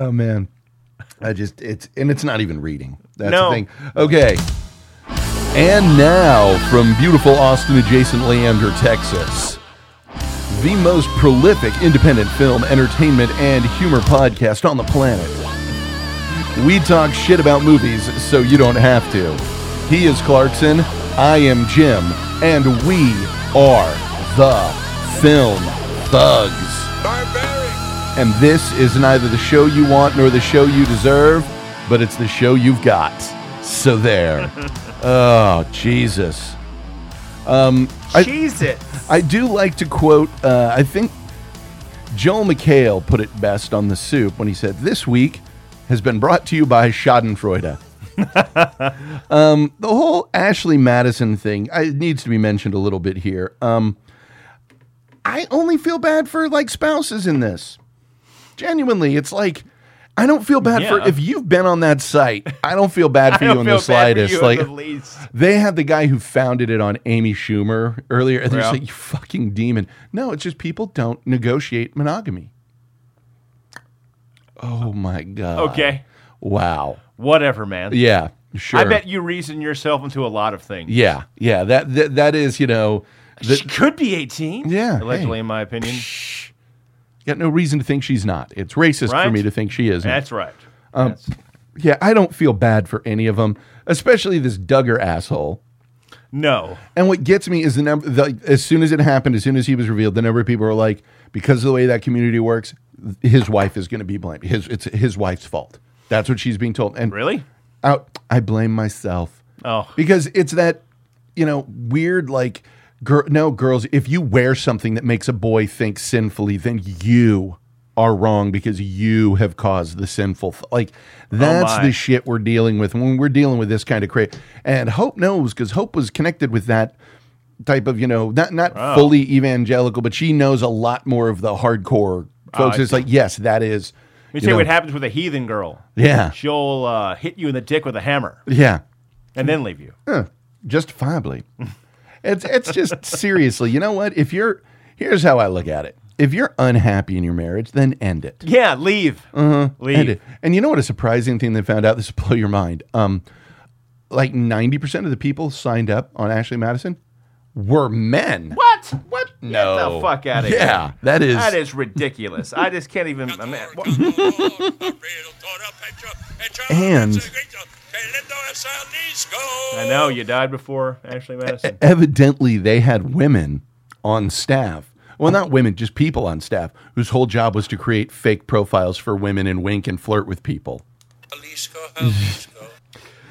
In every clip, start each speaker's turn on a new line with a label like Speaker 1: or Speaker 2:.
Speaker 1: Oh man, I just it's and it's not even reading. That's
Speaker 2: No.
Speaker 1: the thing. Okay. And now from beautiful Austin adjacent Leander, Texas. The most prolific independent film, entertainment, and humor podcast on the planet. We talk shit about movies so you don't have to. He is Clarkson, I am Jim, and we are the Film Thugs. And this is neither the show you want nor the show you deserve, but it's the show you've got. So there. oh, Jesus. I-
Speaker 2: Jesus.
Speaker 1: I do like to quote, uh, I think Joel McHale put it best on The Soup when he said, This week has been brought to you by Schadenfreude. um, the whole Ashley Madison thing I, it needs to be mentioned a little bit here. Um, I only feel bad for like spouses in this. Genuinely, it's like I don't feel bad for
Speaker 2: Yeah.
Speaker 1: if you've been on that site. I don't feel bad for you in the slightest. like
Speaker 2: least.
Speaker 1: they had the guy who founded it on Amy Schumer earlier, and they're just like,
Speaker 2: Yeah.
Speaker 1: "You fucking demon!" No, it's just people don't negotiate monogamy. Oh my god!
Speaker 2: Okay.
Speaker 1: Wow.
Speaker 2: Whatever, man.
Speaker 1: Yeah. Sure.
Speaker 2: I bet you reason yourself into a lot of things.
Speaker 1: Yeah. Yeah. That that, that is you know.
Speaker 2: She
Speaker 1: That,
Speaker 2: could be 18.
Speaker 1: Yeah,
Speaker 2: Allegedly,
Speaker 1: hey.
Speaker 2: in my opinion.
Speaker 1: got no reason to think she's not. It's racist for
Speaker 2: Right?
Speaker 1: me to think she is.
Speaker 2: That's right.
Speaker 1: Um,
Speaker 2: That's-
Speaker 1: Yeah, I don't feel bad for any of them, especially this Duggar asshole.
Speaker 2: no.
Speaker 1: And what gets me is the number. The, as soon as it happened, as soon as he was revealed, the number of people were like, because of the way that community works, th- his wife is going to be blamed. His it's his wife's fault. That's what she's being told. And
Speaker 2: Really?
Speaker 1: out, I blame myself.
Speaker 2: Oh.
Speaker 1: because it's that you know weird like girl. No, girls, if you wear something that makes a boy think sinfully, then you are wrong because you have caused the sinful. Th- like that's
Speaker 2: Oh my.
Speaker 1: the shit we're dealing with when we're dealing with this kind of crap. And Hope knows because Hope was connected with that type of you know not not fully evangelical, but she knows a lot more of the hardcore folks.
Speaker 2: Oh, I
Speaker 1: it's like yes, that is.
Speaker 2: Let
Speaker 1: you
Speaker 2: me tell you
Speaker 1: know-
Speaker 2: what happens with a heathen girl.
Speaker 1: Yeah,
Speaker 2: She'll uh, hit you in the dick with a hammer
Speaker 1: yeah,
Speaker 2: and then leave you.
Speaker 1: Huh. justifiably. it's it's just seriously. You know what? If you're here's how I look at it. If you're unhappy in your marriage, then end it.
Speaker 2: Yeah, leave.
Speaker 1: Uh-huh. And,
Speaker 2: Leave.
Speaker 1: it- and you know what a surprising thing they found out? This will blow your mind. Um, like 90% of the people signed up on Ashley Madison were men.
Speaker 2: What? What? Get
Speaker 1: No.
Speaker 2: the fuck out of here.
Speaker 1: Yeah, that is.
Speaker 2: That is ridiculous. I just can't even. I'm,
Speaker 1: And-
Speaker 2: I know you died before Ashley Madison.
Speaker 1: e-, Evidently, they had women on staff. Well, not women, just people on staff whose whole job was to create fake profiles for women and wink and flirt with people.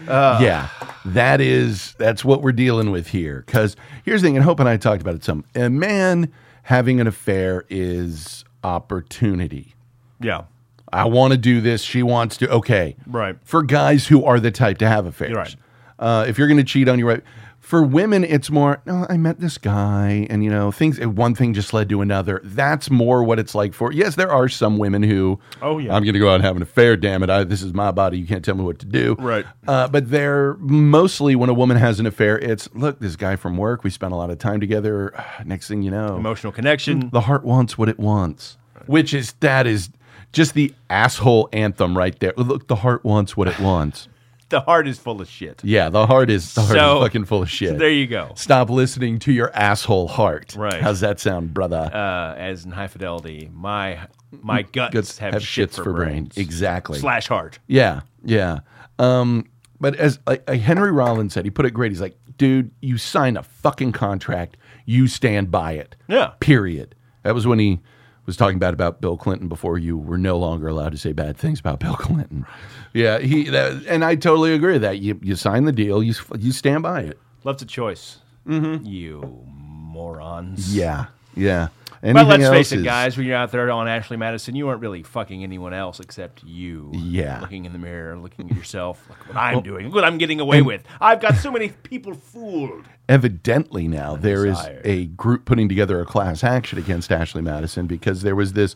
Speaker 1: yeah, that is that's what we're dealing with here. Because here's the thing, and Hope and I talked about it some. A man having an affair is opportunity.
Speaker 2: Yeah.
Speaker 1: I want to do this. She wants to. Okay,
Speaker 2: Right.
Speaker 1: For guys who are the type to have affairs,
Speaker 2: You're right.
Speaker 1: Uh, if you're going to cheat on your wife, for women, it's more. No, I met this guy, and you know, things. One thing just led to another. That's more what it's like for. Yes, there are some women who.
Speaker 2: Oh, yeah.
Speaker 1: I'm going to go out and have an affair. Damn it! I, this is my body. You can't tell me what to do.
Speaker 2: Right.
Speaker 1: Uh, but they're mostly when a woman has an affair, it's look, this guy from work. We spent a lot of time together. Next thing you know,
Speaker 2: Emotional connection.
Speaker 1: the heart wants what it wants, which is that is just the asshole anthem right there. Look, the heart wants what it wants.
Speaker 2: The heart is full of shit.
Speaker 1: Yeah, the heart is the heart
Speaker 2: So-
Speaker 1: is fucking full of shit.
Speaker 2: There you go.
Speaker 1: Stop listening to your asshole heart.
Speaker 2: Right.
Speaker 1: How's that sound, brother?
Speaker 2: Uh, as in high fidelity, my my guts,
Speaker 1: Mm. Guts
Speaker 2: have, shit for, brains.
Speaker 1: Exactly.
Speaker 2: Slash heart.
Speaker 1: Yeah, yeah. Um, but as like, like Henry Rollins said, he put it great. He's like, dude, you sign a fucking contract, you stand by it.
Speaker 2: Yeah.
Speaker 1: Period. That was when he was talking bad about Bill Clinton before you were no longer allowed to say bad things about Bill Clinton. Yeah, he that, and I totally agree with that. You you sign the deal, you s- you stand by it.
Speaker 2: Love's a choice. Mm-hmm. You morons.
Speaker 1: Yeah, yeah. Anything
Speaker 2: But let's face
Speaker 1: else
Speaker 2: it,
Speaker 1: is-
Speaker 2: guys. When you're out there on Ashley Madison, you aren't really fucking anyone else except you.
Speaker 1: Yeah.
Speaker 2: Looking in the mirror, looking at yourself. Look what I'm doing. Look what I'm getting away with. I've got so many people fooled.
Speaker 1: evidently now there is
Speaker 2: Desired.
Speaker 1: a group putting together a class action against Ashley Madison because there was this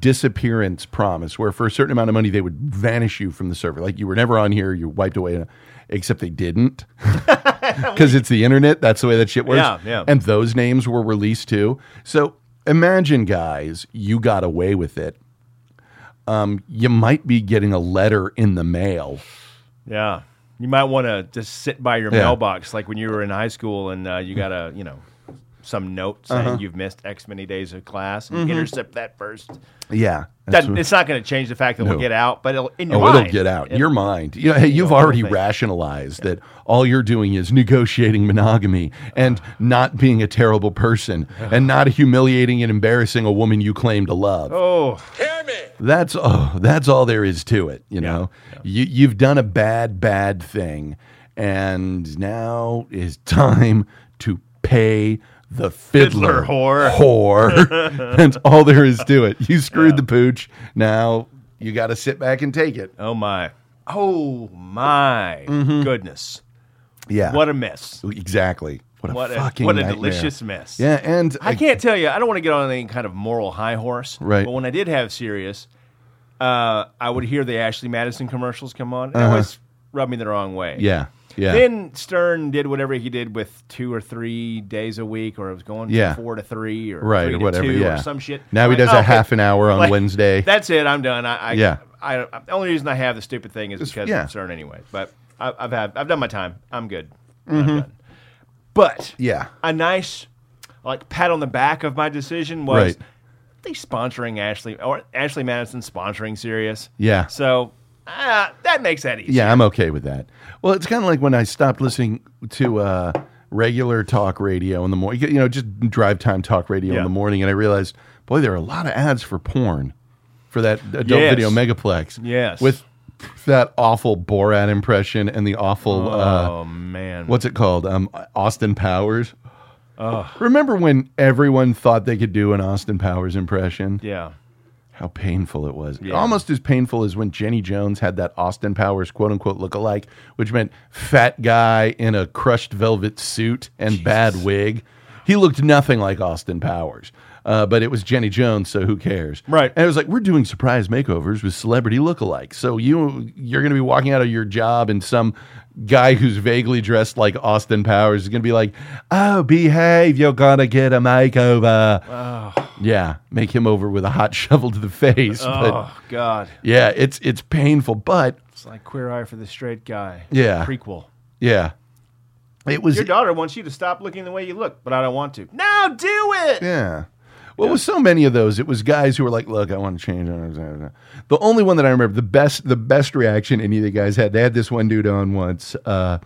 Speaker 1: disappearance promise where for a certain amount of money they would vanish you from the server like you were never on here you wiped away except they didn't because it's the internet that's the way that shit works
Speaker 2: Yeah, yeah.
Speaker 1: and those names were released too so imagine guys you got away with it um, you might be getting a letter in the mail.
Speaker 2: Yeah. You might want to just sit by your
Speaker 1: Yeah.
Speaker 2: mailbox, like when you were in high school and uh, you got a, you know, some note saying
Speaker 1: Uh-huh.
Speaker 2: you've missed X many days of class. And Intercept that first.
Speaker 1: Yeah. Mm-hmm. that's
Speaker 2: That,
Speaker 1: what-
Speaker 2: it's not going to change the fact that
Speaker 1: No.
Speaker 2: we'll get out, but it'll, in your
Speaker 1: Oh,
Speaker 2: mind,
Speaker 1: it'll get out. Your mind. You know, hey, you've
Speaker 2: know,
Speaker 1: already
Speaker 2: everything.
Speaker 1: rationalized that all you're doing is negotiating monogamy and
Speaker 2: Uh-huh.
Speaker 1: not being a terrible person and not humiliating and embarrassing a woman you claim to love.
Speaker 2: Oh,
Speaker 1: That's oh, that's all there is to it. You know, you you've done a bad, bad thing, and now is time to pay the fiddler,
Speaker 2: Fiddler whore.
Speaker 1: Whore. that's all there is to it. You screwed the pooch. Now you got to sit back and take it.
Speaker 2: oh my. Oh my
Speaker 1: Mm-hmm.
Speaker 2: goodness.
Speaker 1: Yeah.
Speaker 2: What a mess.
Speaker 1: exactly. What a
Speaker 2: What a,
Speaker 1: fucking
Speaker 2: what a
Speaker 1: nightmare.
Speaker 2: delicious mess.
Speaker 1: Yeah, and
Speaker 2: I can't tell you. I don't want to get on any kind of moral high horse.
Speaker 1: Right.
Speaker 2: But when I did have serious, uh, I would hear the Ashley Madison commercials come on. and It always rubbed me the wrong way.
Speaker 1: Uh-huh. Yeah. Yeah.
Speaker 2: Then Stern did whatever he did with two or three days a week, or it was going from
Speaker 1: Yeah.
Speaker 2: four to three, or
Speaker 1: Right,
Speaker 2: three
Speaker 1: or
Speaker 2: to
Speaker 1: whatever,
Speaker 2: two,
Speaker 1: yeah.
Speaker 2: or some shit.
Speaker 1: Now he
Speaker 2: Like, oh,
Speaker 1: does a
Speaker 2: okay,
Speaker 1: half an hour on Wednesday.
Speaker 2: That's it. I'm done. I, I
Speaker 1: Yeah.
Speaker 2: I, I- the only reason I have the stupid thing is because
Speaker 1: yeah.
Speaker 2: of Stern anyway. But I, I've had I've done my time. I'm good.
Speaker 1: Mm-hmm.
Speaker 2: I'm done. But
Speaker 1: yeah.
Speaker 2: a nice like pat on the back of my decision was
Speaker 1: Right.
Speaker 2: they sponsoring Ashley or Ashley Madison sponsoring Sirius.
Speaker 1: Yeah.
Speaker 2: So uh, that makes that easy.
Speaker 1: Yeah, I'm okay with that. Well, it's kind of like when I stopped listening to uh, regular talk radio in the morning, you know, just drive time talk radio in
Speaker 2: Yeah.
Speaker 1: the morning, and I realized, boy, there are a lot of ads for porn for that adult
Speaker 2: Yes.
Speaker 1: video megaplex.
Speaker 2: Yes.
Speaker 1: With that awful Borat impression and the awful, uh,
Speaker 2: oh man.
Speaker 1: what's it called? Um, Austin Powers. Remember when everyone thought they could do an Austin Powers impression?
Speaker 2: yeah.
Speaker 1: How painful it was. Almost as painful as when Jenny Jones had that Austin Powers quote unquote look-alike, which meant fat guy in a crushed velvet suit and bad wig. He looked nothing like Austin Powers, uh, but it was Jenny Jones, so who cares?
Speaker 2: Right.
Speaker 1: And it was like, we're doing surprise makeovers with celebrity lookalikes. So you, you're going to be walking out of your job and some guy who's vaguely dressed like Austin Powers is going to be like, oh, behave, you're going to get a makeover. Yeah, make him over with a hot shovel to the face. But
Speaker 2: oh God.
Speaker 1: yeah, it's it's painful, but
Speaker 2: It's like Queer Eye for the Straight Guy.
Speaker 1: Yeah.
Speaker 2: Prequel.
Speaker 1: yeah, it was
Speaker 2: Your daughter wants you to stop looking the way you look, but I don't want to. Now do it.
Speaker 1: yeah. Well, with so many of those, it was guys who were like, "Look, I want to change." The only one that I remember, the best, the best reaction any of the guys had, they had this one dude on once. Uh,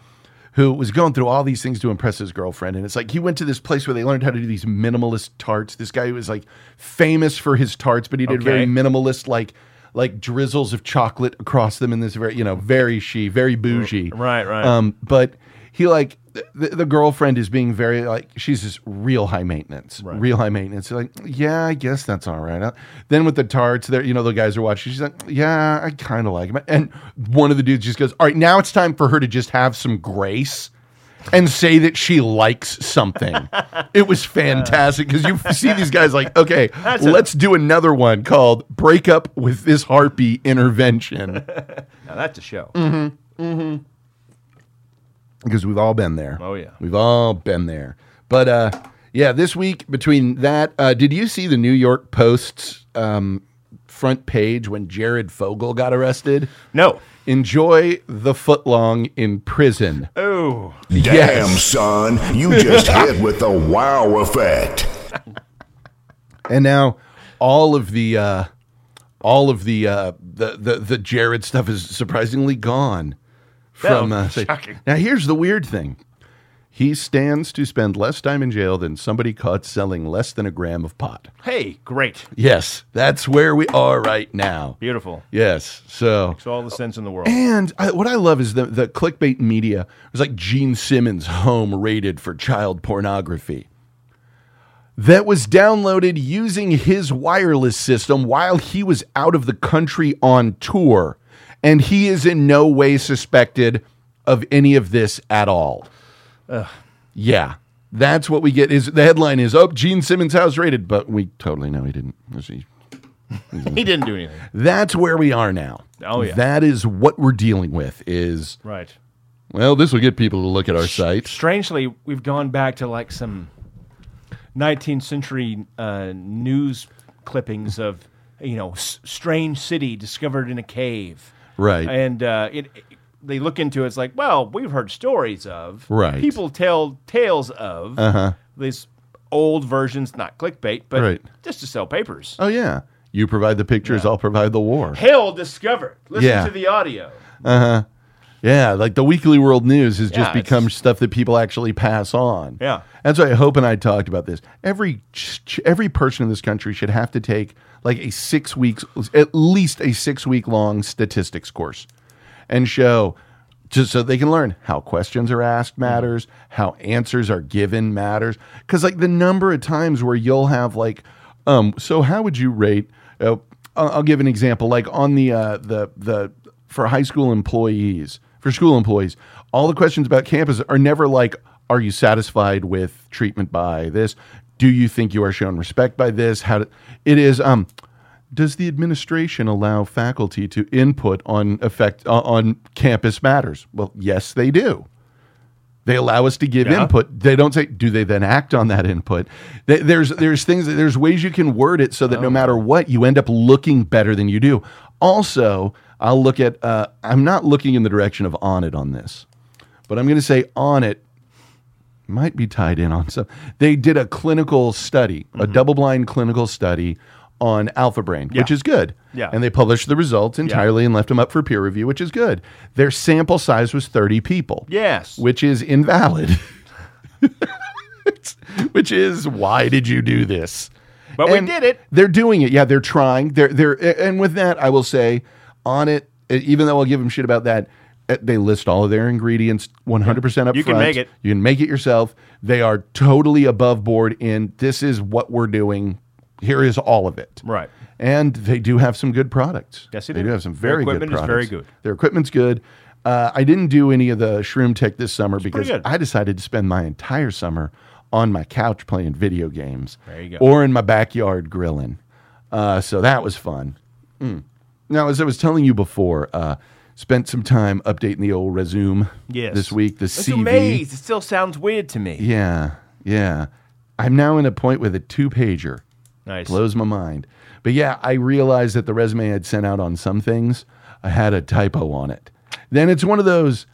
Speaker 1: who was going through all these things to impress his girlfriend. And it's like he went to this place where they learned how to do these minimalist tarts. This guy who was like famous for his tarts, but he did very
Speaker 2: Okay.
Speaker 1: minimalist, like like drizzles of chocolate across them in this very, you know, very she, very bougie.
Speaker 2: Right, right.
Speaker 1: Um, but he like the, the girlfriend is being very like she's just real high maintenance, real high maintenance. They're like, yeah, I guess that's all right. Uh, Then with the tarts, there, you know, the guys are watching. She's like, yeah, I kind of like him. And one of the dudes just goes, all right, now it's time for her to just have some grace. And say that she likes something. it was fantastic because you see these guys like, okay,
Speaker 2: a-
Speaker 1: let's do another one called "Break Up with This Harpy Intervention"
Speaker 2: Now that's a show.
Speaker 1: Mm. because we've all been there.
Speaker 2: Oh, yeah.
Speaker 1: We've all been there. But uh, yeah, this week between that, uh, did you see the New York Post's um, front page when Jared Fogle got arrested?
Speaker 2: No.
Speaker 1: Enjoy the footlong in prison.
Speaker 2: Oh.
Speaker 1: Yes.
Speaker 3: Damn, son, you just hit with the wow effect.
Speaker 1: And now all of the uh, all of the, uh, the the the Jared stuff is surprisingly gone from.
Speaker 2: Oh,
Speaker 1: uh, say-
Speaker 2: shocking.
Speaker 1: now here's the weird thing. He stands to spend less time in jail than somebody caught selling less than a gram of pot.
Speaker 2: Hey, great.
Speaker 1: Yes, that's where we are right now.
Speaker 2: Beautiful.
Speaker 1: Yes, so
Speaker 2: It's all the sense in the world.
Speaker 1: and I, what I love is the the clickbait media. It was like Gene Simmons' home raided for child pornography. That was downloaded using his wireless system while he was out of the country on tour, and he is in no way suspected of any of this at all. Yeah. That's what we get. Is the headline is "Up Gene Simmons' house raided," but we totally know he didn't. He
Speaker 2: He didn't do anything.
Speaker 1: that's where we are now.
Speaker 2: Oh, yeah.
Speaker 1: That is what we're dealing with is
Speaker 2: Right.
Speaker 1: well, this will get people to look at our site.
Speaker 2: Strangely, we've gone back to like some 19th century uh, news clippings of you know, s- strange city discovered in a cave.
Speaker 1: Right.
Speaker 2: And uh, it, it- they look into it, it's like, well, we've heard stories of.
Speaker 1: Right. Uh-huh.
Speaker 2: People tell tales of these old versions, not clickbait, but
Speaker 1: Right.
Speaker 2: just to sell papers.
Speaker 1: Oh yeah. You provide the pictures, I'll provide the war.
Speaker 2: Hill discovered. Listen
Speaker 1: Yeah.
Speaker 2: to the audio.
Speaker 1: Yeah, like the Weekly World News has
Speaker 2: Yeah,
Speaker 1: just
Speaker 2: it's-
Speaker 1: become stuff that people actually pass on.
Speaker 2: Yeah.
Speaker 1: that's why Hope and I talked about this. Every ch- ch- every person in this country should have to take like a six weeks, at least a six week long statistics course, and show just so they can learn how questions are asked matters, how answers are given matters. Because like the number of times where you'll have like, um, so how would you rate? Uh, I'll I'll give an example. Like on the uh, the the for high school employees, for school employees, all the questions about campus are never like, are you satisfied with treatment by this? Do you think you are shown respect by this? How do, it is? Um, does the administration allow faculty to input on effect on- on campus matters? Well, yes, they do. They allow us to give
Speaker 2: Yeah.
Speaker 1: input. They don't say, do they then act on that input? Th- There's there's things there's ways you can word it so that
Speaker 2: Oh.
Speaker 1: no matter what, you end up looking better than you do. Also, I'll look at. Uh, I'm not looking in the direction of on it on this, but I'm going to say on it might be tied in on some. They did a clinical study,
Speaker 2: Mm-hmm.
Speaker 1: a double blind clinical study on alpha brain, which
Speaker 2: Yeah.
Speaker 1: is good.
Speaker 2: Yeah.
Speaker 1: And they published the results entirely and left them up for peer review, which is good. Their sample size was 30 people.
Speaker 2: Yes.
Speaker 1: Which is invalid. It's- which is why did you do this?
Speaker 2: But we did it.
Speaker 1: They're doing it. Yeah, they're trying. They're they're and with that, I will say on it e, even though I'll give them shit about that, eh, they list all of their ingredients 100% up
Speaker 2: You can
Speaker 1: front.
Speaker 2: make it.
Speaker 1: You can make it yourself. They are totally above board in this is what we're doing. Here is all of it.
Speaker 2: Right.
Speaker 1: And they do have some good products.
Speaker 2: Yes, they
Speaker 1: do
Speaker 2: do.
Speaker 1: have some
Speaker 2: Their
Speaker 1: very
Speaker 2: equipment
Speaker 1: good
Speaker 2: is
Speaker 1: products.
Speaker 2: very good.
Speaker 1: Their equipment's good. Uh, I didn't do any of the Shroom Tech this summer because
Speaker 2: good.
Speaker 1: I decided to spend my entire summer on my couch playing video games
Speaker 2: There you go.
Speaker 1: or in my backyard grilling. Uh, so that was fun. Mm. Now, as I was telling you before, uh, spent some time updating the old resume
Speaker 2: Yes.
Speaker 1: this week, the
Speaker 2: It's
Speaker 1: CV.
Speaker 2: amazing. It still sounds weird to me.
Speaker 1: Yeah, yeah. I'm now in a point with a two pager
Speaker 2: Nice.
Speaker 1: blows my mind. But yeah, I realized that the resume I'd sent out on some things, I had a typo on it. Then it's one of those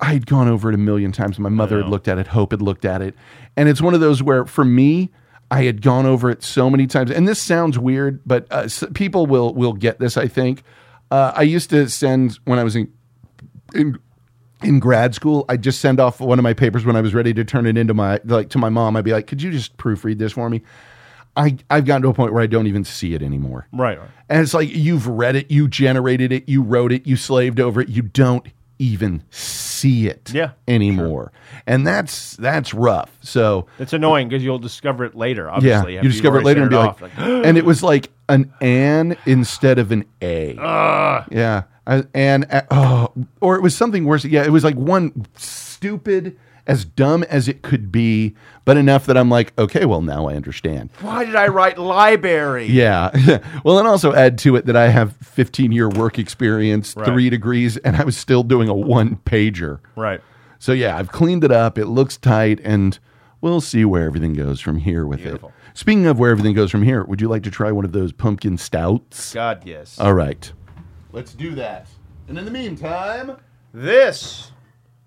Speaker 1: I'd gone over it a million times. My mother had looked at it, Hope had looked at it. And it's one of those where for me, I had gone over it so many times. And this sounds weird, but uh, s- people will will get this, I think. Uh, I used to send when I was in in in grad school, I'd just send off one of my papers when I was ready to turn it into my like to my mom. I'd be like, "Could you just proofread this for me?" I I've gotten to a point where I don't even see it anymore.
Speaker 2: Right. right.
Speaker 1: And it's like you've read it, you generated it, you wrote it, you slaved over it, you don't even see it
Speaker 2: Yeah,
Speaker 1: anymore. And that's that's rough. So
Speaker 2: It's annoying because you'll discover it later.
Speaker 1: yeah,
Speaker 2: Obviously,
Speaker 1: you
Speaker 2: after
Speaker 1: discover it
Speaker 2: you've
Speaker 1: later and be
Speaker 2: already
Speaker 1: like,
Speaker 2: sent it off,
Speaker 1: and it was like an an instead of an a. yeah, I, and uh, oh, or it was something worse. Yeah, it was like one stupid, as dumb as it could be, but enough that I'm like, okay, well now I understand.
Speaker 2: why did I write library?
Speaker 1: Yeah. well, and also add to it that I have 15 year work experience,
Speaker 2: Right.
Speaker 1: three degrees, and I was still doing a one pager.
Speaker 2: Right.
Speaker 1: So yeah, I've cleaned it up. It looks tight, and we'll see where everything goes from here with
Speaker 2: Beautiful.
Speaker 1: it. Speaking of where everything goes from here, would you like to try one of those pumpkin stouts?
Speaker 2: God, yes.
Speaker 1: All right. Let's do that. And in the meantime,
Speaker 2: this.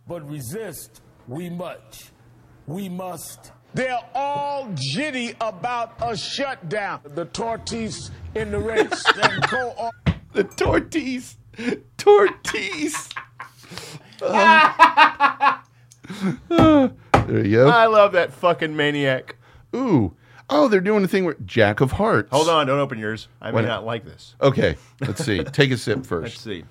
Speaker 4: but resist we much. We must. They're all jitty about a shutdown. The tortoise in the race and go on.
Speaker 1: the tortillas. Tortillas. there you go.
Speaker 2: I love that fucking maniac.
Speaker 1: Ooh. Oh, they're doing the thing where Jack of Hearts.
Speaker 2: Hold on, don't open yours. I may
Speaker 1: Why not?
Speaker 2: not like this.
Speaker 1: Okay, let's see. Take a sip
Speaker 2: Let's
Speaker 1: first.
Speaker 2: see.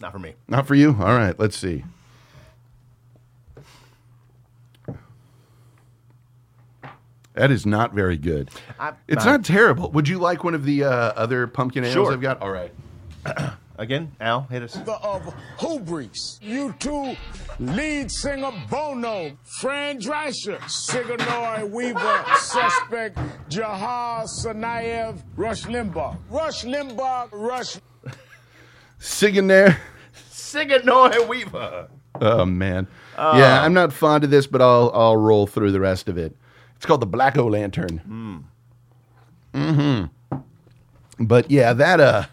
Speaker 2: Not for me.
Speaker 1: Not for you? All right, let's see. That is not very good.
Speaker 2: I-
Speaker 1: it's
Speaker 2: I-
Speaker 1: not terrible. Would you like one of the uh, other pumpkin ales
Speaker 2: Sure.
Speaker 1: I've got? All right.
Speaker 2: Again, Al, hit us.
Speaker 4: The of Hubris. You two, lead singer Bono, Fran Drescher, Sigourney Weaver, suspect Jahar Sanayev, Rush Limbaugh. Rush Limbaugh, Rush
Speaker 1: Sigourney,
Speaker 2: Sigourney Weaver.
Speaker 1: Oh man, yeah, I'm not fond of this, but I'll I'll roll through the rest of it. It's called the Black O Lantern. Hmm. Mm-hmm. But yeah, that uh,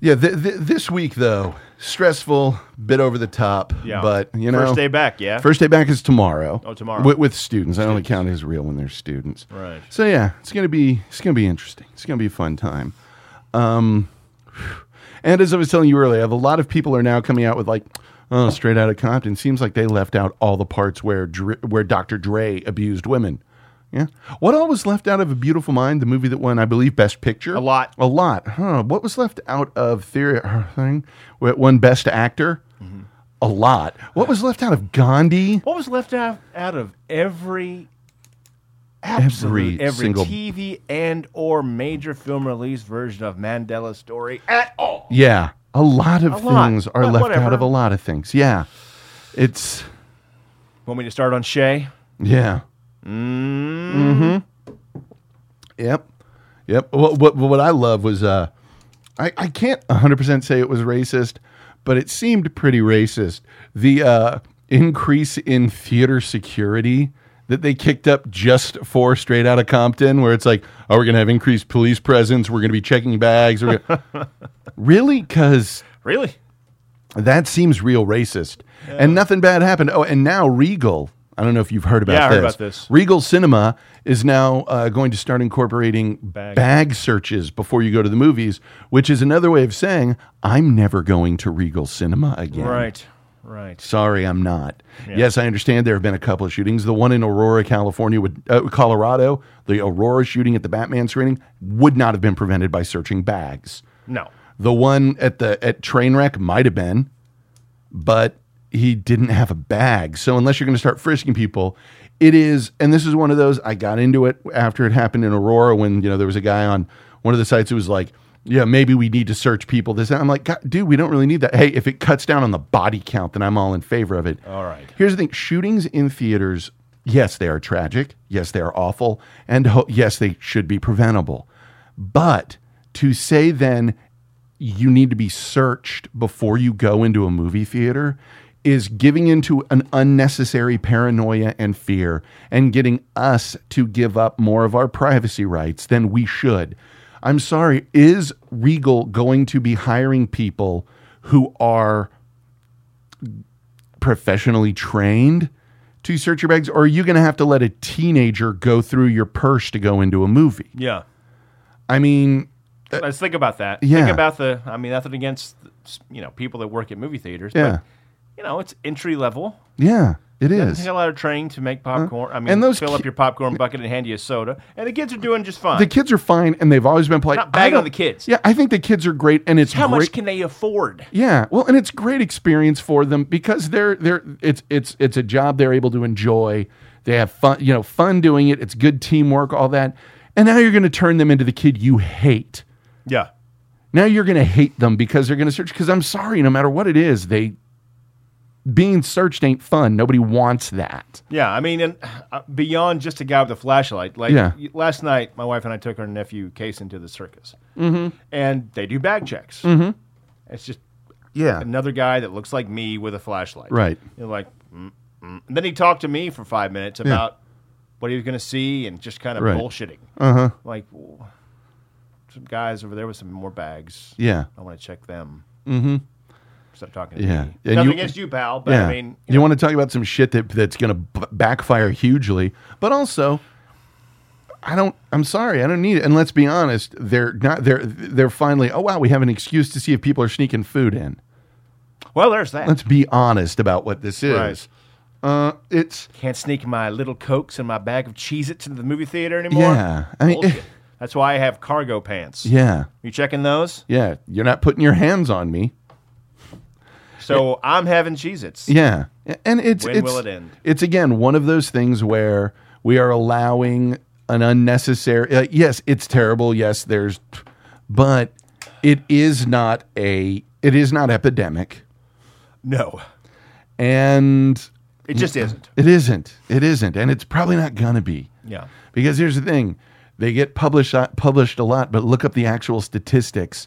Speaker 1: yeah, th- th- this week though stressful, bit over the top.
Speaker 2: Yeah.
Speaker 1: but you know,
Speaker 2: First day back, yeah?
Speaker 1: First day back is tomorrow.
Speaker 2: Oh, tomorrow.
Speaker 1: with, with students. I only count it as real when they're students.
Speaker 2: Right.
Speaker 1: So yeah, it's gonna be it's gonna be interesting. It's gonna be a fun time. Um, And as I was telling you earlier, a lot of people are now coming out with like, oh, straight out of Compton. Seems like they left out all the parts where Dr- where Dr. Dre abused women. Yeah. What all was left out of A Beautiful Mind, the movie that won, I believe, Best Picture?
Speaker 2: A lot.
Speaker 1: A lot. Huh. What was left out of Theory her thing? where it won Best Actor?
Speaker 2: Mm-hmm.
Speaker 1: A lot. What was left out of Gandhi?
Speaker 2: What was left out, out of every
Speaker 1: Every,
Speaker 2: every
Speaker 1: single
Speaker 2: TV and or major film release version of Mandela's story at all?
Speaker 1: Yeah, a lot of
Speaker 2: A lot,
Speaker 1: things are
Speaker 2: but
Speaker 1: left out
Speaker 2: whatever.
Speaker 1: of a lot of things. Yeah, it's
Speaker 2: Want me to start on Shay?
Speaker 1: Yeah.
Speaker 2: Mm-hmm.
Speaker 1: Mm. Hmm. Yep. Yep. What, what what I love was uh, I I can't 100 percent say it was racist, but it seemed pretty racist. The uh, increase in theater security that they kicked up just for Straight Outta Compton, where it's like, oh, we're gonna have increased police presence, we're gonna be checking bags, we're gonna... really because
Speaker 2: Really?
Speaker 1: that seems real racist. And nothing bad happened. Oh, and now Regal. I don't know if you've heard about
Speaker 2: Yeah, I
Speaker 1: this.
Speaker 2: heard about this.
Speaker 1: Regal Cinema is now uh, going to start incorporating bag.
Speaker 2: Bag.
Speaker 1: searches before you go to the movies, which is another way of saying I'm never going to Regal Cinema again.
Speaker 2: Right. Right.
Speaker 1: Sorry, I'm not. Yes, I understand there have been a couple of shootings. The one in Aurora, California, would uh, Colorado, the Aurora shooting at the Batman screening would not have been prevented by searching bags.
Speaker 2: No.
Speaker 1: The one at the at Trainwreck might have been, but he didn't have a bag. So unless you're going to start frisking people, it is. And this is one of those. I got into it after it happened in Aurora when you know there was a guy on one of the sites who was like, "Yeah, maybe we need to search people." This and I'm like, God, "Dude, we don't really need that." Hey, if it cuts down on the body count, then I'm all in favor of it.
Speaker 2: All right.
Speaker 1: Here's the thing: shootings in theaters. Yes, they are tragic. Yes, they are awful, and ho- yes, they should be preventable. But to say then you need to be searched before you go into a movie theater is giving into an unnecessary paranoia and fear and getting us to give up more of our privacy rights than we should. I'm sorry, is Regal going to be hiring people who are professionally trained to search your bags or are you going to have to let a teenager go through your purse to go into a movie?
Speaker 2: Yeah.
Speaker 1: I mean,
Speaker 2: Let's think about that.
Speaker 1: Uh, yeah.
Speaker 2: Think about the. I mean, nothing against you know people that work at movie theaters.
Speaker 1: Yeah.
Speaker 2: But, you know, it's entry level.
Speaker 1: yeah, it
Speaker 2: Doesn't
Speaker 1: is.
Speaker 2: take a lot of training to make popcorn. I mean,
Speaker 1: And those
Speaker 2: fill
Speaker 1: ki-
Speaker 2: up your popcorn bucket and hand you a soda, and the kids are doing just fine.
Speaker 1: The kids are fine, and they've always been polite.
Speaker 2: Not bag
Speaker 1: I don't-
Speaker 2: on the kids.
Speaker 1: Yeah, I think the kids are great, and it's
Speaker 2: How
Speaker 1: great.
Speaker 2: much can they afford?
Speaker 1: yeah, well, and it's great experience for them because they're they're it's it's it's a job they're able to enjoy. They have fun, you know, fun doing it. It's good teamwork, all that. And now you're going to turn them into the kid you hate.
Speaker 2: Yeah.
Speaker 1: Now you're going to hate them because they're going to search. Because I'm sorry, no matter what it is, they being searched ain't fun. Nobody wants that.
Speaker 2: Yeah, I mean, and uh, beyond just a guy with a flashlight. Like
Speaker 1: Yeah.
Speaker 2: y- last night, my wife and I took our nephew Case into the circus,
Speaker 1: Mm-hmm.
Speaker 2: and they do bag checks. It's just
Speaker 1: Yeah,
Speaker 2: another guy that looks like me with a flashlight.
Speaker 1: Right.
Speaker 2: You're like, mm, mm. And then he talked to me for five minutes about what he was going to see and just kind of
Speaker 1: Right. Uh-huh.
Speaker 2: bullshitting. Uh huh. Like, w- some guys over there with some more bags.
Speaker 1: yeah, Mm-hmm.
Speaker 2: I want to check them. Mm hmm. Stop talking to
Speaker 1: Yeah.
Speaker 2: me.
Speaker 1: And
Speaker 2: Nothing
Speaker 1: you-
Speaker 2: against you, pal, but
Speaker 1: yeah.
Speaker 2: I mean,
Speaker 1: you want to talk about some shit that that's going to b- backfire hugely, but also, I don't. I'm sorry, I don't need it. And let's be honest, they're not. They're they're finally. Oh wow, we have an excuse to see if people are sneaking food in.
Speaker 2: well, there's that.
Speaker 1: Let's be honest about what this is.
Speaker 2: Right.
Speaker 1: Uh, it's
Speaker 2: Can't sneak my little Cokes and my bag of Cheez Its into the movie theater anymore.
Speaker 1: Yeah, I mean-
Speaker 2: Bullshit. That's why I have cargo pants.
Speaker 1: yeah,
Speaker 2: You checking those?
Speaker 1: yeah. You're not putting your hands on me.
Speaker 2: So I'm having Cheez Its.
Speaker 1: Yeah, and it's
Speaker 2: When
Speaker 1: it's,
Speaker 2: will it end?
Speaker 1: It's again one of those things where we are allowing an unnecessary. Uh, yes, it's terrible. Yes, there's, but it is not a it is not epidemic,
Speaker 2: No,
Speaker 1: and
Speaker 2: it just isn't.
Speaker 1: it isn't. It isn't, and it's probably not gonna be.
Speaker 2: Yeah.
Speaker 1: Because here's the thing, they get uh, published published a lot, but look up the actual statistics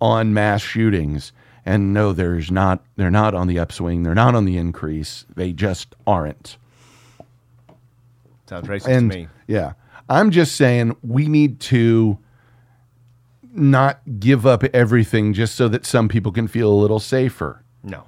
Speaker 1: on mass shootings, And no, there's not. They're not on the upswing. They're not on the increase. They just aren't.
Speaker 2: Sounds racist
Speaker 1: And
Speaker 2: to me.
Speaker 1: yeah, I'm just saying we need to not give up everything just so that some people can feel a little safer.
Speaker 2: No.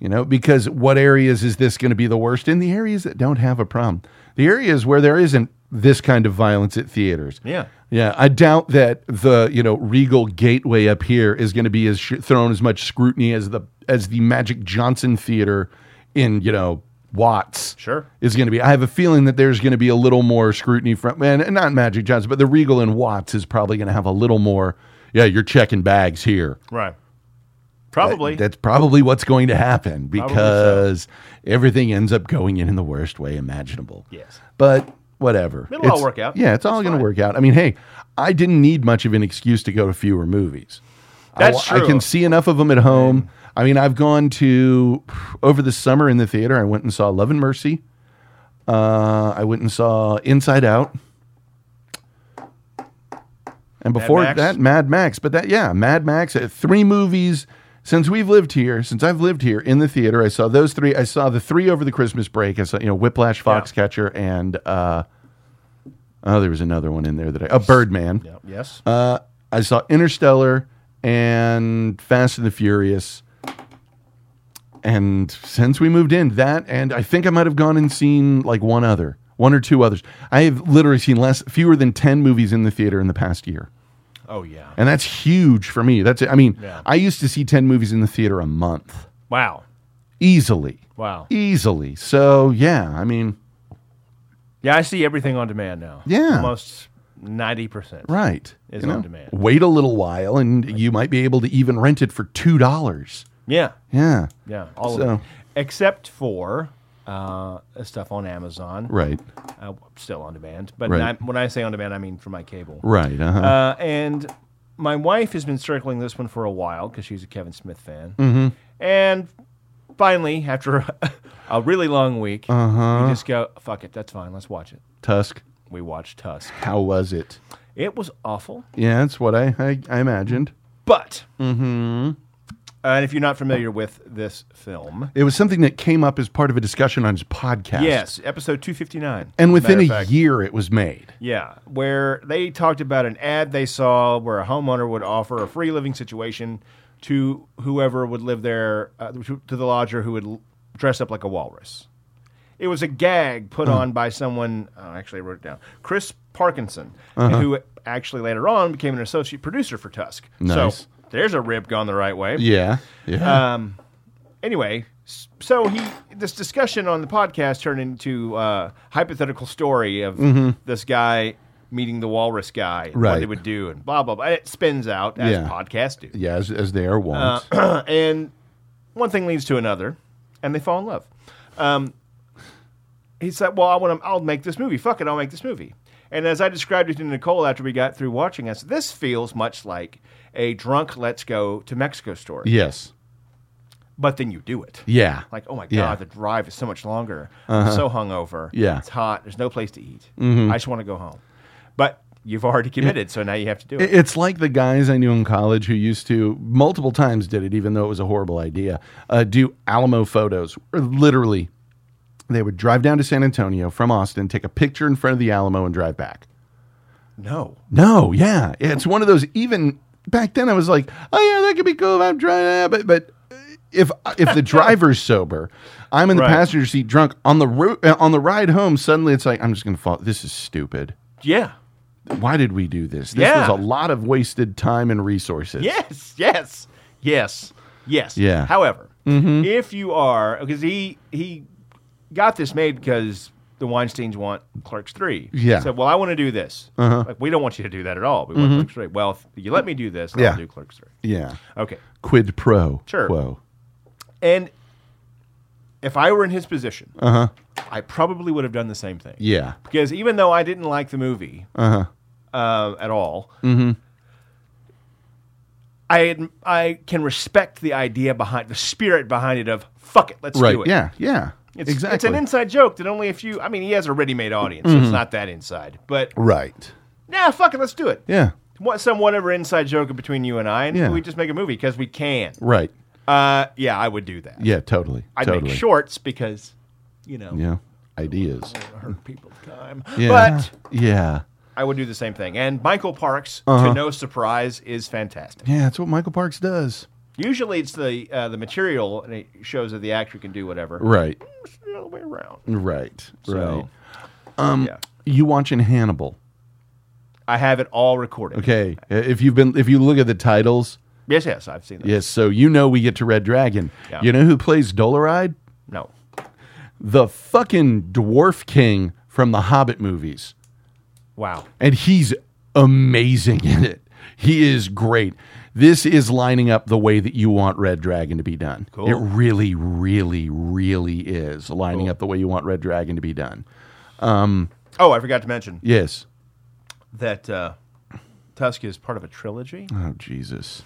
Speaker 1: You know, because what areas is this going to be the worst in? The areas that don't have a problem. The areas where there isn't this kind of violence at theaters.
Speaker 2: Yeah.
Speaker 1: Yeah, I doubt that the you know Regal Gateway up here is going to be as sh- thrown as much scrutiny as the as the Magic Johnson Theater in you know Watts
Speaker 2: Sure.
Speaker 1: is going to be. I have a feeling that there's going to be a little more scrutiny from and, and not Magic Johnson, but the Regal in Watts is probably going to have a little more. Yeah, you're checking bags here.
Speaker 2: Right. Probably.
Speaker 1: That's probably what's going to happen because everything ends up going in in the worst way imaginable.
Speaker 2: Yes.
Speaker 1: But whatever.
Speaker 2: It'll all
Speaker 1: It's-
Speaker 2: work out.
Speaker 1: Yeah, it's all
Speaker 2: It's
Speaker 1: going to
Speaker 2: fine.
Speaker 1: work out. I mean, hey, I didn't need much of an excuse to go to fewer movies. I-
Speaker 2: That's
Speaker 1: I,
Speaker 2: true.
Speaker 1: can see enough of them at home. I mean, I've gone to over the summer in the theater. I went and saw Love and Mercy. Uh, I went and saw Inside Out. And before
Speaker 2: Max?
Speaker 1: that, Mad Max. But that, yeah, Mad Max. uh, Three movies since we've lived here, since I've lived here in the theater. I saw those three. I saw the three over the Christmas break. I saw, you know, Whiplash, Foxcatcher, and uh, oh, there was another one in there that I, uh, Birdman.
Speaker 2: Yeah. Yes.
Speaker 1: Uh, I saw Interstellar and Fast and the Furious. And since we moved in, that and I think I might have gone and seen like one other, one or two others. I have literally seen less, fewer than ten movies in the theater in the past year,
Speaker 2: oh yeah.
Speaker 1: and that's huge for me. That's I mean,
Speaker 2: Yeah.
Speaker 1: I used to see ten movies in the theater a month
Speaker 2: Wow.
Speaker 1: easily,
Speaker 2: Wow.
Speaker 1: easily. So yeah, I mean,
Speaker 2: Yeah, I see everything on demand now.
Speaker 1: Yeah.
Speaker 2: Almost ninety percent.
Speaker 1: right?
Speaker 2: Is on demand.
Speaker 1: Wait a little while, and you might be able to even rent it for two dollars.
Speaker 2: Yeah.
Speaker 1: Yeah,
Speaker 2: Yeah. All
Speaker 1: So-
Speaker 2: of it. Except for uh, stuff on Amazon.
Speaker 1: right,
Speaker 2: Uh, still on demand. But
Speaker 1: Right.
Speaker 2: I- when I say on demand I mean for my cable.
Speaker 1: right. Uh-huh.
Speaker 2: Uh, and my wife has been circling this one for a while because she's a Kevin Smith fan.
Speaker 1: Mm-hmm.
Speaker 2: And finally, after a really long week,
Speaker 1: Uh-huh.
Speaker 2: we just go, fuck it, that's fine, let's watch it.
Speaker 1: Tusk.
Speaker 2: We watched Tusk.
Speaker 1: How was it?
Speaker 2: It was awful,
Speaker 1: Yeah, that's what I I, I imagined.
Speaker 2: but.
Speaker 1: Mm-hmm.
Speaker 2: And if you're not familiar with this film,
Speaker 1: It was something that came up as part of a discussion on his podcast.
Speaker 2: yes, episode 259.
Speaker 1: And within
Speaker 2: matter
Speaker 1: a
Speaker 2: of fact.
Speaker 1: year, it was made.
Speaker 2: Yeah, where they talked about an ad they saw where a homeowner would offer a free living situation to whoever would live there, uh, to to the lodger who would l- dress up like a walrus. It was a gag put on by someone, uh, actually, I wrote it down, Chris Parkinson, who actually later on became an associate producer for Tusk.
Speaker 1: Nice.
Speaker 2: So there's a rib gone the right way
Speaker 1: Yeah. Yeah.
Speaker 2: Uh, anyway, s- so he this discussion on the podcast turned into a hypothetical story of this guy meeting the walrus guy, and what
Speaker 1: Mm-hmm. Right.
Speaker 2: they would do, and blah blah blah. It spins out as
Speaker 1: Yeah.
Speaker 2: podcasts do,
Speaker 1: yeah, as, as they are wont.
Speaker 2: uh, and one thing leads to another, and they fall in love. Um, he said, "Well, I want to. I'll make this movie. Fuck it, I'll make this movie." And as I described it to Nicole after we got through watching, I said, "This feels much like a drunk let's go to Mexico story,
Speaker 1: yes.
Speaker 2: but then you do it."
Speaker 1: Yeah.
Speaker 2: Like, oh my god,
Speaker 1: Yeah. Uh-huh.
Speaker 2: the drive is so much longer. I'm so hungover.
Speaker 1: Yeah. Mm-hmm.
Speaker 2: it's hot. There's no place to eat. I just want to go home. But you've already committed, so now you have to do it.
Speaker 1: It- It's like the guys I knew in college who used to multiple times did it, even though it was a horrible idea. Uh, do Alamo photos, Or literally. They would drive down to San Antonio from Austin, take a picture in front of the Alamo, and drive back.
Speaker 2: no,
Speaker 1: No, yeah, it's one of those. Even back then, I was like, "Oh yeah, that could be cool." If I'm trying, that," but but if if the driver's sober, I'm in the
Speaker 2: Right.
Speaker 1: passenger seat drunk on the ro- uh, on the ride home. Suddenly, it's like I'm just gonna fall. This is stupid.
Speaker 2: yeah,
Speaker 1: Why did we do this? This
Speaker 2: Yeah.
Speaker 1: was a lot of wasted time and resources.
Speaker 2: yes, yes, yes, yes.
Speaker 1: Yeah. Mm-hmm.
Speaker 2: However, if you are because he he got this made because the Weinstein's want Clerks Three.
Speaker 1: Yeah. Uh-huh. Mm-hmm.
Speaker 2: He said, well, I want to do this. Like, we don't want you to do that at all. We want Clerks Three. Well, if you let me do this,
Speaker 1: Yeah.
Speaker 2: I'll do Clerks Three.
Speaker 1: yeah.
Speaker 2: Okay.
Speaker 1: Quid pro
Speaker 2: Sure.
Speaker 1: quo.
Speaker 2: And if I were in his position, uh-huh. I probably would have done the same thing.
Speaker 1: Yeah, Uh-huh.
Speaker 2: Because even though I didn't like the movie uh at all,
Speaker 1: Mm-hmm.
Speaker 2: I ad- I can respect the idea behind the spirit behind it of fuck it, let's
Speaker 1: right.
Speaker 2: do it.
Speaker 1: Yeah, yeah.
Speaker 2: it's,
Speaker 1: exactly. Mm-hmm.
Speaker 2: It's an inside joke that only a few. I mean, he has a ready-made audience, so it's not that inside. But
Speaker 1: right.
Speaker 2: nah, fuck it, let's do it.
Speaker 1: Yeah.
Speaker 2: What some whatever inside joke between you and I, and
Speaker 1: Yeah.
Speaker 2: we just make a movie because we can.
Speaker 1: Right.
Speaker 2: Uh, yeah, I would do that.
Speaker 1: Yeah, totally.
Speaker 2: I'd
Speaker 1: totally.
Speaker 2: make shorts because, you know,
Speaker 1: Yeah, ideas.
Speaker 2: hurt people's time.
Speaker 1: Yeah.
Speaker 2: But
Speaker 1: yeah,
Speaker 2: I would do the same thing. And Michael Parks,
Speaker 1: Uh-huh.
Speaker 2: to no surprise, is fantastic.
Speaker 1: yeah, that's what Michael Parks does.
Speaker 2: Usually it's the uh, the material and it shows that the actor can do whatever.
Speaker 1: Right,
Speaker 2: It's the other way around.
Speaker 1: right,
Speaker 2: So, Um,
Speaker 1: right. Um,
Speaker 2: yeah.
Speaker 1: You watching Hannibal?
Speaker 2: I have it all recorded.
Speaker 1: Okay, if you've been, if you look at the titles,
Speaker 2: Yes, yes, I've seen that.
Speaker 1: yes. So you know we get to Red Dragon.
Speaker 2: Yeah.
Speaker 1: You know who plays Doleride?
Speaker 2: No.
Speaker 1: The fucking dwarf king from the Hobbit movies.
Speaker 2: Wow.
Speaker 1: and he's amazing in it. He is great. This is lining up the way that you want Red Dragon to be done.
Speaker 2: Cool.
Speaker 1: It really, really, really is lining up the way you want Red Dragon to be done.
Speaker 2: Oh, I forgot to mention
Speaker 1: Yes.
Speaker 2: that uh, Tusk is part of a trilogy,
Speaker 1: Oh Jesus.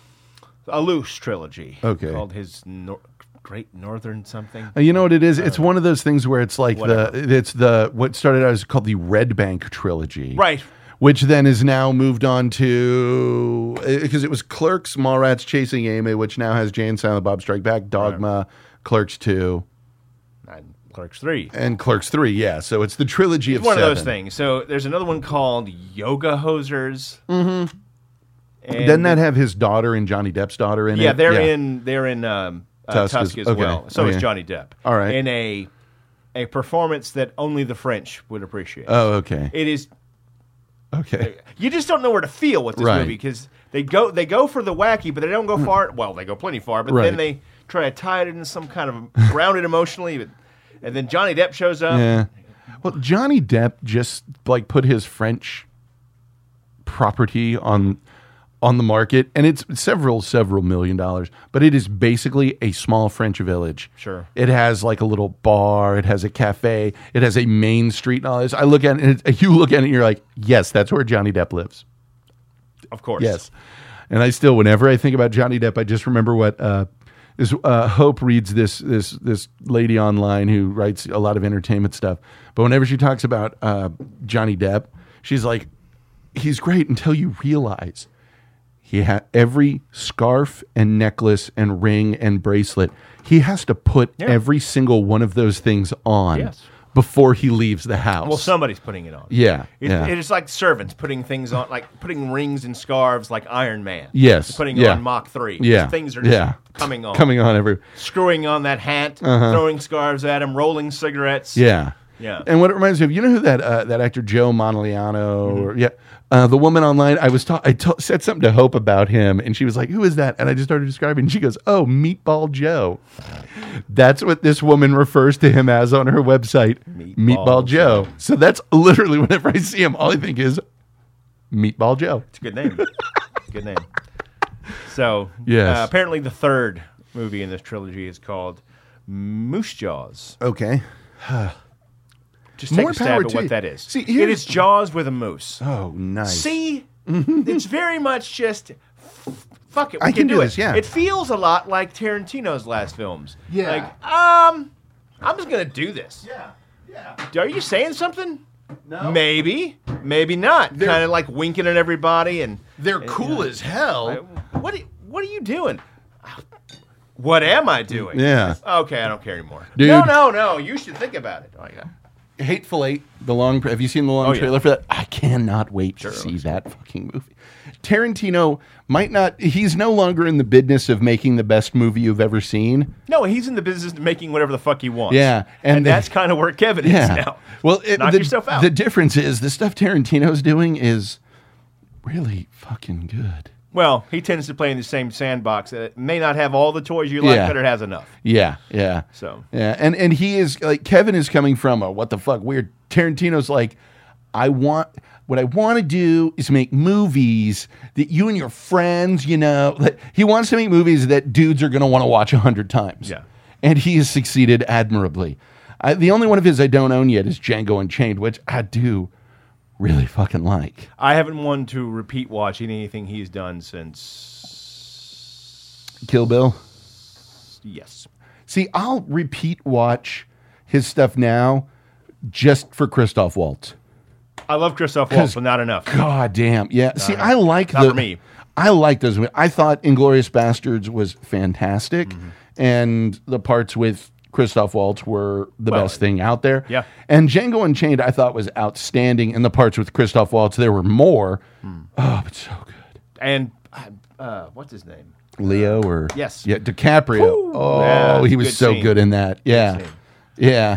Speaker 2: a loose trilogy.
Speaker 1: Okay.
Speaker 2: Called his nor- Great Northern something.
Speaker 1: Uh, You know what it is? It's one of those things where it's like the
Speaker 2: Whatever.
Speaker 1: it's the what started out as called the Red Bank trilogy,
Speaker 2: Right.
Speaker 1: Which then is now moved on to because it was Clerks, Mallrats, Chasing Amy, which now has Jane, Silent Bob Strike Back, Dogma, Clerks Two,
Speaker 2: And Clerks 3.
Speaker 1: and Clerks Three. Yeah, so it's the trilogy of
Speaker 2: one
Speaker 1: seven.
Speaker 2: of those things. So there's another one called Yoga Hosers. Mm-hmm. And
Speaker 1: Doesn't that have his daughter and Johnny Depp's daughter in it?
Speaker 2: yeah, they're in they're in um, uh,
Speaker 1: Tusk
Speaker 2: Tusk,
Speaker 1: is-
Speaker 2: as
Speaker 1: okay,
Speaker 2: well. So
Speaker 1: okay.
Speaker 2: is Johnny Depp.
Speaker 1: All right.
Speaker 2: in a a performance that only the French would appreciate.
Speaker 1: Oh, okay,
Speaker 2: it is
Speaker 1: okay,
Speaker 2: you just don't know where to feel with this
Speaker 1: Right. Mm.
Speaker 2: movie because they go they go for the wacky, but they don't go far. Well, they go plenty far, but
Speaker 1: Right.
Speaker 2: then they try to tie it into some kind of grounded emotionally. But, and then Johnny Depp shows up.
Speaker 1: yeah. Well, Johnny Depp just like put his French property on on the market, and it's several several million dollars, but it is basically a small French village.
Speaker 2: Sure.
Speaker 1: it has like a little bar, it has a cafe, it has a main street, and all this. I look at it, and it- you look at it, and you're like, yes, that's where Johnny Depp lives.
Speaker 2: Of course,
Speaker 1: Yes. And I still, whenever I think about Johnny Depp, I just remember what uh, this uh, Hope reads this this this lady online who writes a lot of entertainment stuff. But whenever she talks about uh, Johnny Depp, she's like, he's great until you realize he ha- every scarf and necklace and ring and bracelet. He has to put
Speaker 2: Yeah.
Speaker 1: every single one of those things on
Speaker 2: Yes.
Speaker 1: before he leaves the house.
Speaker 2: Well, somebody's putting it on.
Speaker 1: Yeah,
Speaker 2: It,
Speaker 1: yeah.
Speaker 2: it is like servants putting things on, like putting rings and scarves, like Iron Man.
Speaker 1: Yes,
Speaker 2: putting
Speaker 1: yeah.
Speaker 2: on Mach three.
Speaker 1: yeah,
Speaker 2: things are just
Speaker 1: yeah.
Speaker 2: coming on,
Speaker 1: coming on every.
Speaker 2: screwing on that hat, throwing scarves at him, rolling cigarettes.
Speaker 1: Yeah.
Speaker 2: Yeah.
Speaker 1: And what it reminds me of, you know who that uh, that actor Joe Montoliano, or yeah, uh, the woman online. I was ta- I ta- said something to Hope about him, and she was like, "Who is that?" And I just started describing. And she goes, "Oh, Meatball Joe." That's what this woman refers to him as on her website, Meatball,
Speaker 2: Meatball
Speaker 1: Joe. So that's literally whenever I see him, all I think is Meatball Joe.
Speaker 2: It's a good name. good name. So,
Speaker 1: Yes.
Speaker 2: uh, apparently, the third movie in this trilogy is called Moose Jaws.
Speaker 1: Okay.
Speaker 2: Just take
Speaker 1: More
Speaker 2: a stab
Speaker 1: power
Speaker 2: at
Speaker 1: to you.
Speaker 2: what that is.
Speaker 1: See,
Speaker 2: it
Speaker 1: here's-
Speaker 2: is Jaws with a moose.
Speaker 1: Oh, nice. Mm-hmm.
Speaker 2: See, it's very much just f- fuck it. We
Speaker 1: I can do
Speaker 2: it.
Speaker 1: this, yeah.
Speaker 2: it feels a lot like Tarantino's last films.
Speaker 1: Yeah.
Speaker 2: like um, I'm just gonna do this. Yeah, yeah. Are you saying something? No. Maybe, maybe not.
Speaker 1: They're-
Speaker 2: Kind of like winking at everybody and
Speaker 1: They're cool as hell.
Speaker 2: what? Are, what are you doing? What am I doing?
Speaker 1: Yeah.
Speaker 2: Okay, I don't care anymore.
Speaker 1: Dude.
Speaker 2: No, no, no. You should think about it. Like, uh,
Speaker 1: Hateful Eight, the long. Have you seen the long
Speaker 2: Oh, yeah.
Speaker 1: trailer for that? I cannot wait to see that fucking movie. Tarantino might not. He's no longer in the business of making the best movie you've ever seen.
Speaker 2: No, he's in the business of making whatever the fuck he wants.
Speaker 1: Yeah, and
Speaker 2: and,
Speaker 1: they-
Speaker 2: that's kind of where Kevin is
Speaker 1: Yeah.
Speaker 2: now.
Speaker 1: Well, it,
Speaker 2: knock
Speaker 1: the,
Speaker 2: yourself out.
Speaker 1: The difference is the stuff Tarantino's doing is really fucking good.
Speaker 2: Well, he tends to play in the same sandbox. It may not have all the toys you like,
Speaker 1: Yeah.
Speaker 2: but it has enough.
Speaker 1: Yeah, yeah.
Speaker 2: So-
Speaker 1: yeah, and and he is like Kevin is coming from a what the fuck weird. Tarantino's like, I want what I want to do is make movies that you and your friends, you know, like, he wants to make movies that dudes are gonna want to watch a hundred times.
Speaker 2: Yeah.
Speaker 1: and he has succeeded admirably. I, the only one of his I don't own yet is Django Unchained, which I do really fucking like.
Speaker 2: I haven't wanted to repeat watch anything he's done since.
Speaker 1: Kill Bill.
Speaker 2: Yes.
Speaker 1: See, I'll repeat watch his stuff now just for Christoph Waltz.
Speaker 2: I love Christoph
Speaker 1: 'Cause
Speaker 2: Waltz, but not enough.
Speaker 1: God damn. Yeah. See, I like
Speaker 2: Not
Speaker 1: the
Speaker 2: for me.
Speaker 1: I like those. movies. I thought Inglorious Bastards was fantastic,
Speaker 2: Mm-hmm.
Speaker 1: and the parts with Christoph Waltz were the
Speaker 2: Well,
Speaker 1: best thing out there.
Speaker 2: yeah.
Speaker 1: And Django Unchained, I thought was outstanding, and the parts with Christoph Waltz, there were more.
Speaker 2: Hmm.
Speaker 1: Oh, but so good.
Speaker 2: and uh, what's his name?
Speaker 1: Leo or
Speaker 2: Uh, Yes.
Speaker 1: yeah, DiCaprio. Oh,
Speaker 2: Yeah,
Speaker 1: he was
Speaker 2: good
Speaker 1: so
Speaker 2: scene.
Speaker 1: good in that. Yeah,
Speaker 2: scene.
Speaker 1: yeah.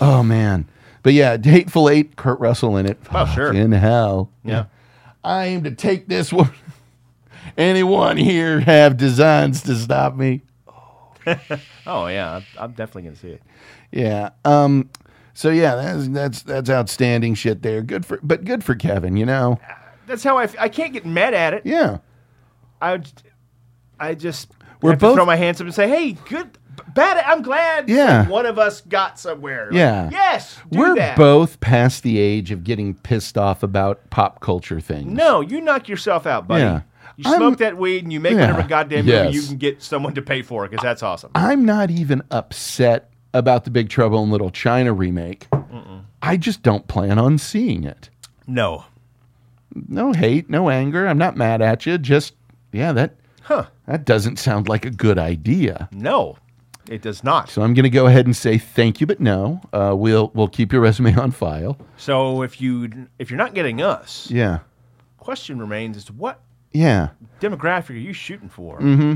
Speaker 1: Oh man, but yeah, Hateful Eight, Kurt Russell in it.
Speaker 2: Oh, sure.
Speaker 1: in hell.
Speaker 2: Yeah.
Speaker 1: I aim to take this one. Anyone here have designs to stop me?
Speaker 2: Oh yeah, I'm, I'm definitely gonna see it.
Speaker 1: Yeah. Um. So yeah, that's that's that's outstanding shit there. Good for, but good for Kevin. You know.
Speaker 2: That's how I. F- I can't get mad at it.
Speaker 1: Yeah.
Speaker 2: I, j- I just
Speaker 1: We're
Speaker 2: have to
Speaker 1: both-
Speaker 2: throw my hands up and say, "Hey, good, b- bad. I'm glad.
Speaker 1: Yeah.
Speaker 2: like, one of us got somewhere. Like,
Speaker 1: Yeah.
Speaker 2: yes, do
Speaker 1: We're
Speaker 2: that.
Speaker 1: both past the age of getting pissed off about pop culture things.
Speaker 2: No, you knock yourself out, buddy.
Speaker 1: Yeah.
Speaker 2: You
Speaker 1: I'm-
Speaker 2: smoke that weed and you make
Speaker 1: Yeah.
Speaker 2: whatever goddamn
Speaker 1: Yes.
Speaker 2: movie you can get someone to pay for because that's awesome.
Speaker 1: I'm not even upset about the Big Trouble in Little China remake. I just don't plan on seeing it.
Speaker 2: no,
Speaker 1: No hate, no anger. I'm not mad at you. Just yeah, that
Speaker 2: huh?
Speaker 1: that doesn't sound like a good idea.
Speaker 2: No, it does not.
Speaker 1: So I'm going to go ahead and say thank you, but no. Uh, we'll we'll keep your resume on file.
Speaker 2: So if you if you're not getting us,
Speaker 1: Yeah,
Speaker 2: question remains: is what
Speaker 1: yeah,
Speaker 2: demographic are you shooting for?
Speaker 1: Mm-hmm.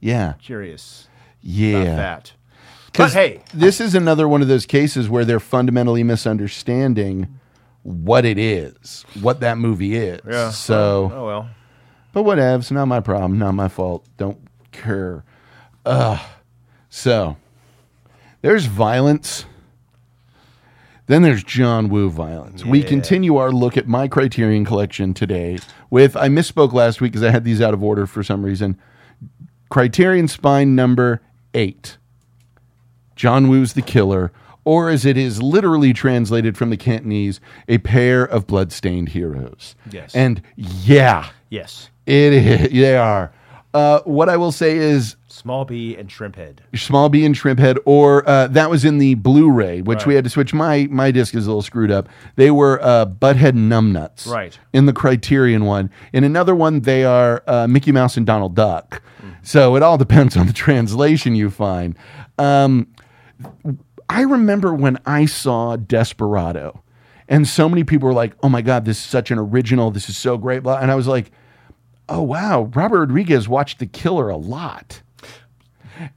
Speaker 1: yeah,
Speaker 2: Curious
Speaker 1: yeah.
Speaker 2: about that. But hey,
Speaker 1: this is another one of those cases where they're fundamentally misunderstanding what it is, what that movie is.
Speaker 2: Yeah.
Speaker 1: So.
Speaker 2: oh well.
Speaker 1: But whatevs, not my problem, not my fault. Don't care. Ugh. So there's violence. Then there's John Woo violence. We
Speaker 2: Yeah.
Speaker 1: continue our look at my Criterion collection today with I misspoke last week because I had these out of order for some reason. Criterion Spine number eight. John Woo's The Killer, or as it is literally translated from the Cantonese, a pair of bloodstained heroes.
Speaker 2: Yes.
Speaker 1: And yeah,
Speaker 2: Yes,
Speaker 1: it is. They are. Uh, what I will say is
Speaker 2: small B and shrimp head.
Speaker 1: Small B and Shrimp Head, or uh, that was in the Blu-ray, which we had to switch. My my disc is a little screwed up. They were uh, Butthead and Numbnuts,
Speaker 2: Right.
Speaker 1: In the Criterion one. In another one, they are uh, Mickey Mouse and Donald Duck. So it all depends on the translation you find. Um, I remember when I saw Desperado, and so many people were like, "Oh my god, this is such an original! This is so great!" Blah, and I was like, "Oh wow, Robert Rodriguez watched The Killer a lot."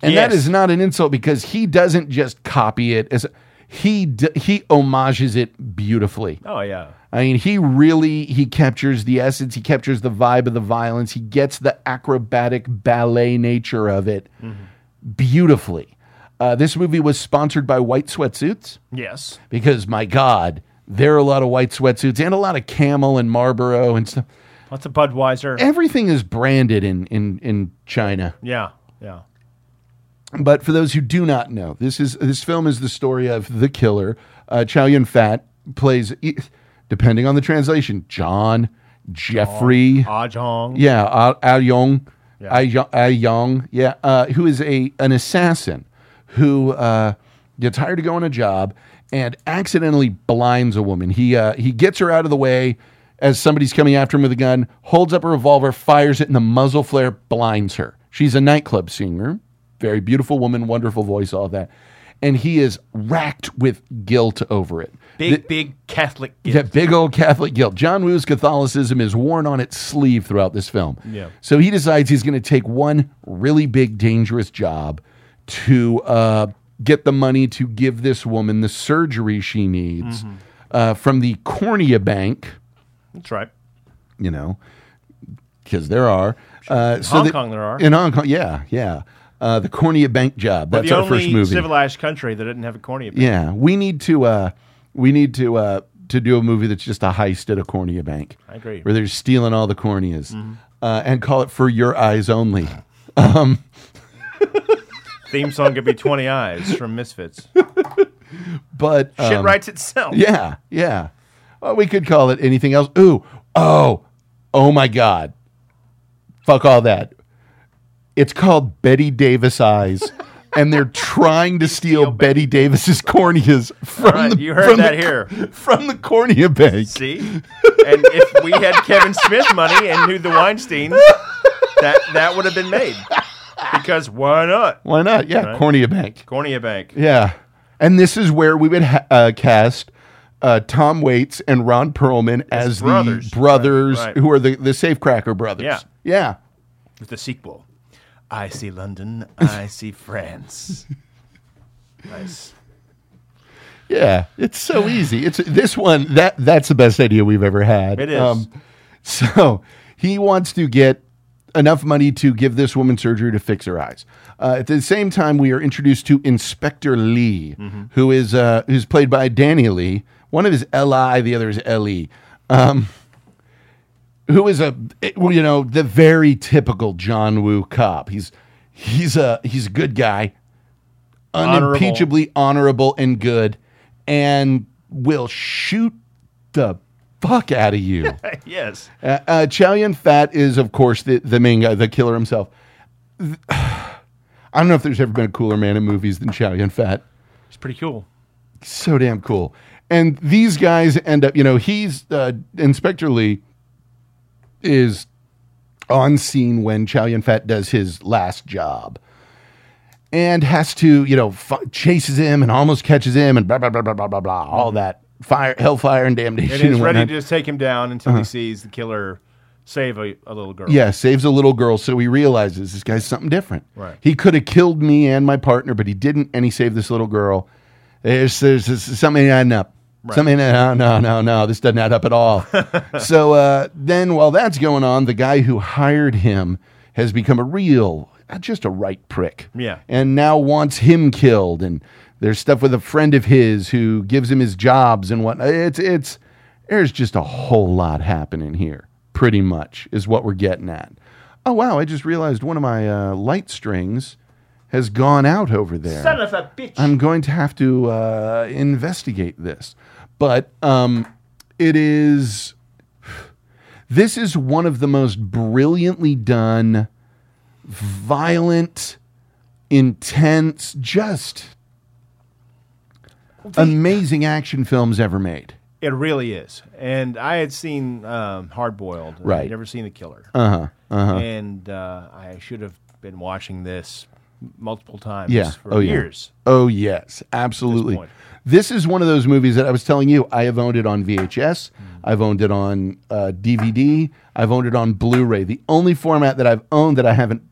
Speaker 1: And that
Speaker 2: Yes.
Speaker 1: is not an insult because he doesn't just copy it as he d- he homages it beautifully.
Speaker 2: Oh yeah.
Speaker 1: I mean, he really he captures the essence, he captures the vibe of the violence, he gets the acrobatic ballet nature of it beautifully. Uh, this movie was sponsored by White Sweatsuits
Speaker 2: Yes.
Speaker 1: because my God, there are a lot of white sweatsuits and a lot of Camel and Marlboro and stuff.
Speaker 2: Lots of Budweiser.
Speaker 1: Everything is branded in in in China.
Speaker 2: yeah. Yeah.
Speaker 1: But for those who do not know, this is this film is the story of the killer. Uh, Chow Yun Fat plays, e- depending on the translation, John Jeffrey.
Speaker 2: Ajong.
Speaker 1: Yeah, Ah Ah Yong,
Speaker 2: Yeah.
Speaker 1: Ah Yo- Ah Yong, yeah, uh, who is a an assassin who uh, gets hired to go on a job and accidentally blinds a woman. He uh, he gets her out of the way as somebody's coming after him with a gun, holds up a revolver, fires it, and the muzzle flare blinds her. She's a nightclub singer, very beautiful woman, wonderful voice, all that, and he is racked with guilt over it.
Speaker 2: Big, big Catholic gift.
Speaker 1: Yeah, big old Catholic guilt. John Woo's Catholicism is worn on its sleeve throughout this film.
Speaker 2: Yeah.
Speaker 1: So he decides he's going to take one really big, dangerous job to uh, get the money to give this woman the surgery she needs
Speaker 2: Mm-hmm.
Speaker 1: uh, from the cornea bank,
Speaker 2: That's right.
Speaker 1: you know, because there are. Uh, so
Speaker 2: Hong
Speaker 1: that-
Speaker 2: Kong there are.
Speaker 1: In Hong Kong, yeah, yeah. Uh, the cornea bank job. That's
Speaker 2: the
Speaker 1: our
Speaker 2: only
Speaker 1: first movie.
Speaker 2: civilized country that didn't have a cornea. bit.
Speaker 1: yeah, we need to uh, we need to uh, to do a movie that's just a heist at a cornea bank.
Speaker 2: I agree.
Speaker 1: Where they're stealing all the corneas
Speaker 2: Mm-hmm.
Speaker 1: uh, and call it for your eyes only. Um,
Speaker 2: Theme song could be 20 Eyes from Misfits.
Speaker 1: but
Speaker 2: Shit
Speaker 1: um,
Speaker 2: writes itself.
Speaker 1: Yeah, yeah. Well, we could call it anything else. Ooh, oh, oh my God. Fuck all that. It's called Betty Davis Eyes. and they're trying to steal Betty Davis's corneas from
Speaker 2: Right,
Speaker 1: the
Speaker 2: you heard
Speaker 1: from
Speaker 2: that
Speaker 1: the-
Speaker 2: here.
Speaker 1: from the cornea bank.
Speaker 2: See? And if we had Kevin Smith money and knew the Weinsteins, that that would have been made. Because why not?
Speaker 1: Why not? Yeah,
Speaker 2: Right.
Speaker 1: cornea bank.
Speaker 2: Cornea Bank.
Speaker 1: Yeah, and this is where we would ha- uh, cast uh, Tom Waits and Ron Perlman as,
Speaker 2: brothers.
Speaker 1: the brothers
Speaker 2: Right, right.
Speaker 1: who are the the Safecracker brothers.
Speaker 2: Yeah.
Speaker 1: yeah.
Speaker 2: With the sequel. I see London, I see France. Nice.
Speaker 1: Yeah, it's so easy. It's this one that that's the best idea we've ever had. Um,
Speaker 2: It is.
Speaker 1: so he wants to get enough money to give this woman surgery to fix her eyes. Uh, at the same time, we are introduced to Inspector Lee,
Speaker 2: Mm-hmm.
Speaker 1: who is uh, who's played by Danny Lee. One of his Li, the other is Le. Um, who is a it- well, you know the very typical John Woo cop. He's he's a he's a good guy,
Speaker 2: Honorable.
Speaker 1: unimpeachably honorable and good, and will shoot the fuck out of you.
Speaker 2: Yes.
Speaker 1: uh, uh, Chow Yun Fat is of course the the main guy, the killer himself. Th- I don't know if there's ever been a cooler man in movies than Chow Yun Fat
Speaker 2: It's pretty cool.
Speaker 1: so damn cool. And these guys end up, you know, he's uh, Inspector Lee is on scene when Chow Yun Fat does his last job and has to, you know, f- chases him and almost catches him and blah, blah, blah, blah, blah, blah, blah, all that fire, hellfire and damnation.
Speaker 2: And he's
Speaker 1: and
Speaker 2: ready
Speaker 1: whatnot.
Speaker 2: to just take him down until he sees the killer save a, a little girl.
Speaker 1: Uh-huh. Yeah, saves a little girl, so he realizes this guy's something different.
Speaker 2: Right.
Speaker 1: He could have killed me and my partner, but he didn't, and he saved this little girl. There's there's, there's something adding up. Something uh, no no no no. This doesn't add up at all. so uh, then, while that's going on, the guy who hired him has become a real, uh, just a right prick.
Speaker 2: Yeah.
Speaker 1: and now wants him killed. And there's stuff with a friend of his who gives him his jobs and whatnot. It's it's there's just a whole lot happening here. Pretty much is what we're getting at. Oh wow! I just realized one of my uh, light strings has gone out over there.
Speaker 2: Son of a bitch.
Speaker 1: I'm going to have to uh, investigate this. But um, it is. This is one of the most brilliantly done, violent, intense, just amazing action films ever made.
Speaker 2: It really is. And I had seen um, Hard Boiled.
Speaker 1: Right.
Speaker 2: I'd never seen The Killer. Uh-huh. uh-huh. And uh, I should have been watching this multiple times
Speaker 1: Yeah.
Speaker 2: for
Speaker 1: Oh, yeah.
Speaker 2: years.
Speaker 1: Oh yes, absolutely.
Speaker 2: point.
Speaker 1: This is one of those movies that I was telling you. I have owned it on VHS.
Speaker 2: Mm.
Speaker 1: I've owned it on uh, DVD. I've owned it on Blu-ray. The only format that I've owned that I haven't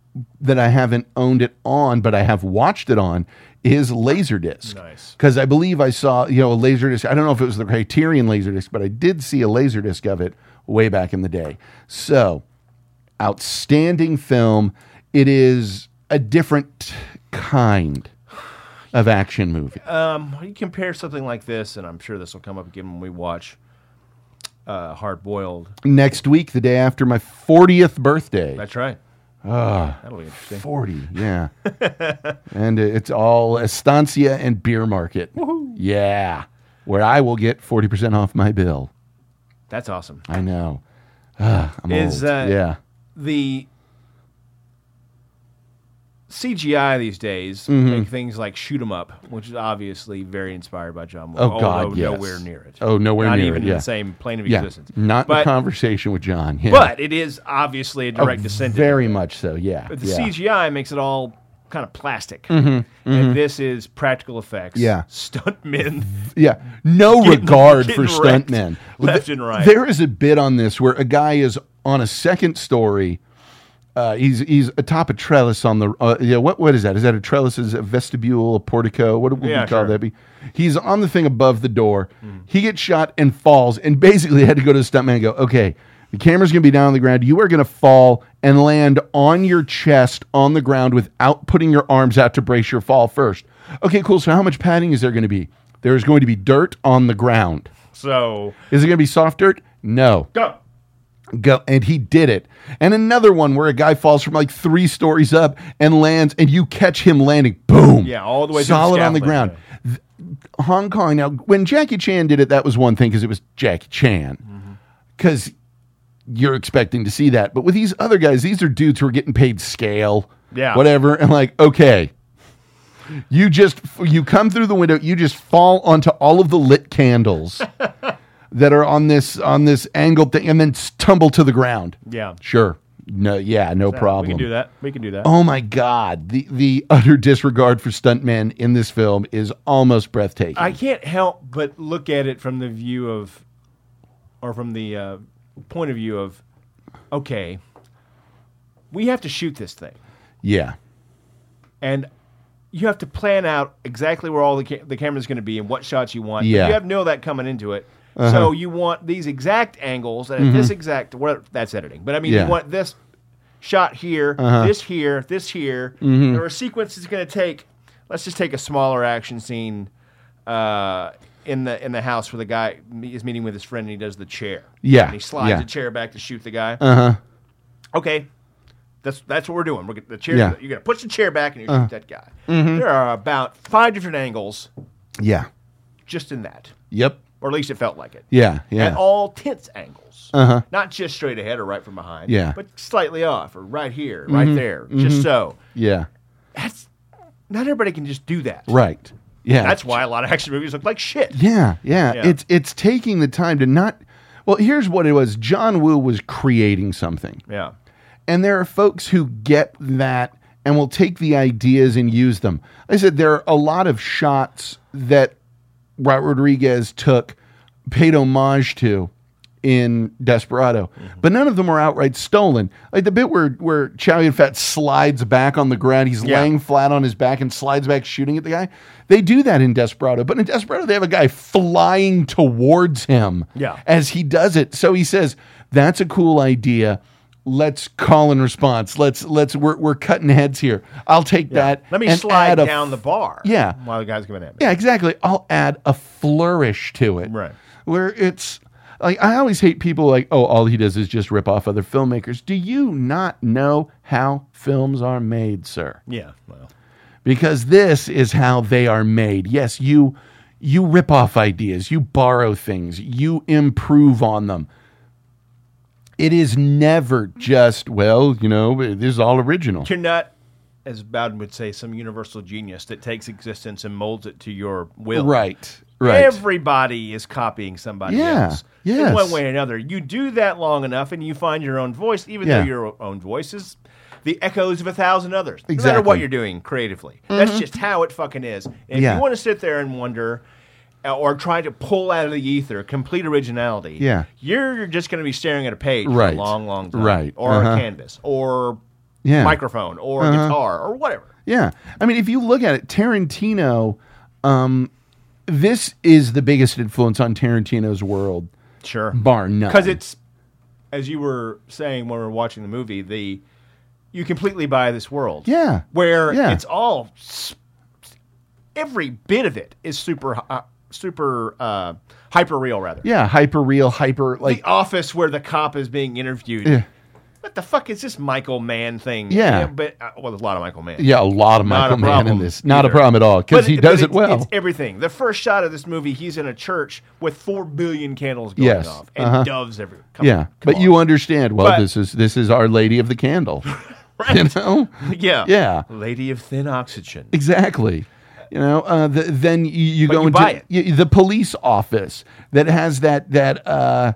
Speaker 1: that I haven't owned it on, but I have watched it on, is Laserdisc.
Speaker 2: Nice.
Speaker 1: Because I believe I saw you know a Laserdisc. I don't know if it was the Criterion Laserdisc, but I did see a Laserdisc of it way back in the day. So outstanding film. It is a different kind of action movie.
Speaker 2: When Um, you compare something like this, and I'm sure this will come up again when we watch uh, Hard Boiled.
Speaker 1: Next week, the day after my 40th birthday.
Speaker 2: That's right.
Speaker 1: Ah.
Speaker 2: That'll be interesting.
Speaker 1: 40, yeah. and it's all Estancia and Beer Market. Yeah. Where I will get 40% off my bill.
Speaker 2: That's awesome.
Speaker 1: I know. Ah, I'm
Speaker 2: Is,
Speaker 1: old.
Speaker 2: uh,
Speaker 1: yeah.
Speaker 2: the CGI these days
Speaker 1: Mm-hmm.
Speaker 2: make things like shoot 'em up, which is obviously very inspired by John Woo.
Speaker 1: Oh, God,
Speaker 2: although
Speaker 1: yes.
Speaker 2: nowhere near it.
Speaker 1: Oh, nowhere
Speaker 2: Not
Speaker 1: near
Speaker 2: even
Speaker 1: it,
Speaker 2: in
Speaker 1: yeah.
Speaker 2: the same plane of
Speaker 1: Yeah.
Speaker 2: existence.
Speaker 1: Not
Speaker 2: but,
Speaker 1: in conversation with John. Yeah.
Speaker 2: but it is obviously a
Speaker 1: Oh,
Speaker 2: direct descendant.
Speaker 1: Very much so, yeah.
Speaker 2: but the
Speaker 1: yeah. Mm-hmm.
Speaker 2: CGI makes it all kind of plastic, and this is practical effects.
Speaker 1: Yeah.
Speaker 2: stuntmen.
Speaker 1: Yeah, no regard
Speaker 2: getting
Speaker 1: for
Speaker 2: wrecked
Speaker 1: stuntmen.
Speaker 2: left
Speaker 1: Th-
Speaker 2: and right.
Speaker 1: There is a bit on this where a guy is on a second story. Uh, he's he's atop a trellis on the uh, yeah. What what is that? Is that a trellis? Is it a vestibule? A portico? What would
Speaker 2: Yeah,
Speaker 1: we call
Speaker 2: sure. Hmm.
Speaker 1: that? Be he's on the thing above the door. He gets shot and falls, and basically had to go to the stuntman and go, okay. The camera's going to be down on the ground. You are going to fall and land on your chest on the ground without putting your arms out to brace your fall first. Okay, cool. So, how much padding is there going to be? There is going to be dirt on the ground.
Speaker 2: So
Speaker 1: Is it going to be soft dirt? No
Speaker 2: go.
Speaker 1: go and he did it and another one where a guy falls from like three stories up and lands and you catch him landing boom
Speaker 2: Yeah, all the way to the
Speaker 1: solid on the ground
Speaker 2: scaffold,
Speaker 1: Th- hong kong now when jackie chan did it that was one thing because it was jackie
Speaker 2: Mm-hmm.
Speaker 1: chan because you're expecting to see that but with these other guys these are dudes who are getting paid scale
Speaker 2: Yeah.
Speaker 1: whatever and like okay You just you come through the window. You just fall onto all of the lit candles that are on this on this angled thing, and then s- tumble to the ground.
Speaker 2: Yeah.
Speaker 1: Sure. No. Yeah. No problem.
Speaker 2: We can do that. We can do that.
Speaker 1: Oh my God! The the utter disregard for stuntmen in this film is almost breathtaking.
Speaker 2: I can't help but look at it from the view of, or from the uh, point of view of, okay, we have to shoot this thing,
Speaker 1: yeah.
Speaker 2: and you have to plan out exactly where all the ca- the camera's going to be and what shots you want. But
Speaker 1: Yeah. Uh-huh.
Speaker 2: you have no that coming into it. So you want these exact angles and this exact. Well, that's editing, but I mean,
Speaker 1: Mm-hmm. Yeah. Uh-huh.
Speaker 2: you want this shot here, this here, this here,
Speaker 1: Mm-hmm.
Speaker 2: or a sequence is going to take. Let's just take a smaller action scene uh, in the in the house where the guy me- is meeting with his friend and he does the chair.
Speaker 1: Yeah,
Speaker 2: and he slides
Speaker 1: yeah.
Speaker 2: the chair back to shoot the guy. Uh huh. Okay, that's that's what we're doing. We're gonna, the chair.
Speaker 1: Yeah. Uh-huh. Mm-hmm.
Speaker 2: You're gonna push the chair back and you shoot that guy. There are about five different angles
Speaker 1: Yeah.
Speaker 2: just in that,
Speaker 1: Yep.
Speaker 2: or at least it felt like it.
Speaker 1: Yeah. Yeah.
Speaker 2: At all tense angles. Uh-huh. Not just straight ahead or right from behind.
Speaker 1: Yeah. Mm-hmm.
Speaker 2: But slightly off or right here, right there, just so.
Speaker 1: yeah.
Speaker 2: That's not everybody can just do that.
Speaker 1: Right. Yeah.
Speaker 2: That's why a lot of action movies look like shit.
Speaker 1: Yeah, yeah.
Speaker 2: Yeah.
Speaker 1: It's it's taking the time to not. Well, here's what it was. John Woo was creating something,
Speaker 2: Yeah.
Speaker 1: and there are folks who get that and will take the ideas and use them. I said there are a lot of shots that Robert Rodriguez took, paid homage to in Desperado, but none of them are outright stolen. Like the bit where where Chow Yun Fat slides back on the ground, he's
Speaker 2: Yeah.
Speaker 1: laying flat on his back and slides back shooting at the guy. They do that in Desperado, but in Desperado they have a guy flying towards him
Speaker 2: Yeah.
Speaker 1: as he does it. So he says, "That's a cool idea. Let's call and response. Let's let's we're we're cutting heads here. I'll take that.
Speaker 2: Let me
Speaker 1: and
Speaker 2: slide
Speaker 1: add a
Speaker 2: down the bar.
Speaker 1: Yeah.
Speaker 2: While the guy's coming at me.
Speaker 1: yeah, exactly. I'll add a flourish to it.
Speaker 2: Right.
Speaker 1: Where it's like I always hate people like, oh, all he does is just rip off other filmmakers. Do you not know how films are made, sir?
Speaker 2: Yeah. Well.
Speaker 1: Because this is how they are made. Yes, you you rip off ideas, you borrow things, you improve on them. It is never just, well, you know, this is all original.
Speaker 2: You're not, as Bowden would say, some universal genius that takes existence and molds it to your will.
Speaker 1: Right. Right.
Speaker 2: Everybody is copying somebody
Speaker 1: Yeah,
Speaker 2: else
Speaker 1: yes.
Speaker 2: in one way or another. You do that long enough, and you find your own voice, even
Speaker 1: Yeah.
Speaker 2: though your own voice is the echoes of a thousand others. No matter
Speaker 1: Exactly.
Speaker 2: what you're doing creatively, that's just how it fucking is. And if
Speaker 1: Yeah.
Speaker 2: you want to sit there and wonder. uh, Or try to pull out of the ether complete originality.
Speaker 1: Yeah.
Speaker 2: you're just going to be staring at a page for
Speaker 1: Right.
Speaker 2: a long, long time,
Speaker 1: Right,
Speaker 2: Or
Speaker 1: uh-huh.
Speaker 2: a canvas, or
Speaker 1: Yeah. Uh-huh.
Speaker 2: microphone, or guitar, or whatever.
Speaker 1: Yeah. I mean, if you look at it, Tarantino, um, this is the biggest influence on Tarantino's world,
Speaker 2: Sure,
Speaker 1: bar none.
Speaker 2: because it's as you were saying when we were watching the movie the you completely buy this world
Speaker 1: Yeah.
Speaker 2: where
Speaker 1: Yeah.
Speaker 2: it's all s- every bit of it is super hi- super uh, hyper real rather
Speaker 1: yeah, hyper real, hyper
Speaker 2: the
Speaker 1: like
Speaker 2: office where the cop is being interviewed
Speaker 1: Yeah.
Speaker 2: what the fuck is this michael mann thing
Speaker 1: Yeah.
Speaker 2: but uh, well there's a lot of michael mann
Speaker 1: yeah, a lot of
Speaker 2: Not
Speaker 1: Michael
Speaker 2: a
Speaker 1: Mann in
Speaker 2: problem
Speaker 1: this. Not a
Speaker 2: either.
Speaker 1: problem at all because
Speaker 2: But
Speaker 1: he
Speaker 2: but
Speaker 1: does it
Speaker 2: it's-
Speaker 1: well.
Speaker 2: It's everything. The first shot of this movie, he's in a church with four billion candles going
Speaker 1: Yes.
Speaker 2: off and
Speaker 1: Uh-huh.
Speaker 2: doves everywhere. Come on,
Speaker 1: yeah,
Speaker 2: come
Speaker 1: but
Speaker 2: on.
Speaker 1: you understand. Well,
Speaker 2: But-
Speaker 1: this is this is Our Lady of the Candle. You know,
Speaker 2: Yeah.
Speaker 1: Yeah.
Speaker 2: Lady of Thin Oxygen.
Speaker 1: exactly. You know, uh, the, then you, you go
Speaker 2: you
Speaker 1: into
Speaker 2: buy it.
Speaker 1: y- the police office that has that that uh,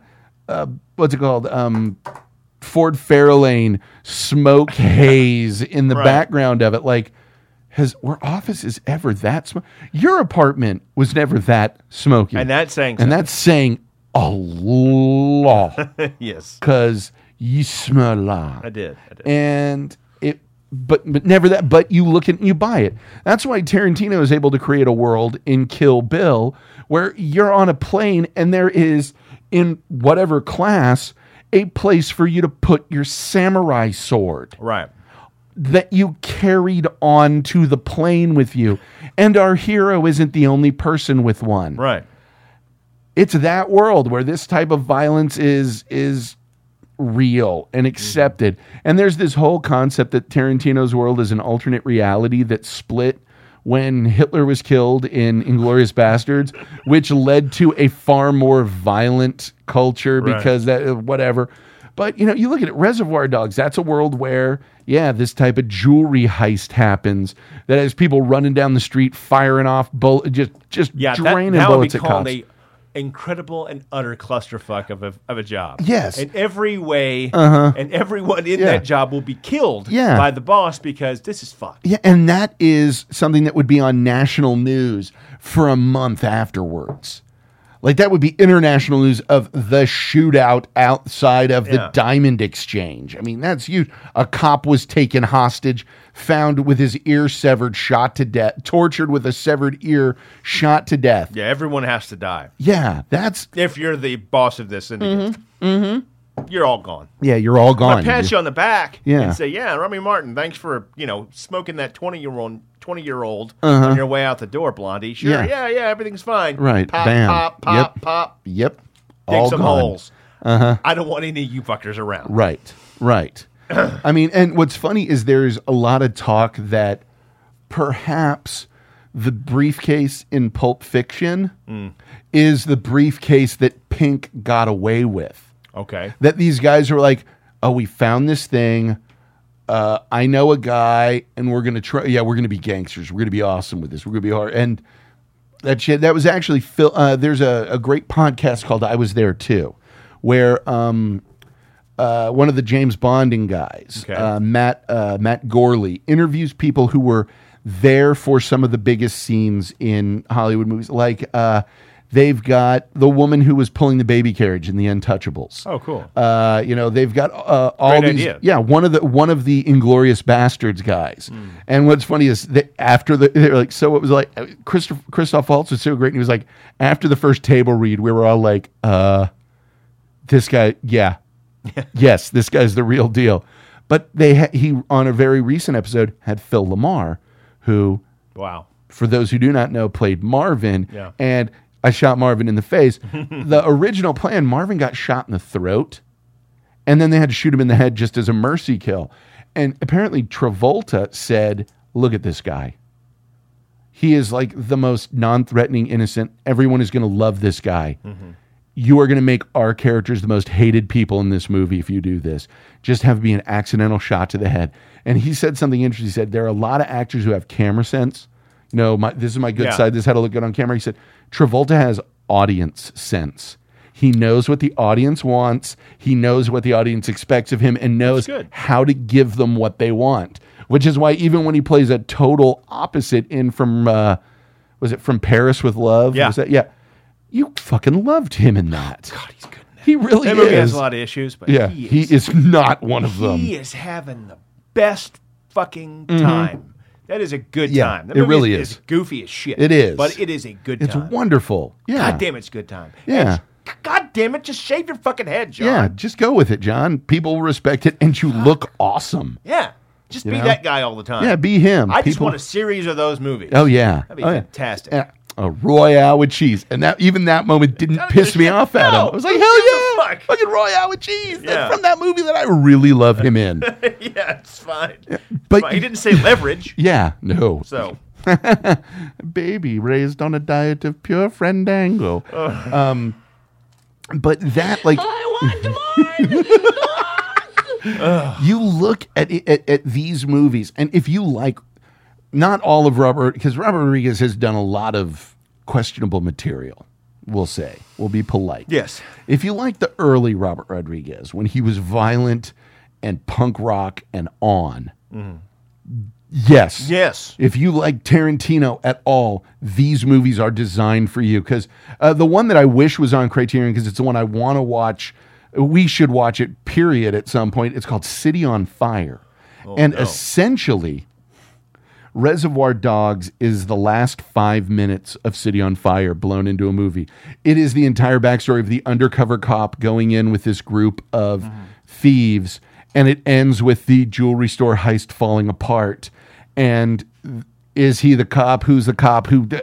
Speaker 1: uh, what's it called? Um, Ford Fairlane smoke haze in the
Speaker 2: Right.
Speaker 1: background of it. Like, has were offices ever that smoky? Your apartment was never that smoky,
Speaker 2: And that's saying
Speaker 1: and that's saying a lot
Speaker 2: yes.
Speaker 1: because you smell a lot.
Speaker 2: I did. I did.
Speaker 1: and it but but never that but you look at it and you buy it that's why tarantino is able to create a world in kill bill where you're on a plane and there is in whatever class a place for you to put your samurai sword
Speaker 2: right.
Speaker 1: that you carried on to the plane with you and our hero isn't the only person with one
Speaker 2: Right.
Speaker 1: it's that world where this type of violence is is real and
Speaker 2: Mm-hmm.
Speaker 1: accepted. And there's this whole concept that Tarantino's world is an alternate reality that split when Hitler was killed in Inglorious Bastards, which led to a far more violent culture
Speaker 2: Right.
Speaker 1: because that whatever. But you know, you look at it, Reservoir Dogs. That's a world where, yeah, this type of jewelry heist happens. That has people running down the street, firing off bullets, just just
Speaker 2: Yeah, that,
Speaker 1: draining
Speaker 2: that would be
Speaker 1: bullets at
Speaker 2: called
Speaker 1: cops.
Speaker 2: a incredible and utter clusterfuck of a, of a job.
Speaker 1: Yes. Uh-huh.
Speaker 2: In every way, and everyone in
Speaker 1: Yeah.
Speaker 2: that job will be killed
Speaker 1: Yeah.
Speaker 2: by the boss because this is fucked.
Speaker 1: Yeah, and that is something that would be on national news for a month afterwards. Like that would be international news of the shootout outside of the
Speaker 2: Yeah.
Speaker 1: Diamond Exchange. I mean, that's huge. A cop was taken hostage, found with his ear severed, shot to death, tortured with a severed ear, shot to death. Yeah,
Speaker 2: Yeah, everyone has to die.
Speaker 1: that's
Speaker 2: If you're the boss of this syndicate,
Speaker 1: Mm-hmm.
Speaker 2: you're all gone.
Speaker 1: yeah. You're all
Speaker 2: I
Speaker 1: gone.
Speaker 2: pat you on the back
Speaker 1: Yeah.
Speaker 2: and say, "Yeah, Remy Martin, thanks for you know smoking that twenty year old twenty year old on your way out the door, Blondie. Sure,
Speaker 1: Uh-huh. Yeah.
Speaker 2: yeah, yeah, everything's fine.
Speaker 1: Right,
Speaker 2: pop,
Speaker 1: bam.
Speaker 2: pop, pop,
Speaker 1: Yep.
Speaker 2: pop. Dig
Speaker 1: yep, all
Speaker 2: some
Speaker 1: gone.
Speaker 2: holes. Uh-huh. I don't want any of you fuckers around.
Speaker 1: Right, right. I mean, and what's funny is there's a lot of talk that perhaps the briefcase in Pulp Fiction is the briefcase that Pink got away with.
Speaker 2: Okay,
Speaker 1: That these guys were like, oh, we found this thing. Uh, I know a guy, and we're gonna try. Yeah, we're gonna be gangsters. We're gonna be awesome with this. We're gonna be hard. And that shit. That was actually Phil. Uh, there's a, a great podcast called "I Was There Too," where um, uh, one of the James Bonding guys,
Speaker 2: Okay.
Speaker 1: uh, Matt uh, Matt Gorley, interviews people who were there for some of the biggest scenes in Hollywood movies. Like uh, they've got the woman who was pulling the baby carriage in The Untouchables.
Speaker 2: Oh, cool.
Speaker 1: Uh, you know they've got uh, all
Speaker 2: Great
Speaker 1: these.
Speaker 2: idea.
Speaker 1: Yeah, one of the one of the Inglorious Bastards guys.
Speaker 2: Hmm.
Speaker 1: And what's funny is that after the they were like, so it was like Christoph Christoph Waltz was so great, and he was like, after the first table read, we were all like, uh, this guy, yeah, yes, this guy's the real deal. But they ha- he on a very recent episode had Phil Lamar, who
Speaker 2: wow.
Speaker 1: for those who do not know, played Marvin.
Speaker 2: Yeah.
Speaker 1: And I shot Marvin in the face. the original plan, Marvin got shot in the throat, and then they had to shoot him in the head just as a mercy kill. And apparently, Travolta said, Look at this guy. He is like the most non threatening, innocent. Everyone is going to love this guy. You are going to make our characters the most hated people in this movie if you do this. Just have it be an accidental shot to the head. And he said something interesting. He said, There are a lot of actors who have camera sense. You know, my, this is my good
Speaker 2: Yeah.
Speaker 1: side. This had to look good on camera. He said, Travolta has audience sense. He knows what the audience wants. He knows what the audience expects of him and knows
Speaker 2: good.
Speaker 1: how to give them what they want, which is why even when he plays a total opposite in from, uh, was it from Paris with Love?
Speaker 2: Yeah.
Speaker 1: Was that, yeah. You fucking loved him in that. God, he's good. He really
Speaker 2: That movie
Speaker 1: is.
Speaker 2: has a lot of issues, but
Speaker 1: yeah,
Speaker 2: he
Speaker 1: he
Speaker 2: is,
Speaker 1: is not one of them. Mm-hmm.
Speaker 2: he is having the best fucking time. That is a good
Speaker 1: Yeah,
Speaker 2: time. That
Speaker 1: it
Speaker 2: movie
Speaker 1: really is.
Speaker 2: goofy as shit.
Speaker 1: It is.
Speaker 2: but it is a good
Speaker 1: it's
Speaker 2: time.
Speaker 1: wonderful. Yeah.
Speaker 2: God damn, it's a good time.
Speaker 1: Yeah.
Speaker 2: And God damn it, just shave your fucking head, John.
Speaker 1: Yeah, just go with it, John. People will respect it, and you look awesome.
Speaker 2: Yeah. Just be
Speaker 1: know?
Speaker 2: that guy all the time.
Speaker 1: Yeah, be him.
Speaker 2: I just
Speaker 1: People-
Speaker 2: want a series of those movies.
Speaker 1: Oh yeah,
Speaker 2: That'd be
Speaker 1: Oh, yeah.
Speaker 2: fantastic.
Speaker 1: Yeah. A royale with cheese, and that even that moment didn't
Speaker 2: Gotta
Speaker 1: piss
Speaker 2: get
Speaker 1: me
Speaker 2: shit.
Speaker 1: off at
Speaker 2: No.
Speaker 1: all. I was like, hell yeah,
Speaker 2: Fuck.
Speaker 1: fucking royale with cheese That's
Speaker 2: Yeah.
Speaker 1: from that movie that I really love him in.
Speaker 2: yeah, it's fine.
Speaker 1: but
Speaker 2: But he didn't say leverage,
Speaker 1: yeah, no,
Speaker 2: so
Speaker 1: baby raised on a diet of pure fandango. Um, but that like you look at, it- at at these movies, and if you like, not all of Robert, because Robert Rodriguez has done a lot of questionable material. We'll say we'll be polite.
Speaker 2: Yes.
Speaker 1: if you like the early Robert Rodriguez when he was violent and punk rock and on, yes,
Speaker 2: yes.
Speaker 1: if you like Tarantino at all, these movies are designed for you. Because uh, the one that I wish was on Criterion, because it's the one I want to watch, we should watch it, period, at some point. It's called City on Fire. and essentially, Reservoir Dogs is the last five minutes of City on Fire blown into a movie. It is the entire backstory of the undercover cop going in with this group of thieves, and it ends with the jewelry store heist falling apart. And is he the cop? Who's the cop? Who? d-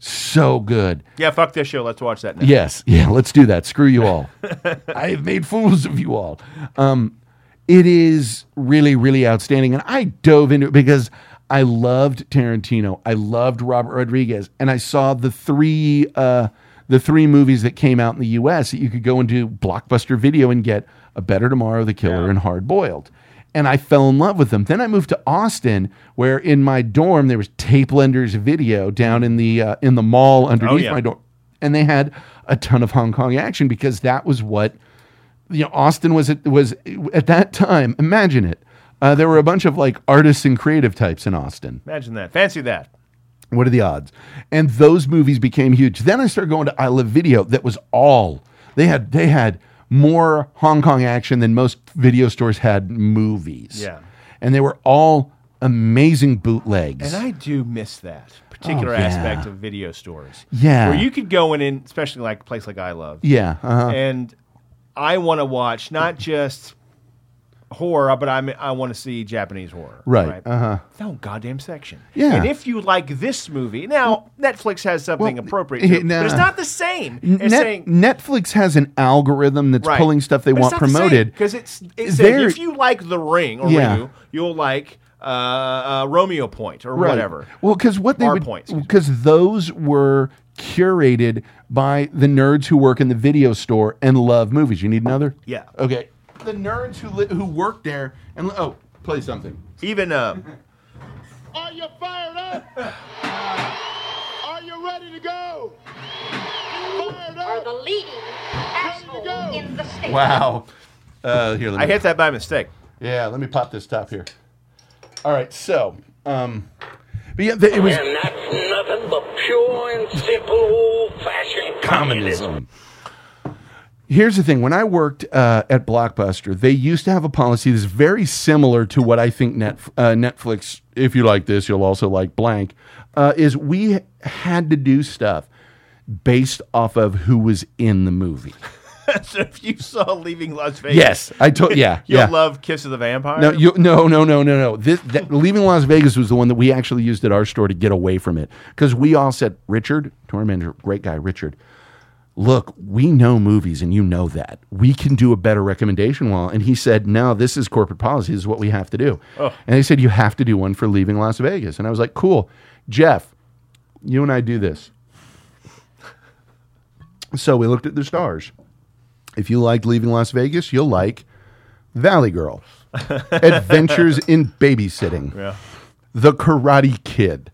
Speaker 1: So good.
Speaker 2: Yeah, fuck this show. Let's watch that now.
Speaker 1: Yes, yeah, let's do that. Screw you all. I have made fools of you all. Um, it is really, really outstanding. And I dove into it because I loved Tarantino. I loved Robert Rodriguez. And I saw the three uh, the three movies that came out in the US that you could go into Blockbuster Video and get A Better Tomorrow, The Killer, and Hard Boiled. And I fell in love with them. Then I moved to Austin, where in my dorm there was Tape Lenders Video down in the uh, in the mall underneath
Speaker 2: Oh, yeah.
Speaker 1: my dorm, and they had a ton of Hong Kong action because that was what you know, Austin was at, was at that time. Imagine it. Uh, there were a bunch of like artists and creative types in Austin.
Speaker 2: Imagine that. Fancy that.
Speaker 1: What are the odds? And those movies became huge. Then I started going to I Live Video. That was all they had. They had more Hong Kong action than most video stores had movies.
Speaker 2: Yeah.
Speaker 1: and they were all amazing bootlegs.
Speaker 2: And I do miss that particular
Speaker 1: Oh, yeah.
Speaker 2: aspect of video stores.
Speaker 1: Yeah.
Speaker 2: Where you could go in, and especially like a place like I Love.
Speaker 1: yeah, uh-huh.
Speaker 2: And I want to watch not just horror, but I'm, I want to see Japanese horror.
Speaker 1: Right, uh-huh.
Speaker 2: No goddamn section.
Speaker 1: Yeah.
Speaker 2: And if you like this movie, now Netflix has something
Speaker 1: Well,
Speaker 2: appropriate to it,
Speaker 1: nah.
Speaker 2: but it's not the same as
Speaker 1: Net-
Speaker 2: saying.
Speaker 1: Netflix has an algorithm that's
Speaker 2: Right.
Speaker 1: pulling stuff they
Speaker 2: But it's
Speaker 1: want
Speaker 2: not the same,
Speaker 1: promoted.
Speaker 2: 'cause it's, it's
Speaker 1: They're-
Speaker 2: if you like The Ring or
Speaker 1: Yeah.
Speaker 2: Ringu, you'll like uh, uh, Romeo Point or
Speaker 1: Right.
Speaker 2: whatever.
Speaker 1: Well, because what they
Speaker 2: Bar
Speaker 1: would
Speaker 2: points, excuse me.
Speaker 1: because those were curated by the nerds who work in the video store and love movies. You need another?
Speaker 2: Yeah.
Speaker 1: Okay. The nerds who li- who work there and oh, play something.
Speaker 2: Even um,
Speaker 4: Are you fired up? Are you ready to go? Fired
Speaker 5: are the
Speaker 4: up?
Speaker 5: leading asshole in the state.
Speaker 1: Wow. Uh, here, let me,
Speaker 2: I hit that by mistake.
Speaker 1: yeah. Let me pop this top here. All right. So, um, but yeah, the, it was
Speaker 6: They're not nothing but pure and simple old fashioned communism.
Speaker 1: Here's the thing. When I worked uh, at Blockbuster, they used to have a policy that's very similar to what I think Net, uh, Netflix, if you like this, you'll also like blank, uh, is we had to do stuff based off of who was in the movie.
Speaker 2: so if you saw Leaving Las Vegas,
Speaker 1: Yes. I told, yeah.
Speaker 2: you'll
Speaker 1: yeah.
Speaker 2: love Kiss of the Vampire.
Speaker 1: No, you, no, no, no, no, no. This, that, leaving Las Vegas was the one that we actually used at our store to get away from it because we all said, Richard, tour manager, great guy, Richard. Look, we know movies, and you know that. We can do a better recommendation wall. And he said, No, this is corporate policy. This is what we have to do. And they said, You have to do one for leaving Las Vegas. And I was like, Cool. Jeff, you and I do this. So we looked at the stars. If you liked Leaving Las Vegas, you'll like Valley Girl, Adventures in Babysitting,
Speaker 2: Yeah.
Speaker 1: The Karate Kid.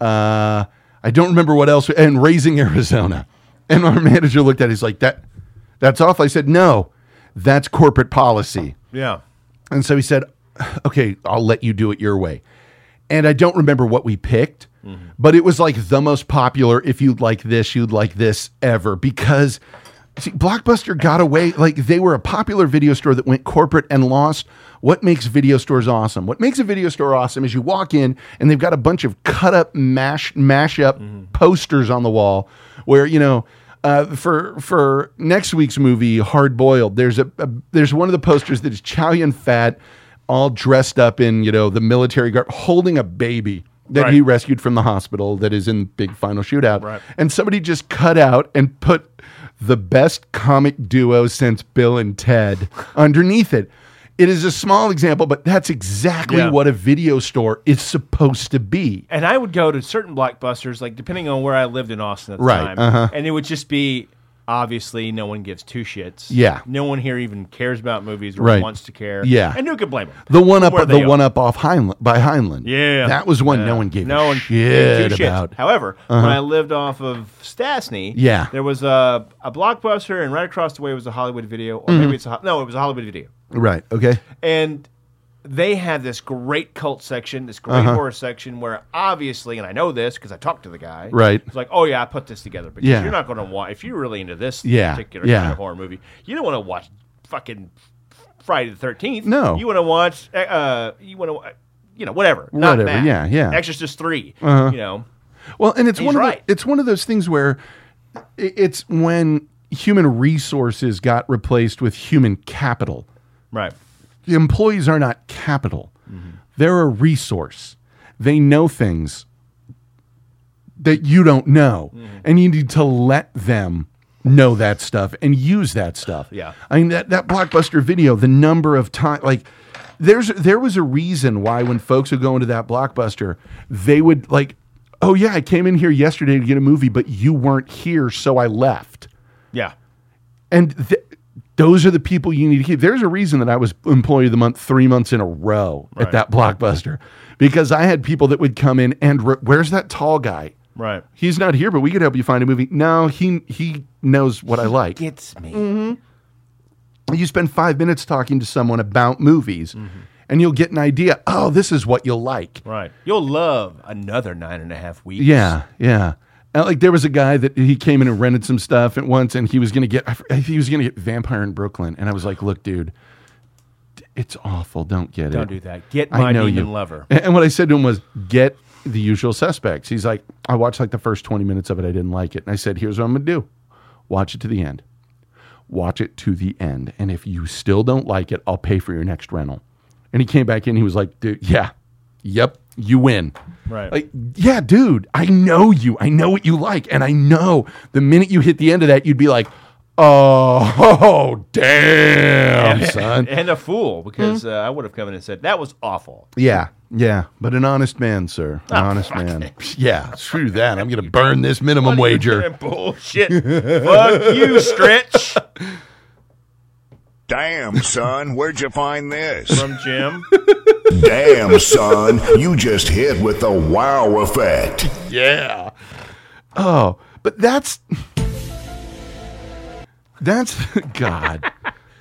Speaker 1: Uh, I don't remember what else, and Raising Arizona. And our manager looked at it, he's like, that, that's awful. I said, no, that's corporate policy.
Speaker 2: Yeah.
Speaker 1: And so he said, okay, I'll let you do it your way. And I don't remember what we picked, but it was like the most popular, if you'd like this, you'd like this ever. Because see, Blockbuster got away, like they were a popular video store that went corporate and lost. What makes video stores awesome? What makes a video store awesome is you walk in and they've got a bunch of cut up, mash, mash up posters on the wall where, you know, uh, for for next week's movie, Hard Boiled, there's a, a there's one of the posters that is Chow Yun Fat, all dressed up in you know the military garb, holding a baby that he
Speaker 2: Right.
Speaker 1: rescued from the hospital that is in Big Final Shootout,
Speaker 2: Right.
Speaker 1: and somebody just cut out and put the best comic duo since Bill and Ted underneath it. It is a small example, but that's exactly
Speaker 2: Yeah.
Speaker 1: what a video store is supposed to be.
Speaker 2: And I would go to certain blockbusters, like depending on where I lived in Austin at the
Speaker 1: Right,
Speaker 2: time,
Speaker 1: uh-huh.
Speaker 2: and it would just be obviously no one gives two shits.
Speaker 1: Yeah.
Speaker 2: no one here even cares about movies or
Speaker 1: Right.
Speaker 2: wants to care.
Speaker 1: Yeah.
Speaker 2: and who can blame them?
Speaker 1: The one up,
Speaker 2: Where
Speaker 1: the
Speaker 2: they
Speaker 1: one
Speaker 2: are.
Speaker 1: up off Heinle- by Heinlein.
Speaker 2: Yeah,
Speaker 1: that was one
Speaker 2: Yeah.
Speaker 1: no one gave
Speaker 2: no
Speaker 1: a
Speaker 2: one
Speaker 1: shit
Speaker 2: gave two shits.
Speaker 1: about. Uh-huh.
Speaker 2: However, when I lived off of Stasny,
Speaker 1: Yeah.
Speaker 2: there was a, a blockbuster, and right across the way was a Hollywood Video,
Speaker 1: Mm-hmm.
Speaker 2: or maybe it's a, Ho- no, it was a Hollywood Video,
Speaker 1: Right? Okay.
Speaker 2: and they had this great cult section, this great
Speaker 1: Uh-huh.
Speaker 2: horror section, where obviously, and I know this because I talked to the guy.
Speaker 1: Right.
Speaker 2: It's like, oh yeah, I put this together because
Speaker 1: Yeah.
Speaker 2: you're not going to watch if you're really into this
Speaker 1: Yeah,
Speaker 2: particular
Speaker 1: yeah.
Speaker 2: kind of horror movie. You don't want to watch fucking Friday the Thirteenth.
Speaker 1: No.
Speaker 2: you want to watch. uh, Uh, you want to. You know, whatever.
Speaker 1: Whatever,
Speaker 2: Not that.
Speaker 1: yeah, yeah. Uh-huh.
Speaker 2: Exorcist 3 You know,
Speaker 1: Well, and it's
Speaker 2: He's
Speaker 1: one of
Speaker 2: right.
Speaker 1: the, it's one of those things where i- it's when human resources got replaced with human capital.
Speaker 2: right?
Speaker 1: The employees are not capital; they're a resource. They know things that you don't know, and you need to let them know that stuff and use that stuff.
Speaker 2: Yeah.
Speaker 1: I mean that that blockbuster video, the number of time like there's there was a reason why when folks would go into that blockbuster, they would like oh yeah, I came in here yesterday to get a movie, but you weren't here, so I left.
Speaker 2: Yeah.
Speaker 1: And th- those are the people you need to keep. There's a reason that I was employee of the month three months in a row at
Speaker 2: Right.
Speaker 1: that blockbuster because I had people that would come in and re- where's that tall guy?
Speaker 2: Right.
Speaker 1: He's not here, but we could help you find a movie. No, he he knows what I like. Mm-hmm.
Speaker 2: Gets me.
Speaker 1: You spend five minutes talking to someone about movies, and you'll get an idea. Oh, this is what you'll like.
Speaker 2: Mm-hmm. Right. You'll love another nine and a half weeks.
Speaker 1: Yeah, yeah. And, like there was a guy that he came in and rented some stuff at once, and he was gonna get I f- he was gonna get Vampire in Brooklyn, and I was like, look, dude, d- it's awful. Don't get it.
Speaker 2: Don't do that. Get
Speaker 1: I
Speaker 2: my
Speaker 1: know
Speaker 2: demon
Speaker 1: you.
Speaker 2: lover.
Speaker 1: A- And what I said to him was, get the usual suspects. He's like, I watched like the first twenty minutes of it. I didn't like it, and I said, here's what I'm gonna do: watch it to the end. Watch it to the end, and if you still don't like it, I'll pay for your next rental. And he came back in. He was like, dude, yeah, yep, you win.
Speaker 2: Right.
Speaker 1: Like, yeah, dude, I know you. I know what you like. And I know the minute you hit the end of that, you'd be like, oh, damn, son.
Speaker 2: and a fool because uh, I would have come in and said that was awful.
Speaker 1: Yeah, yeah. But an honest man, sir. An
Speaker 2: Oh,
Speaker 1: honest man. Yeah, screw that. I'm going to burn this minimum wager.
Speaker 2: Bullshit. Fuck you, Stretch
Speaker 3: Damn, son, where'd you find this?
Speaker 2: from Jim.
Speaker 3: Damn, son, you just hit with the wow effect.
Speaker 1: Yeah. Oh, but that's. That's. God.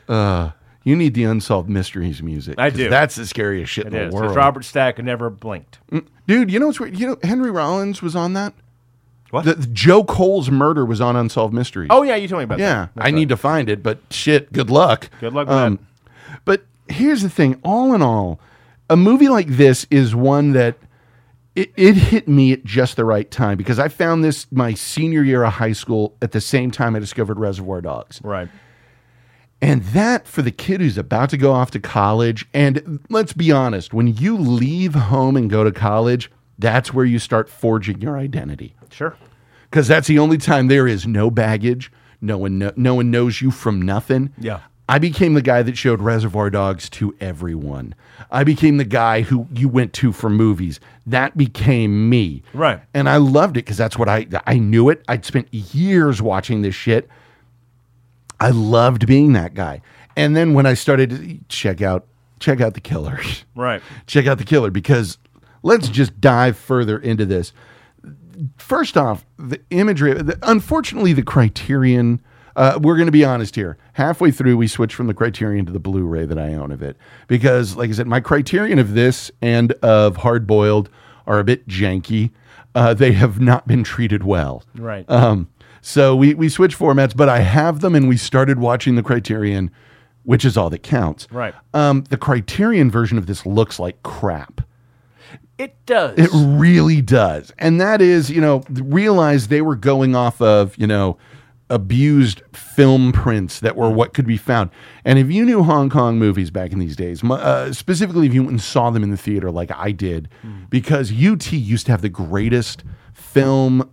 Speaker 1: Uh, you need the unsolved mysteries music.
Speaker 2: I
Speaker 1: 'cause
Speaker 2: do.
Speaker 1: That's the scariest shit
Speaker 2: It
Speaker 1: in
Speaker 2: is.
Speaker 1: the world.
Speaker 2: Because Robert Stack never blinked.
Speaker 1: Dude, you know what's weird? You know, Henry Rollins was on that.
Speaker 2: What?
Speaker 1: The, the Joe Cole's murder was on Unsolved Mysteries.
Speaker 2: oh yeah, you told me about
Speaker 1: yeah.
Speaker 2: that.
Speaker 1: I need to find it, but shit, good luck. Um,
Speaker 2: Good luck with
Speaker 1: But here's the thing all in all, a movie like this is one that it, it hit me at just the right time because I found this my senior year of high school at the same time I discovered Reservoir Dogs.
Speaker 2: Right.
Speaker 1: And that for the kid who's about to go off to college. And let's be honest, when you leave home and go to college, that's where you start forging your identity.
Speaker 2: Sure.
Speaker 1: Because that's the only time there is no baggage. No one, kno- no one knows you from nothing.
Speaker 2: Yeah.
Speaker 1: I became the guy that showed Reservoir Dogs to everyone. I became the guy who you went to for movies. That became me.
Speaker 2: Right.
Speaker 1: And I loved it because that's what I I knew it. I'd spent years watching this shit. I loved being that guy. And then when I started to check out check out the killers
Speaker 2: Right.
Speaker 1: check out the killer because let's just dive further into this. First off, the imagery. The, unfortunately, the Criterion. Uh, we're going to be honest here. Halfway through, we switched from the Criterion to the Blu-ray that I own of it because, like I said, my Criterion of this and of Hard Boiled are a bit janky. Uh, they have not been treated well.
Speaker 2: Right.
Speaker 1: Um, so we we switched formats, but I have them, and we started watching the Criterion, which is all that counts.
Speaker 2: Right.
Speaker 1: Um, the Criterion version of this looks like crap.
Speaker 2: It does.
Speaker 1: It really does. And that is, you know, realize they were going off of, you know, abused film prints that were what could be found. And if you knew Hong Kong movies back in these days, mu- uh, specifically if you went and saw them in the theater like I did, because UT used to have the greatest film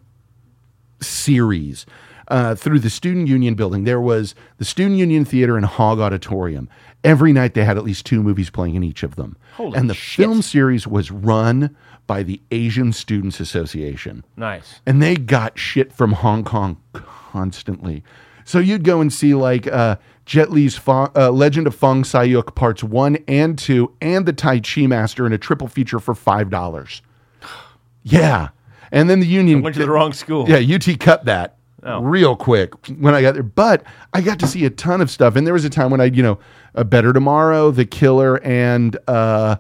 Speaker 1: series uh, through the student union building. There was the student union theater and Hog Auditorium. Every night they had at least two movies playing in each of them. and the film series was run by the Asian Students Association.
Speaker 2: nice.
Speaker 1: And they got shit from Hong Kong constantly. So you'd go and see like uh, Jet Li's Fo- uh, Legend of Fong Sayuk parts one and two and the Tai Chi Master in a triple feature for $5. Yeah. And then the union
Speaker 2: Went to the wrong school. Oh.
Speaker 1: yeah, UT cut that real quick when I got there. But I got to see a ton of stuff. And there was a time when I, you know, a Better Tomorrow, The Killer, and uh,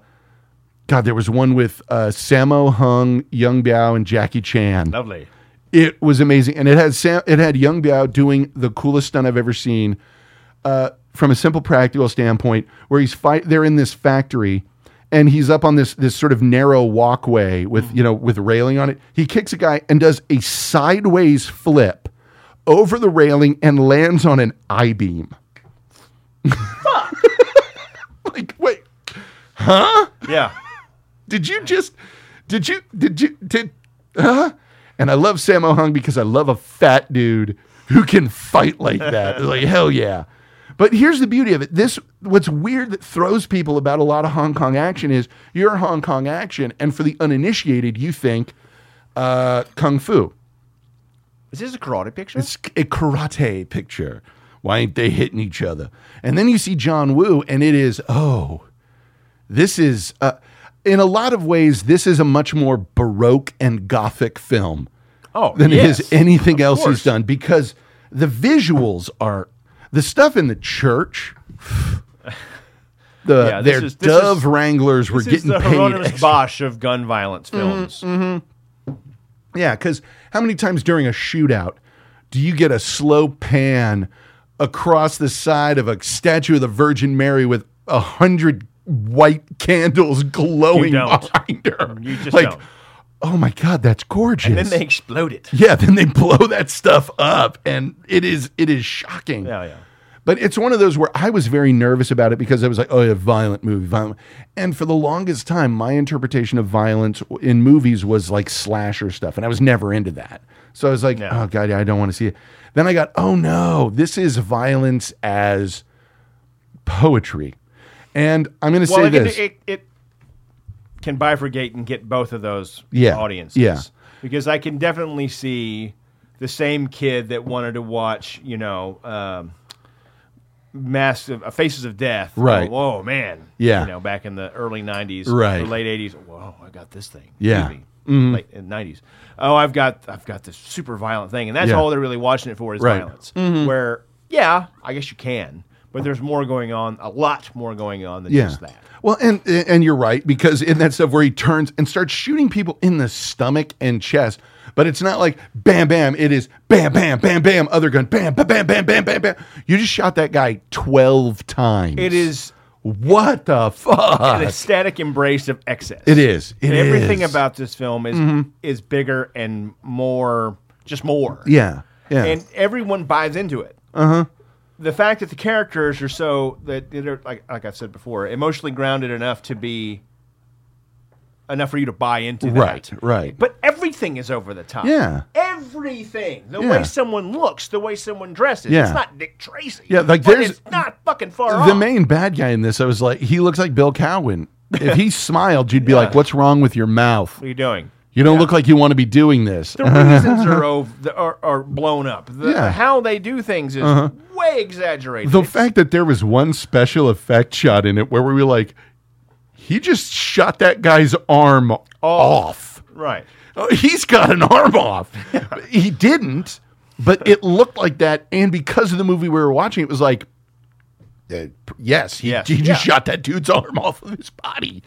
Speaker 1: God, there was one with uh, Sammo Hung, Young Biao, and Jackie Chan.
Speaker 2: Lovely.
Speaker 1: It was amazing, and it had Sam, it had Young Biao doing the coolest stunt I've ever seen. Uh, from a simple practical standpoint, where he's fight, they're in this factory, and he's up on this this sort of narrow walkway with you know with railing on it. He kicks a guy and does a sideways flip over the railing and lands on an I beam. like, wait,
Speaker 2: Yeah.
Speaker 1: did you just did you did you did huh? And I love Sammo Hung because I love a fat dude who can fight like that. It's like hell yeah. But here's the beauty of it. This what's weird that throws people about a lot of Hong Kong action is you're Hong Kong action, and for the uninitiated, you think uh, Kung Fu.
Speaker 2: Is this a karate picture?
Speaker 1: It's a karate picture. Why ain't they hitting each other? And then you see John Woo, and it is, oh, this is, uh, in a lot of ways, this is a much more Baroque and Gothic film
Speaker 2: Oh,
Speaker 1: than
Speaker 2: yes.
Speaker 1: it is anything
Speaker 2: Of
Speaker 1: else
Speaker 2: course.
Speaker 1: he's done because the visuals are the stuff in the church. The,
Speaker 2: Yeah, this
Speaker 1: their
Speaker 2: is- this is-
Speaker 1: dove wranglers were
Speaker 2: This is
Speaker 1: getting
Speaker 2: the
Speaker 1: paid Mm-hmm.
Speaker 2: Hieronymus Bosch of gun violence films.
Speaker 1: Yeah, because how many times during a shootout do you get a slow pan across the side of a statue of the Virgin Mary with a hundred white candles glowing
Speaker 2: don't.
Speaker 1: behind her?
Speaker 2: You just
Speaker 1: like,
Speaker 2: don't.
Speaker 1: oh my god, that's gorgeous.
Speaker 2: Then they explode it.
Speaker 1: yeah, then they blow that stuff up, and it is it is shocking.
Speaker 2: Yeah, yeah.
Speaker 1: But it's one of those where I was very nervous about it because I was like, oh, yeah, violent movie, violent. And for the longest time, my interpretation of violence in movies was like slasher stuff. And I was never into that. So I was like,
Speaker 2: Yeah.
Speaker 1: oh, God, yeah, I don't want to see it. Then I got, oh, no, this is violence as poetry. And I'm going to
Speaker 2: Well,
Speaker 1: say
Speaker 2: it,
Speaker 1: this.
Speaker 2: it, it, it can bifurcate and get both of those
Speaker 1: Yeah,
Speaker 2: audiences.
Speaker 1: yeah.
Speaker 2: Because I can definitely see the same kid that wanted to watch, you know, um, massive uh, Faces of Death. go,
Speaker 1: Right.
Speaker 2: Whoa, man.
Speaker 1: Yeah.
Speaker 2: You know, back in the early 90s,
Speaker 1: Right.
Speaker 2: or late 80s. Whoa, I got this thing.
Speaker 1: Yeah. Mm-hmm.
Speaker 2: Movie. Late in the 90s. Oh, I've got I've got this super violent thing, and that's
Speaker 1: Yeah.
Speaker 2: all they're really watching it for is
Speaker 1: Right. Mm-hmm.
Speaker 2: violence. Where, yeah, I guess you can, but there's more going on, a lot more going on than
Speaker 1: yeah.
Speaker 2: just that.
Speaker 1: Well, and and you're right because in that stuff where he turns and starts shooting people in the stomach and chest, but it's not like bam, bam. It is bam, bam, bam, bam. Other gun, bam, bam, bam, bam, bam, bam, bam. You just shot that guy twelve times.
Speaker 2: It is
Speaker 1: what the fuck.
Speaker 2: an ecstatic embrace of excess.
Speaker 1: It is. It
Speaker 2: And everything
Speaker 1: is. Mm-hmm.
Speaker 2: about this film is is bigger and more, just more.
Speaker 1: Yeah, Uh-huh. yeah,
Speaker 2: And everyone buys into it. Uh huh. The fact that the characters are so that they're like like I've said before, emotionally grounded enough to be enough for you to buy into that.
Speaker 1: Right, right.
Speaker 2: But everything is over the top.
Speaker 1: Yeah.
Speaker 2: Everything. The
Speaker 1: Yeah.
Speaker 2: way someone looks, the way someone dresses.
Speaker 1: Yeah.
Speaker 2: It's not Dick Tracy.
Speaker 1: Yeah, like,
Speaker 2: but
Speaker 1: there's-
Speaker 2: it's not fucking far
Speaker 1: the
Speaker 2: off.
Speaker 1: main bad guy in this, I was like, he looks like Bill Cowan. If he smiled, you'd be like, "What's wrong with your mouth?
Speaker 2: What are you doing?
Speaker 1: You don't look like you want to be doing this."
Speaker 2: the reasons are, ov- the- are are blown up. The,
Speaker 1: Uh-huh. Yeah. Uh-huh.
Speaker 2: How they do things is way exaggerated.
Speaker 1: The fact that there was one special effect shot in it where we were like, he just shot that guy's arm off.
Speaker 2: right.
Speaker 1: Oh, He's got an arm off. he didn't, but it looked like that. And because of the movie we were watching, it was like, uh, yes, he,
Speaker 2: Yes.
Speaker 1: he just
Speaker 2: Yeah.
Speaker 1: shot that dude's arm off of his body.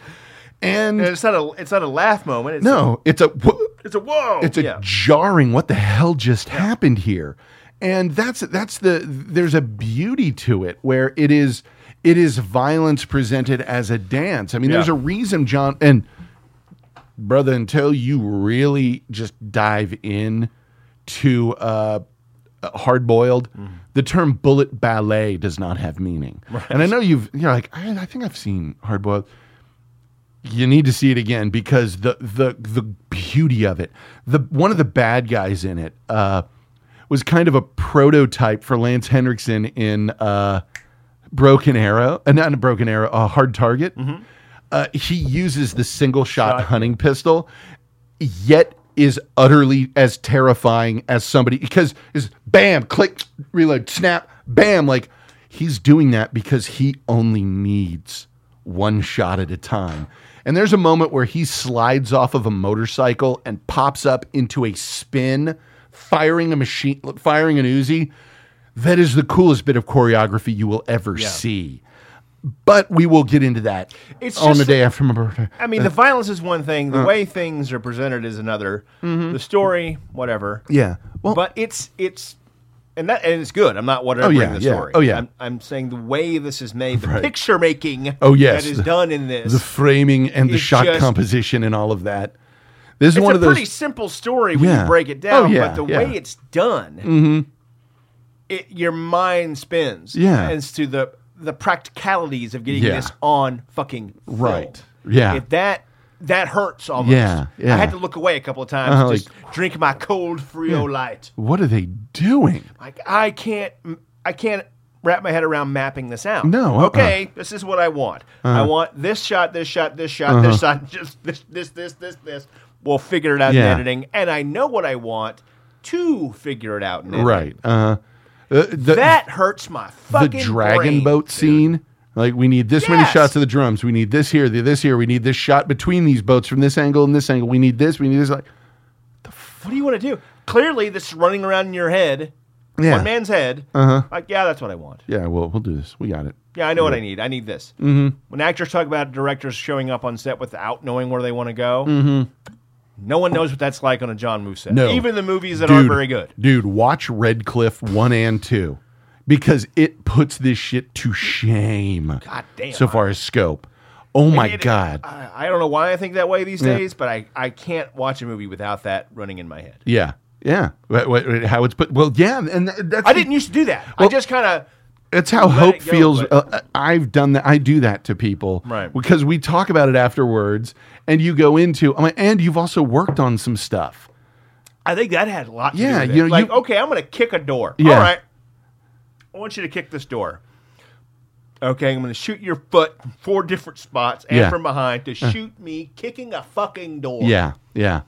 Speaker 1: And
Speaker 2: And it's not a it's not a laugh moment. It's
Speaker 1: no, it's a. wh-
Speaker 2: a, it's a whoa.
Speaker 1: it's a
Speaker 2: Oh, yeah.
Speaker 1: jarring what the hell just happened here and that's that's the there's a beauty to it where it is it is violence presented as a dance i mean
Speaker 2: Yeah.
Speaker 1: there's a reason john and brother until you really just dive in to uh hard boiled
Speaker 2: Mm.
Speaker 1: the term bullet ballet does not have meaning and i know you've you're like i, I think i've seen hard boiled you need to see it again because the the the beauty of it. The one of the bad guys in it uh, was kind of a prototype for Lance Henriksen in uh, Broken Arrow, uh, not in Broken Arrow, uh, Hard Target. Uh, he uses the single shot hunting pistol, yet is utterly as terrifying as somebody because is bam click reload snap bam like he's doing that because he only needs one shot at a time and there's a moment where he slides off of a motorcycle and pops up into a spin firing a machine firing an Uzi that is the coolest bit of choreography you will ever see but we will get into that
Speaker 2: It's
Speaker 1: on the
Speaker 2: just-
Speaker 1: day after my birthday
Speaker 2: I mean, the violence is one thing.
Speaker 1: Uh-huh.
Speaker 2: The way things are presented is another. The story, whatever.
Speaker 1: Mm-hmm. yeah well
Speaker 2: but it's it's and that and it's good. I'm not whatever
Speaker 1: Oh, yeah,
Speaker 2: the
Speaker 1: yeah.
Speaker 2: story.
Speaker 1: Oh, yeah.
Speaker 2: I'm, I'm saying the way this is made, the
Speaker 1: Right.
Speaker 2: picture making.
Speaker 1: Oh, yes.
Speaker 2: that is
Speaker 1: The-
Speaker 2: done in this.
Speaker 1: the framing and the
Speaker 2: It's
Speaker 1: shot
Speaker 2: just-
Speaker 1: composition and all of that. This is
Speaker 2: it's
Speaker 1: one
Speaker 2: a
Speaker 1: of those.
Speaker 2: pretty simple story when
Speaker 1: Yeah.
Speaker 2: you break it
Speaker 1: Oh,
Speaker 2: down,
Speaker 1: yeah,
Speaker 2: but the
Speaker 1: yeah. Mm-hmm.
Speaker 2: way it's done, it, your mind spins.
Speaker 1: Yeah.
Speaker 2: as to the the practicalities of getting
Speaker 1: Yeah.
Speaker 2: this on fucking film.
Speaker 1: Right. Yeah.
Speaker 2: If that that hurts almost.
Speaker 1: Yeah, yeah.
Speaker 2: I had to look away a couple of times.
Speaker 1: Uh-huh,
Speaker 2: just drink my cold Frio Light.
Speaker 1: what are they doing?
Speaker 2: Like I can't, I can't wrap my head around mapping this out.
Speaker 1: No, uh-uh. Uh-huh.
Speaker 2: okay, this is what I want. I want this shot, this shot, this shot, this shot, just this, this, this, this, this. We'll figure it out
Speaker 1: Yeah.
Speaker 2: in editing, and I know what I want to figure it out in editing.
Speaker 1: Right. Uh, uh, the,
Speaker 2: That hurts my
Speaker 1: the
Speaker 2: fucking
Speaker 1: dragon
Speaker 2: brain.
Speaker 1: boat scene. Like we need this many
Speaker 2: Yes.
Speaker 1: shots of the drums. We need this here, the, this here. We need this shot between these boats from this angle and this angle. We need this. We need this. Like
Speaker 2: What do you want to do? Clearly, this is running around in your head,
Speaker 1: yeah,
Speaker 2: one man's head. Uh-huh. Like, yeah, that's what I want.
Speaker 1: yeah. Well, we'll do this. We got it.
Speaker 2: Yeah, I know what I need. I need this. Mm-hmm. When actors talk about directors showing up on set without knowing where they want to go, no one knows what that's like on a John Woo set.
Speaker 1: Mm-hmm. No.
Speaker 2: Even the movies that aren't very good.
Speaker 1: Dude, watch Red Cliff 1 and 2 because it puts this shit to shame.
Speaker 2: God damn.
Speaker 1: So far as scope. Oh my
Speaker 2: It- uh,
Speaker 1: God.
Speaker 2: I, I don't know why I think that way these
Speaker 1: Yeah.
Speaker 2: days, but I, I can't watch a movie without that running in my head.
Speaker 1: yeah. Yeah. What- what- how it's put. Well, yeah. And th- that's,
Speaker 2: I didn't used to do that.
Speaker 1: Well-
Speaker 2: I just kind of.
Speaker 1: that's how
Speaker 2: let
Speaker 1: hope
Speaker 2: it go,
Speaker 1: feels.
Speaker 2: but-
Speaker 1: Uh, I've done that. I do that to people.
Speaker 2: Right.
Speaker 1: Because we talk about it afterwards and you go into, I mean, and you've also worked on some stuff.
Speaker 2: I think that had a lot to
Speaker 1: Yeah,
Speaker 2: do with it.
Speaker 1: you know,
Speaker 2: like,
Speaker 1: you-
Speaker 2: okay, I'm going to kick a door.
Speaker 1: Yeah.
Speaker 2: All right. I want you to kick this door. Okay, I'm going to shoot your foot from four different spots and
Speaker 1: Yeah. Uh.
Speaker 2: from behind to shoot me kicking a fucking door.
Speaker 1: Yeah. Yeah.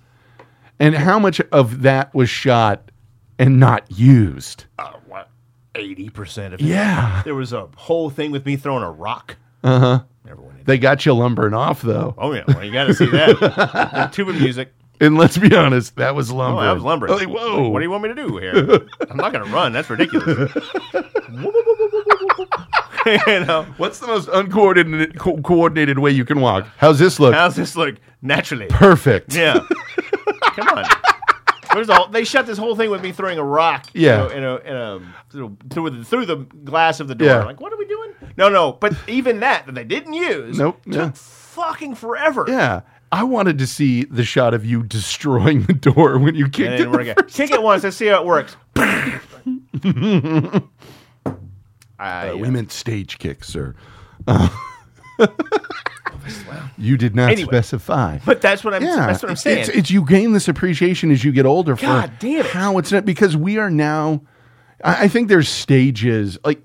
Speaker 1: And how much of that was shot and not used?
Speaker 2: Uh, what? 80% of it.
Speaker 1: Yeah. Uh-huh.
Speaker 2: There was a whole thing with me throwing a rock. Uh huh. Everyone.
Speaker 1: They got you lumbering off though.
Speaker 2: Oh, yeah. Well, you got to see that. And Tube of music.
Speaker 1: And let's be honest, that was
Speaker 2: Oh,
Speaker 1: lumber.
Speaker 2: I was lumbering.
Speaker 1: Like, whoa.
Speaker 2: Like, what do you want me to do here? I'm not going to run. That's ridiculous. you know?
Speaker 1: What's the most uncoordinated co- coordinated way you can walk? How's this look?
Speaker 2: How's this look naturally?
Speaker 1: Perfect.
Speaker 2: Yeah. Come on. There's all, they shut this whole thing with me throwing a rock. you
Speaker 1: Yeah.
Speaker 2: know, in a, in a, through, through, the, through the glass of the door.
Speaker 1: Yeah.
Speaker 2: Like, what are we doing? No, no. But even that that they didn't use
Speaker 1: Nope,
Speaker 2: took
Speaker 1: yeah.
Speaker 2: fucking forever.
Speaker 1: Yeah. I wanted to see the shot of you destroying the door when you
Speaker 2: And it
Speaker 1: kicked
Speaker 2: didn't
Speaker 1: it.
Speaker 2: work out. Kick it once. Let's see how it works. I,
Speaker 1: Uh, We meant stage kick, sir. Uh, you did not
Speaker 2: Anyway.
Speaker 1: specify.
Speaker 2: but that's what I'm. That's what I'm
Speaker 1: it's-
Speaker 2: saying.
Speaker 1: It's, it's you gain this appreciation as you get older.
Speaker 2: God
Speaker 1: for
Speaker 2: damn it.
Speaker 1: How it's not because we are now. I, I think there's stages like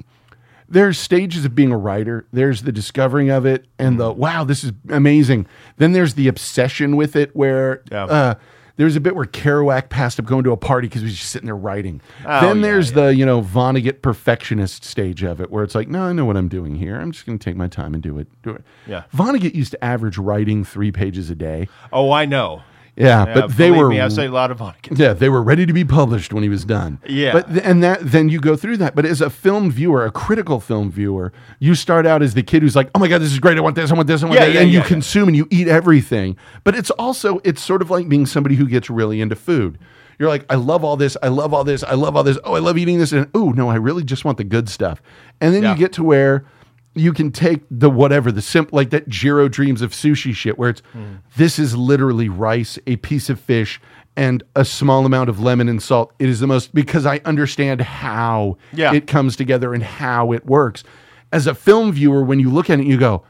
Speaker 1: there's stages of being a writer. There's the discovering of it and
Speaker 2: Mm.
Speaker 1: the wow, this is amazing. Then there's the obsession with it where.
Speaker 2: Yeah.
Speaker 1: Uh, there's a bit where Kerouac passed up going to a party because he was just sitting there writing. then
Speaker 2: Oh, yeah,
Speaker 1: there's the you know Vonnegut perfectionist stage of it, where it's like, no, I know what I'm doing here. I'm just going to take my time and do it. Do it.
Speaker 2: Yeah.
Speaker 1: Vonnegut used to average writing three pages a day.
Speaker 2: oh, I know.
Speaker 1: Yeah,
Speaker 2: Yeah,
Speaker 1: but they
Speaker 2: believe
Speaker 1: were
Speaker 2: Me, I say a lot of Vonnegut.
Speaker 1: yeah, they were ready to be published when he was done.
Speaker 2: Yeah.
Speaker 1: but th- and that then you go through that. But as a film viewer, a critical film viewer, you start out as the kid who's like, "Oh my god, this is great! I want this! I want this! I want
Speaker 2: Yeah,
Speaker 1: that!"
Speaker 2: yeah,
Speaker 1: and you
Speaker 2: yeah, yeah.
Speaker 1: consume and you eat everything. But it's also it's sort of like being somebody who gets really into food. You're like, "I love all this! I love all this! I love all this! Oh, I love eating this!" And oh no, I really just want the good stuff. And then
Speaker 2: Yeah.
Speaker 1: you get to where you can take the whatever the simp like that Jiro dreams of sushi shit where it's
Speaker 2: Hmm.
Speaker 1: this is literally rice, a piece of fish, and a small amount of lemon and salt. It is the most because I understand how
Speaker 2: Yeah.
Speaker 1: it comes together and how it works. As a film viewer, when you look at it, you go,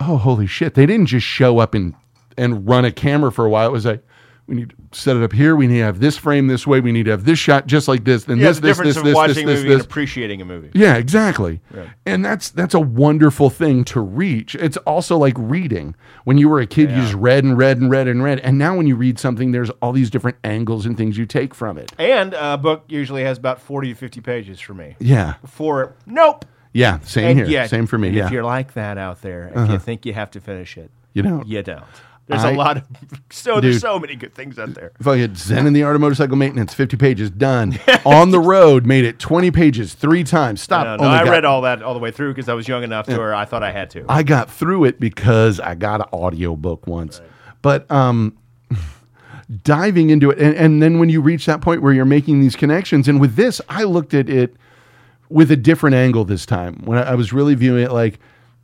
Speaker 1: "Oh, holy shit! They didn't just show up and and run a camera for a while. It was like." We need to set it up here. We need to have this frame this way. We need to have this shot just like this. Then
Speaker 2: Yeah,
Speaker 1: this,
Speaker 2: the
Speaker 1: this,
Speaker 2: difference
Speaker 1: this,
Speaker 2: of
Speaker 1: this, this,
Speaker 2: watching a
Speaker 1: this,
Speaker 2: movie
Speaker 1: this.
Speaker 2: and appreciating a movie.
Speaker 1: Yeah, exactly. And that's that's a wonderful thing to reach. It's also like reading. When you were a kid, you just read and read and read and read. And now when you read something, there's all these different angles and things you take from it.
Speaker 2: And a book usually has about forty to fifty pages for me.
Speaker 1: Yeah.
Speaker 2: For nope.
Speaker 1: Yeah. Same
Speaker 2: And
Speaker 1: here.
Speaker 2: yet-
Speaker 1: Same for me.
Speaker 2: and If
Speaker 1: Yeah. Uh-huh.
Speaker 2: you're like that out there, if you think you have to finish it,
Speaker 1: You don't.
Speaker 2: you don't. There's
Speaker 1: I-
Speaker 2: a lot of so there's
Speaker 1: Dude.
Speaker 2: so many good things out there.
Speaker 1: If I had Zen in the Art of Motorcycle Maintenance, 50 pages, done. On the Road, made it 20 pages three times. Stop.
Speaker 2: No, no,
Speaker 1: Oh my
Speaker 2: I
Speaker 1: God.
Speaker 2: read all that all the way through because I was young enough to where I thought I had to.
Speaker 1: I got through it because I got an audiobook once. But um diving into it and, and then when you reach that point where you're making these connections and with this I looked at it with a different angle this time when I, I was really viewing it like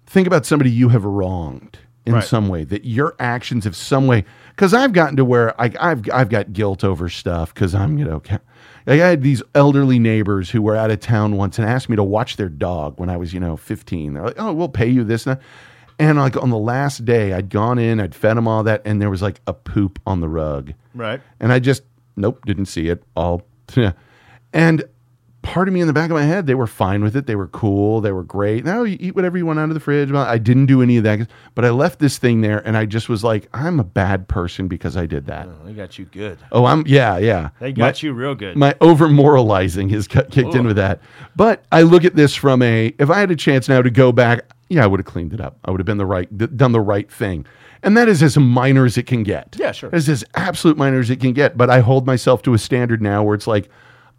Speaker 1: think about somebody you have wronged in
Speaker 2: Right.
Speaker 1: some way that your actions have some way because I've gotten to where I, I've I've got guilt over stuff because I'm you know ca- like I had these elderly neighbors who were out of town once and asked me to watch their dog when I was you know 15 they're like oh we'll pay you this and that. and like on the last day I'd gone in I'd fed them all that and there was like a poop on the rug
Speaker 2: right.
Speaker 1: and I just, nope, didn't see it. All, and part of me in the back of my head, they were fine with it. They were cool. They were great. Now you eat whatever you want out of the fridge. Well, I didn't do any of that, but I left this thing there, and I just was like, I'm a bad person because I did that.
Speaker 2: They got you good.
Speaker 1: Oh, I'm yeah, yeah.
Speaker 2: They
Speaker 1: My-
Speaker 2: got you real good.
Speaker 1: my over moralizing has got kicked in with that. But I look at this from a if I had a chance now to go back, yeah, I would have cleaned it up. I would have been the right d- done the right thing. And that is as minor as it can get.
Speaker 2: Yeah, sure.
Speaker 1: That's as absolute minor as it can get. But I hold myself to a standard now where it's like,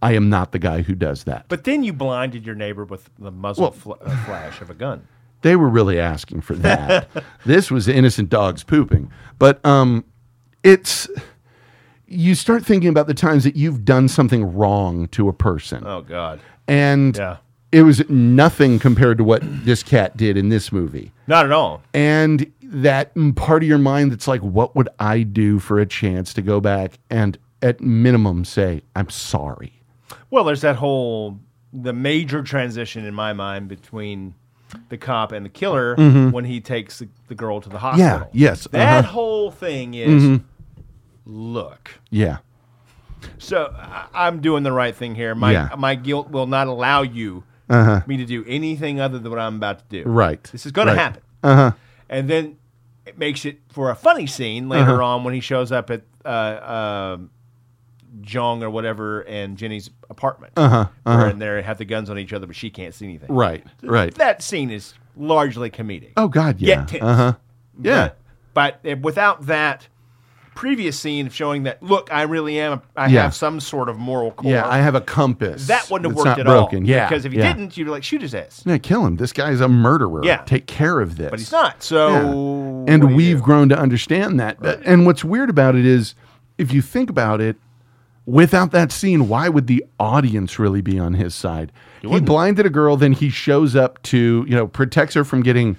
Speaker 1: I am not the guy who does that.
Speaker 2: but then you blinded your neighbor with the muzzle
Speaker 1: Well-
Speaker 2: fl- uh, flash of a gun.
Speaker 1: they were really asking for that. this was innocent dogs pooping. But um, it's you start thinking about the times that you've done something wrong to a person.
Speaker 2: Oh God.
Speaker 1: and
Speaker 2: Yeah.
Speaker 1: it was nothing compared to what this cat did in this movie.
Speaker 2: Not at all.
Speaker 1: And that mm, part of your mind that's like, what would I do for a chance to go back and at minimum say, I'm sorry?
Speaker 2: Well, there's that whole the major transition in my mind between the cop and the killer when he takes the, the girl to the hospital.
Speaker 1: Mm-hmm. yes,
Speaker 2: That
Speaker 1: uh-huh. Mm-hmm.
Speaker 2: whole thing is look.
Speaker 1: Yeah.
Speaker 2: So I, I'm doing the right thing here. My
Speaker 1: Yeah. Uh-huh.
Speaker 2: my guilt will not allow you me to do anything other than what I'm about to do.
Speaker 1: Right.
Speaker 2: This is going
Speaker 1: Right.
Speaker 2: to happen. Uh
Speaker 1: Uh-huh.
Speaker 2: huh. And then it makes it for a funny scene later
Speaker 1: Uh-huh.
Speaker 2: on when he shows up at uh, uh, Jong or whatever and Jenny's apartment. Uh
Speaker 1: Uh-huh,
Speaker 2: huh. They're in there and have the guns on each other, but she can't see anything.
Speaker 1: Right. Right.
Speaker 2: That scene is largely comedic.
Speaker 1: Oh, God. Yeah.
Speaker 2: Get tense.
Speaker 1: Uh huh. Yeah.
Speaker 2: But, but without that previous scene of showing that, look, I really am, I
Speaker 1: Yeah.
Speaker 2: have some sort of moral core.
Speaker 1: Yeah. I have a compass.
Speaker 2: that wouldn't have
Speaker 1: that's
Speaker 2: worked
Speaker 1: not
Speaker 2: at
Speaker 1: broken.
Speaker 2: all.
Speaker 1: Yeah.
Speaker 2: Because if he
Speaker 1: yeah.
Speaker 2: didn't, you'd be like, shoot his ass.
Speaker 1: Yeah, kill him. This guy's a murderer.
Speaker 2: Yeah.
Speaker 1: Take care of this.
Speaker 2: But he's not. So.
Speaker 1: Yeah.
Speaker 2: what do
Speaker 1: And
Speaker 2: you
Speaker 1: we've
Speaker 2: do?
Speaker 1: grown to understand that. And what's weird about it is, if you think about it, without that scene, why would the audience really be on his side? He blinded a girl, then he shows up to, you know, protects her from getting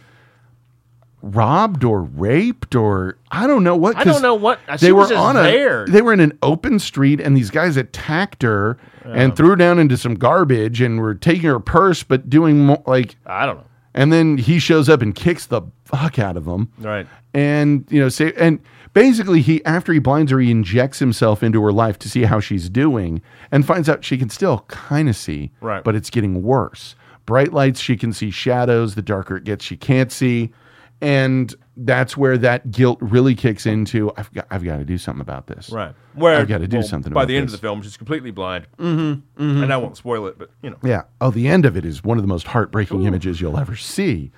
Speaker 1: robbed or raped or I don't know what.
Speaker 2: I don't
Speaker 1: 'cause
Speaker 2: know what- uh, she
Speaker 1: they were
Speaker 2: was just
Speaker 1: on
Speaker 2: there.
Speaker 1: a. They were in an open street, and these guys attacked her and threw her down into some garbage and were taking her purse, but doing mo- like.
Speaker 2: I don't know.
Speaker 1: And then he shows up and kicks the fuck out of them.
Speaker 2: Right.
Speaker 1: And you know, say and basically he after he blinds her, he injects himself into her life to see how she's doing and finds out she can still kind of see,
Speaker 2: Right.
Speaker 1: but it's getting worse. Bright lights, she can see shadows, the darker it gets, she can't see. And that's where that guilt really kicks into I've got I've got to do something about this.
Speaker 2: Right. Where
Speaker 1: I've got to do something
Speaker 2: By
Speaker 1: about
Speaker 2: the end
Speaker 1: this.
Speaker 2: of the film, she's completely blind. Mm-hmm, And I won't spoil it, but you know.
Speaker 1: Yeah. Oh, the end of it is one of the most heartbreaking images you'll ever see.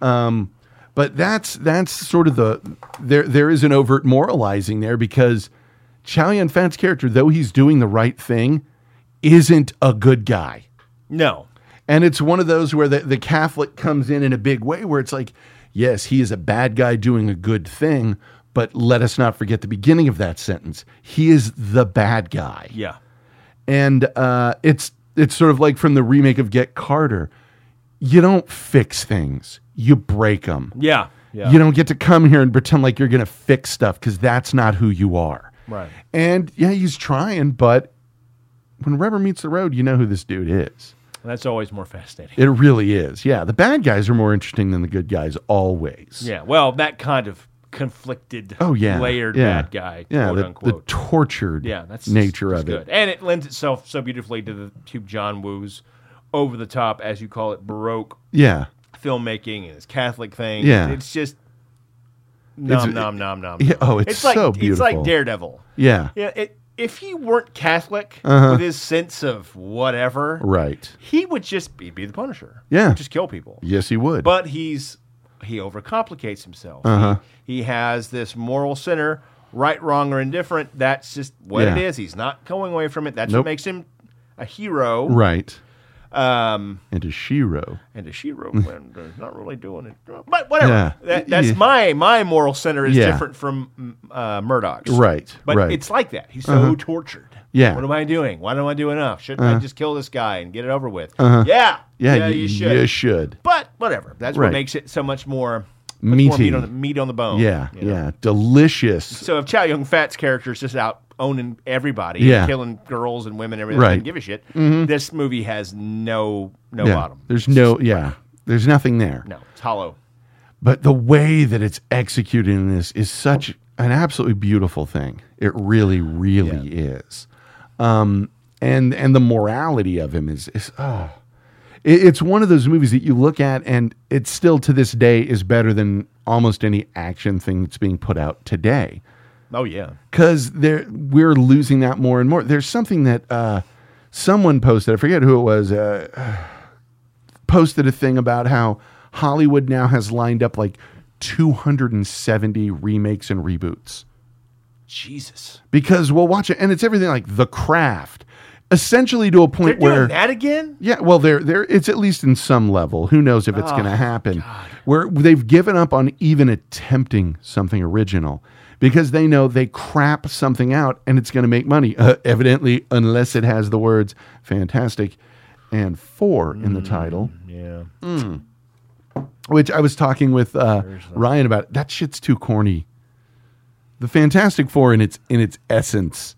Speaker 1: Um, but that's that's sort of the there there is an overt moralizing there because Chow Yun Fat's character, though he's doing the right thing, isn't a good guy.
Speaker 2: No.
Speaker 1: And it's one of those where the, the Catholic comes in in a big way where it's like, yes, he is a bad guy doing a good thing, but let us not forget the beginning of that sentence. He is the bad guy
Speaker 2: Yeah.
Speaker 1: and uh, it's it's sort of like from the remake of Get Carter. You don't fix things; you break them.
Speaker 2: Yeah. Yeah.
Speaker 1: You don't get to come here and pretend like you're going to fix stuff because that's not who you are.
Speaker 2: Right.
Speaker 1: And yeah, he's trying, but when rubber meets the road, you know who this dude is.
Speaker 2: That's always more fascinating.
Speaker 1: It really is. Yeah, the bad guys are more interesting than the good guys always.
Speaker 2: Yeah. Well, that kind of conflicted,
Speaker 1: Oh yeah.
Speaker 2: layered
Speaker 1: yeah.
Speaker 2: bad guy,
Speaker 1: Yeah.
Speaker 2: quote
Speaker 1: the,
Speaker 2: unquote.
Speaker 1: the tortured.
Speaker 2: yeah. That's
Speaker 1: nature
Speaker 2: that's
Speaker 1: of
Speaker 2: good.
Speaker 1: it.
Speaker 2: And it lends itself so beautifully to the to John Woo's over the top, as you call it, baroque
Speaker 1: Yeah.
Speaker 2: filmmaking and his Catholic thing.
Speaker 1: Yeah.
Speaker 2: It's just nom
Speaker 1: It's-
Speaker 2: nom nom nom.
Speaker 1: Yeah,
Speaker 2: nom.
Speaker 1: oh, it's
Speaker 2: like
Speaker 1: so
Speaker 2: It's
Speaker 1: beautiful.
Speaker 2: like Daredevil.
Speaker 1: Yeah.
Speaker 2: Yeah, it, if he weren't Catholic with his sense of whatever,
Speaker 1: Uh-huh. Right.
Speaker 2: he would just be, be the Punisher.
Speaker 1: Yeah.
Speaker 2: He would just kill people.
Speaker 1: Yes, he would.
Speaker 2: But he's he overcomplicates himself.
Speaker 1: Uh-huh.
Speaker 2: He, he has this moral center, right, wrong, or indifferent. That's just what it
Speaker 1: Yeah.
Speaker 2: is. He's not going away from it. That's
Speaker 1: Nope.
Speaker 2: what makes him a hero.
Speaker 1: right.
Speaker 2: Um,
Speaker 1: And a Shiro.
Speaker 2: and a Shiro and uh, not really doing it. Uh, But whatever.
Speaker 1: Mm. Yeah.
Speaker 2: That, that's
Speaker 1: Yeah.
Speaker 2: my my moral center is
Speaker 1: Yeah.
Speaker 2: different from mm, uh, Murdoch's.
Speaker 1: Right,
Speaker 2: But
Speaker 1: right. Uh-huh.
Speaker 2: it's like that. He's so tortured.
Speaker 1: Yeah. Uh-huh.
Speaker 2: What am I doing? Why don't I do enough? Shouldn't I just kill this guy and get it over with? Yeah.
Speaker 1: Yeah, y-
Speaker 2: you should.
Speaker 1: You should.
Speaker 2: but whatever. That's
Speaker 1: Right.
Speaker 2: what makes it so much more, much
Speaker 1: Meaty.
Speaker 2: more meat, on the, meat on the bone.
Speaker 1: Yeah,
Speaker 2: you know?
Speaker 1: yeah. Delicious.
Speaker 2: So if Chow Yun Fat's character is just out owning everybody,
Speaker 1: Yeah.
Speaker 2: and killing girls and women, and everything,
Speaker 1: Right. Mm-hmm.
Speaker 2: doesn't give a shit. This movie has no no
Speaker 1: yeah.
Speaker 2: bottom.
Speaker 1: There's no yeah. There's nothing there.
Speaker 2: No, it's hollow.
Speaker 1: But the way that it's executed in this is
Speaker 2: Oh.
Speaker 1: such an absolutely beautiful thing. It really, really is. Um, and and the morality of him is is oh. It- It's one of those movies that you look at, and it still to this day is better than almost any action thing that's being put out today
Speaker 2: Oh yeah.
Speaker 1: because there we're losing that more and more. There's something that uh, someone posted. I forget who it was. Uh, posted a thing about how Hollywood now has lined up like 270 remakes and reboots
Speaker 2: Jesus.
Speaker 1: because we'll watch it, and it's everything like The Craft, essentially to a
Speaker 2: They're
Speaker 1: point
Speaker 2: doing
Speaker 1: where
Speaker 2: that again?
Speaker 1: yeah, well, there, there. It's at least in some level. Who knows if
Speaker 2: Oh,
Speaker 1: it's going to happen? Where they've given up on even attempting something original because they know they crap something out and it's going to make money. Uh, evidently, unless it has the words "fantastic" and "four" in the title,
Speaker 2: Mm,
Speaker 1: Hmm.
Speaker 2: Yeah.
Speaker 1: which I was talking with uh, Ryan about. That shit's too corny. The Fantastic Four, in its in its essence,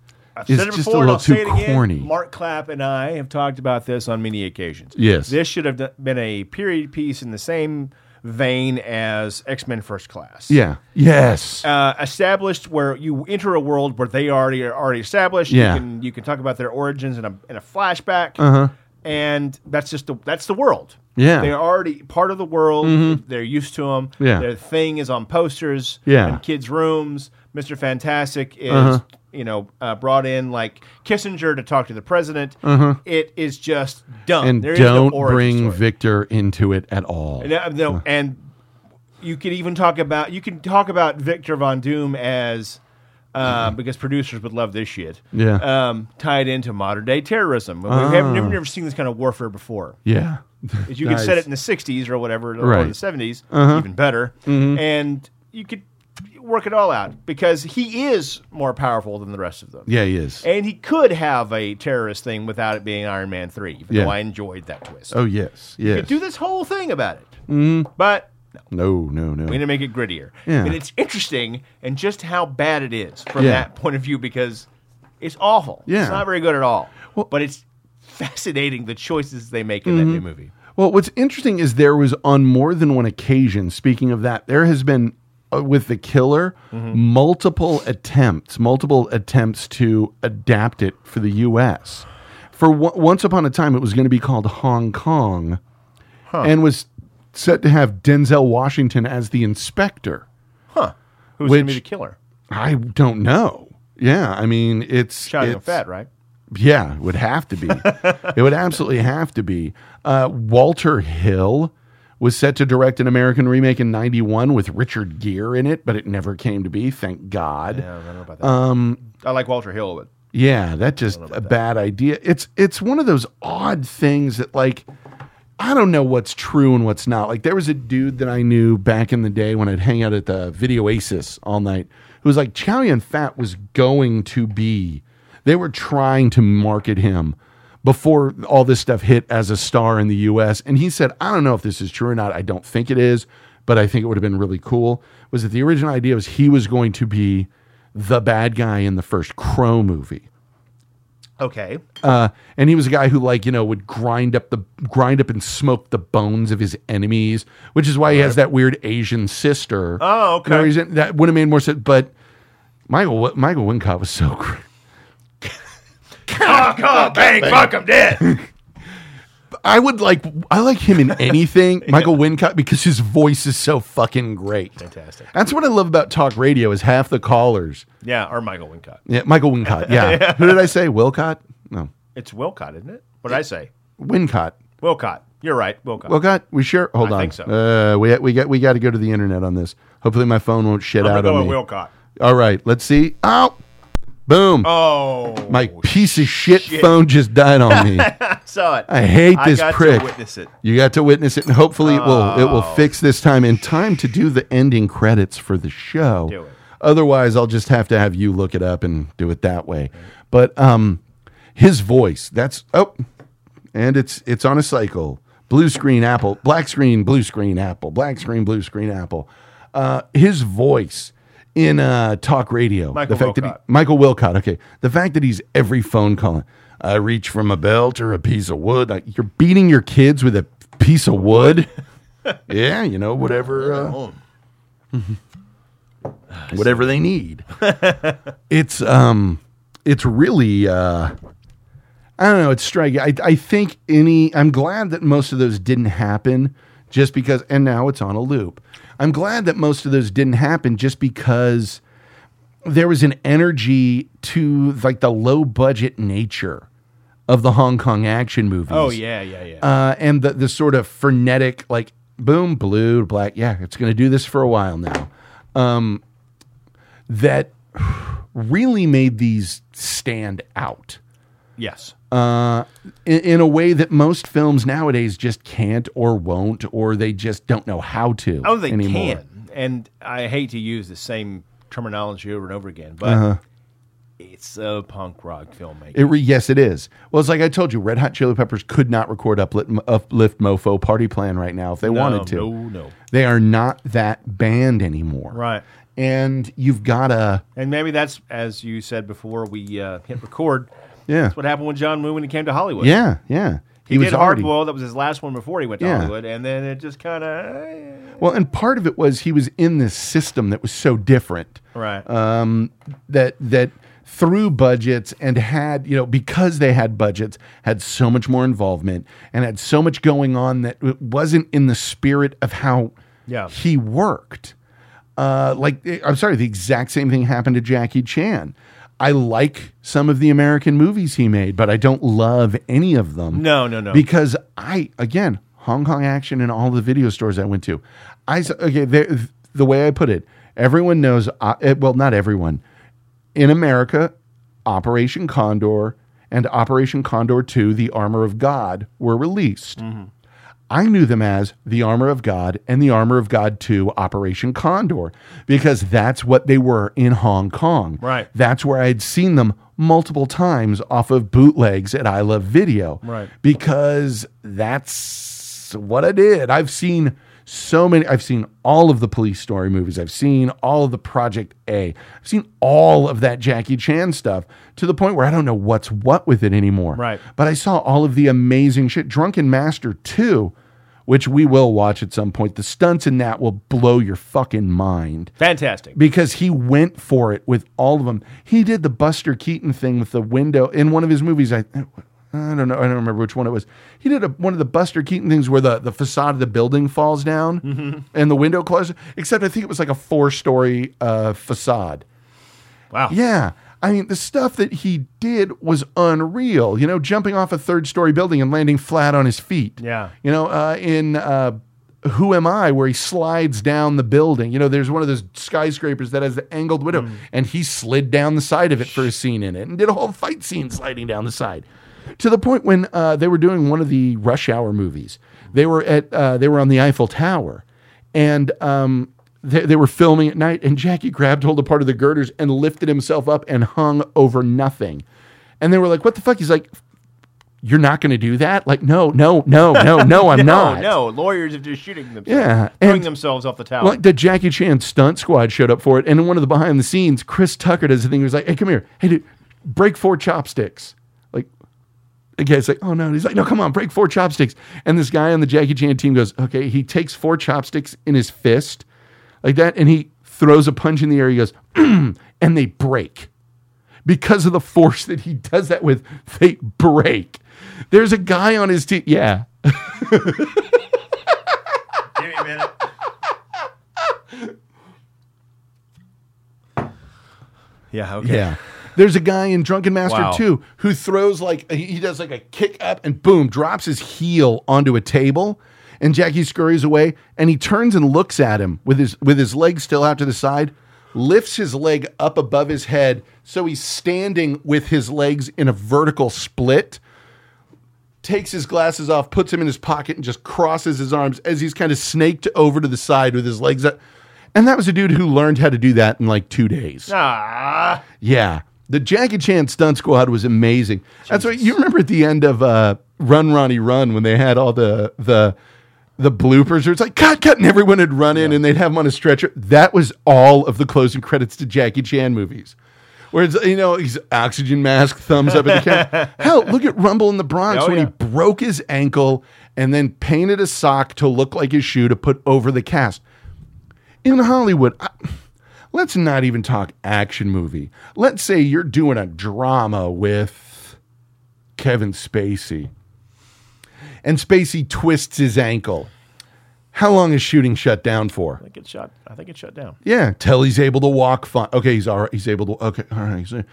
Speaker 1: is
Speaker 2: Said it
Speaker 1: just a
Speaker 2: before, and
Speaker 1: little
Speaker 2: I'll say
Speaker 1: too
Speaker 2: it again.
Speaker 1: corny.
Speaker 2: Mark Clapp and I have talked about this on many occasions.
Speaker 1: Yes.
Speaker 2: This should have d- been a period piece in the same vein as X Men First Class.
Speaker 1: yeah. Yes.
Speaker 2: Uh, established where you enter a world where they already are already established.
Speaker 1: Yeah.
Speaker 2: You can, you can talk about their origins in a, in a flashback. Uh-huh. And that's just the, that's the world.
Speaker 1: Yeah. Mm-hmm.
Speaker 2: They're already part of the world. They're used to them.
Speaker 1: Yeah.
Speaker 2: Their thing is on posters.
Speaker 1: Yeah. Uh-huh.
Speaker 2: In kids' rooms. Mr. Fantastic is, you know, uh, brought in like Kissinger to talk to the president. It is just dumb.
Speaker 1: Uh-huh. and
Speaker 2: Uh, There is no
Speaker 1: don't
Speaker 2: origin
Speaker 1: bring
Speaker 2: story.
Speaker 1: Victor into it at all.
Speaker 2: No, no, and you could even talk about you can talk about Victor Von Doom as uh, because producers would love this shit.
Speaker 1: Mm-hmm. Yeah.
Speaker 2: um, tied into modern day terrorism. We have never, never seen this kind of warfare before.
Speaker 1: Yeah.
Speaker 2: If You could set
Speaker 1: Nice.
Speaker 2: it in the '60s or whatever, or
Speaker 1: Right. Uh-huh. Mm-hmm.
Speaker 2: the '70s, even better, and you could work it all out because he is more powerful than the rest of them.
Speaker 1: Yeah, he is.
Speaker 2: And he could have a terrorist thing without it being Iron Man 3, even
Speaker 1: Yeah.
Speaker 2: though I enjoyed that twist.
Speaker 1: oh yes, yes. Mm-hmm.
Speaker 2: You could do this whole thing about it. But
Speaker 1: No, no,
Speaker 2: we need
Speaker 1: no.
Speaker 2: to make it grittier.
Speaker 1: Yeah.
Speaker 2: And it's interesting and just how bad it is from
Speaker 1: Yeah.
Speaker 2: that point of view because it's awful.
Speaker 1: Yeah.
Speaker 2: It's not very good at all.
Speaker 1: Well- Mm-hmm.
Speaker 2: but it's fascinating the choices they make in that new movie.
Speaker 1: Well, what's interesting is there was on more than one occasion. Speaking of that, there has been uh, with the killer
Speaker 2: Mm-hmm.
Speaker 1: multiple attempts, multiple attempts to adapt it for the U.S. For on- once upon a time, it was going to be called Hong Kong, and was set to have Denzel Washington as the inspector.
Speaker 2: Who's going to be
Speaker 1: Which-
Speaker 2: the killer?
Speaker 1: I don't know. Yeah, I mean, it's
Speaker 2: Shouting
Speaker 1: it's-
Speaker 2: fat, right?
Speaker 1: Yeah, it would have to be. it would absolutely have to be. Uh, Walter Hill was set to direct an American remake in 91 with Richard Gere in it, but it never came to be, thank God.
Speaker 2: I
Speaker 1: Yeah,
Speaker 2: don't know about that. I like Walter Hill, but
Speaker 1: that's just a bad idea. It's it's one of those odd things that like I don't know what's true and what's not. Like there was a dude that I knew back in the day when I'd hang out at the Video Oasis all night who was like Chow Yun Fat was going to be. They were trying to market him before all this stuff hit as a star in the US. And he said, I don't know if this is true or not. I don't think it is, but I think it would have been really cool. Was that the original idea was he was going to be the bad guy in the first Crow movie
Speaker 2: okay.
Speaker 1: uh, and he was a guy who like you know would grind up the grind up and smoke the bones of his enemies, which is why he has that weird Asian sister.
Speaker 2: Oh, okay.
Speaker 1: Where he's in- that would have made more sense. But Michael Wi- Michael Wincott was so great.
Speaker 2: bang, fuck, I'm dead.
Speaker 1: I would like I like him in anything, Michael Wincott, because his voice is so fucking great.
Speaker 2: Fantastic.
Speaker 1: That's what I love about talk radio is half the callers.
Speaker 2: Yeah, or Michael Wincott.
Speaker 1: Yeah, Michael Wincott. Yeah. Who did I say? Wilcott? No,
Speaker 2: It's Wilcott, isn't it? What did I say?
Speaker 1: Wincott.
Speaker 2: Wilcott. You're right, Wilcott.
Speaker 1: Well, God, we sure. Hold
Speaker 2: I
Speaker 1: on.
Speaker 2: think so.
Speaker 1: Uh, we we got we got to go to the internet on this. Hopefully, my phone won't shit
Speaker 2: I'm
Speaker 1: out
Speaker 2: going
Speaker 1: on
Speaker 2: with
Speaker 1: me.
Speaker 2: Wilcott.
Speaker 1: All right, let's see. Ow! Boom!
Speaker 2: Oh,
Speaker 1: my piece of shit, phone just died on me.
Speaker 2: saw it.
Speaker 1: I hate
Speaker 2: I
Speaker 1: this
Speaker 2: got to
Speaker 1: prick.
Speaker 2: witness it. Oh,
Speaker 1: You got to witness it, and hopefully, it will it will fix this time in time to do the ending credits for the show.
Speaker 2: Do it.
Speaker 1: Otherwise, I'll just have to have you look it up and do it that way. But um, his voice. That's oh, and it's it's on a cycle. Blue screen, apple, black screen, blue screen, apple, black screen, blue screen, apple. Uh, his voice in uh, talk radio.
Speaker 2: Michael
Speaker 1: the fact that
Speaker 2: Wilcott.
Speaker 1: he, Michael Wilcott. Okay, the fact that he's every phone calling. I reach from a belt or a piece of wood. Like you're beating your kids with a piece of wood. yeah, you know whatever. Uh, whatever they need. it's um, it's really uh, I don't know. It's striking. I, I think any. I'm glad that most of those didn't happen, just because. And now it's on a loop. I'm glad that most of those didn't happen, just because there was an energy to like the low budget nature of the Hong Kong action movies.
Speaker 2: Oh yeah, yeah, yeah.
Speaker 1: Uh, and the the sort of frenetic like boom blue black. Yeah, it's going to do this for a while now. Um, that really made these stand out
Speaker 2: yes.
Speaker 1: uh, in, in a way that most films nowadays just can't or won't or they just don't know how to.
Speaker 2: Oh, they
Speaker 1: anymore.
Speaker 2: can. And I hate to use the same terminology over and over again, but
Speaker 1: Uh-huh.
Speaker 2: it's so punk rock filmmaking.
Speaker 1: It re- yes, it is. Well, it's like I told you, Red Hot Chili Peppers could not record Uplift, Uplift Mofo Party Plan right now if they wanted to.
Speaker 2: Um, No, no.
Speaker 1: They are not that band anymore.
Speaker 2: Right.
Speaker 1: And you've got to,
Speaker 2: And maybe that's, as you said before we uh, hit record,
Speaker 1: yeah.
Speaker 2: that's what happened with John Woo when he came to Hollywood.
Speaker 1: Yeah, yeah.
Speaker 2: He, did Hard
Speaker 1: already-
Speaker 2: Boiled. That was his last one before he went to
Speaker 1: Yeah.
Speaker 2: Hollywood. And then it just kind of.
Speaker 1: Well, and part of it was he was in this system that was so different.
Speaker 2: Right.
Speaker 1: um, that that through budgets and had you know because they had budgets had so much more involvement and had so much going on that it wasn't in the spirit of how
Speaker 2: Yeah.
Speaker 1: he worked. Uh, like eh, I'm sorry, the exact same thing happened to Jackie Chan. I like some of the American movies he made, but I don't love any of them.
Speaker 2: No, no, no.
Speaker 1: Because I again, Hong Kong action in all the video stores I went to. I s- okay, there- th- the way I put it, everyone knows I, eh, well, not everyone. In America, Operation Condor and Operation Condor 2, The Armor of God were released. I knew them as The Armor of God and The Armor of God 2 Operation Condor because that's what they were in Hong Kong.
Speaker 2: Right.
Speaker 1: That's where I had seen them multiple times off of bootlegs at I Love Video.
Speaker 2: Right.
Speaker 1: Because that's what I did. I've seen so many I've seen all of the police story movies. I've seen all of the Project A. I've seen all of that Jackie Chan stuff to the point where I don't know what's what with it anymore.
Speaker 2: Right.
Speaker 1: But I saw all of the amazing shit. Drunken Master 2, which we will watch at some point. The stunts in that will blow your fucking mind
Speaker 2: Fantastic.
Speaker 1: because he went for it with all of them. He did the Buster Keaton thing with the window in one of his movies. I I don't know. I don't remember which one it was. He did a, one of the Buster Keaton things where the, the facade of the building falls down and the window closes. Except I think it was like a four story uh, facade.
Speaker 2: Wow.
Speaker 1: Yeah. I mean, the stuff that he did was unreal. You know, jumping off a third story building and landing flat on his feet.
Speaker 2: Yeah.
Speaker 1: You know, uh, in uh, Who Am I, where he slides down the building. You know, there's one of those skyscrapers that has the angled window, and he slid down the side of it for a scene in it and did a whole fight scene sliding down the side. To the point when uh, they were doing one of the Rush Hour movies, they were at uh, they were on the Eiffel Tower, and um, they, they were filming at night, and Jackie grabbed hold of part of the girders and lifted himself up and hung over nothing. And they were like, "What the fuck?" He's like, "You're not going to do that?" Like, "No, no, no, no, no, I'm
Speaker 2: No,
Speaker 1: not."
Speaker 2: Oh, no. Lawyers are just shooting themselves.
Speaker 1: Yeah,
Speaker 2: Throwing
Speaker 1: and-
Speaker 2: themselves off the tower.
Speaker 1: Like the Jackie Chan stunt squad showed up for it, and in one of the behind the scenes, Chris Tucker does the thing. He was like, "Hey, come here, hey, dude, break four chopsticks." Like, the guy's like, "Oh no!" And he's like, "No, come on, break four chopsticks." And this guy on the Jackie Chan team goes, "Okay." He takes four chopsticks in his fist, like that, and he throws a punch in the air. He goes, and they break because of the force that he does that with. They break. There's a guy on his team. Yeah,
Speaker 2: Give me a minute. Yeah. Okay.
Speaker 1: Yeah. There's a guy in Drunken Master
Speaker 2: Wow.
Speaker 1: 2 who throws like he he does like a kick up and boom, drops his heel onto a table and Jackie scurries away and he turns and looks at him with his with his leg still out to the side, lifts his leg up above his head so he's standing with his legs in a vertical split. Takes his glasses off, puts him in his pocket, and just crosses his arms as he's kind of snaked over to the side with his legs up. And that was a dude who learned how to do that in like two days.
Speaker 2: Ah.
Speaker 1: Yeah. The Jackie Chan stunt squad was amazing. That's what you remember at the end of uh, Run Ronnie Run when they had all the the the bloopers. Or it's like cut, cut, and everyone would run in and they'd have them on a stretcher. That was all of the closing credits to Jackie Chan movies. Where it's, you know he's oxygen mask, thumbs up at the camera. Hell, look at Rumble in the Bronx
Speaker 2: Oh,
Speaker 1: when
Speaker 2: yeah.
Speaker 1: he broke his ankle and then painted a sock to look like his shoe to put over the cast. In Hollywood, I, let's not even talk action movie. Let's say you're doing a drama with Kevin Spacey. And Spacey twists his ankle. How long is shooting shut down for?
Speaker 2: I think it shut. I think it shut down.
Speaker 1: Yeah, till he's able to walk fine. Okay, he's all right. He's able to. Okay, all right. he's-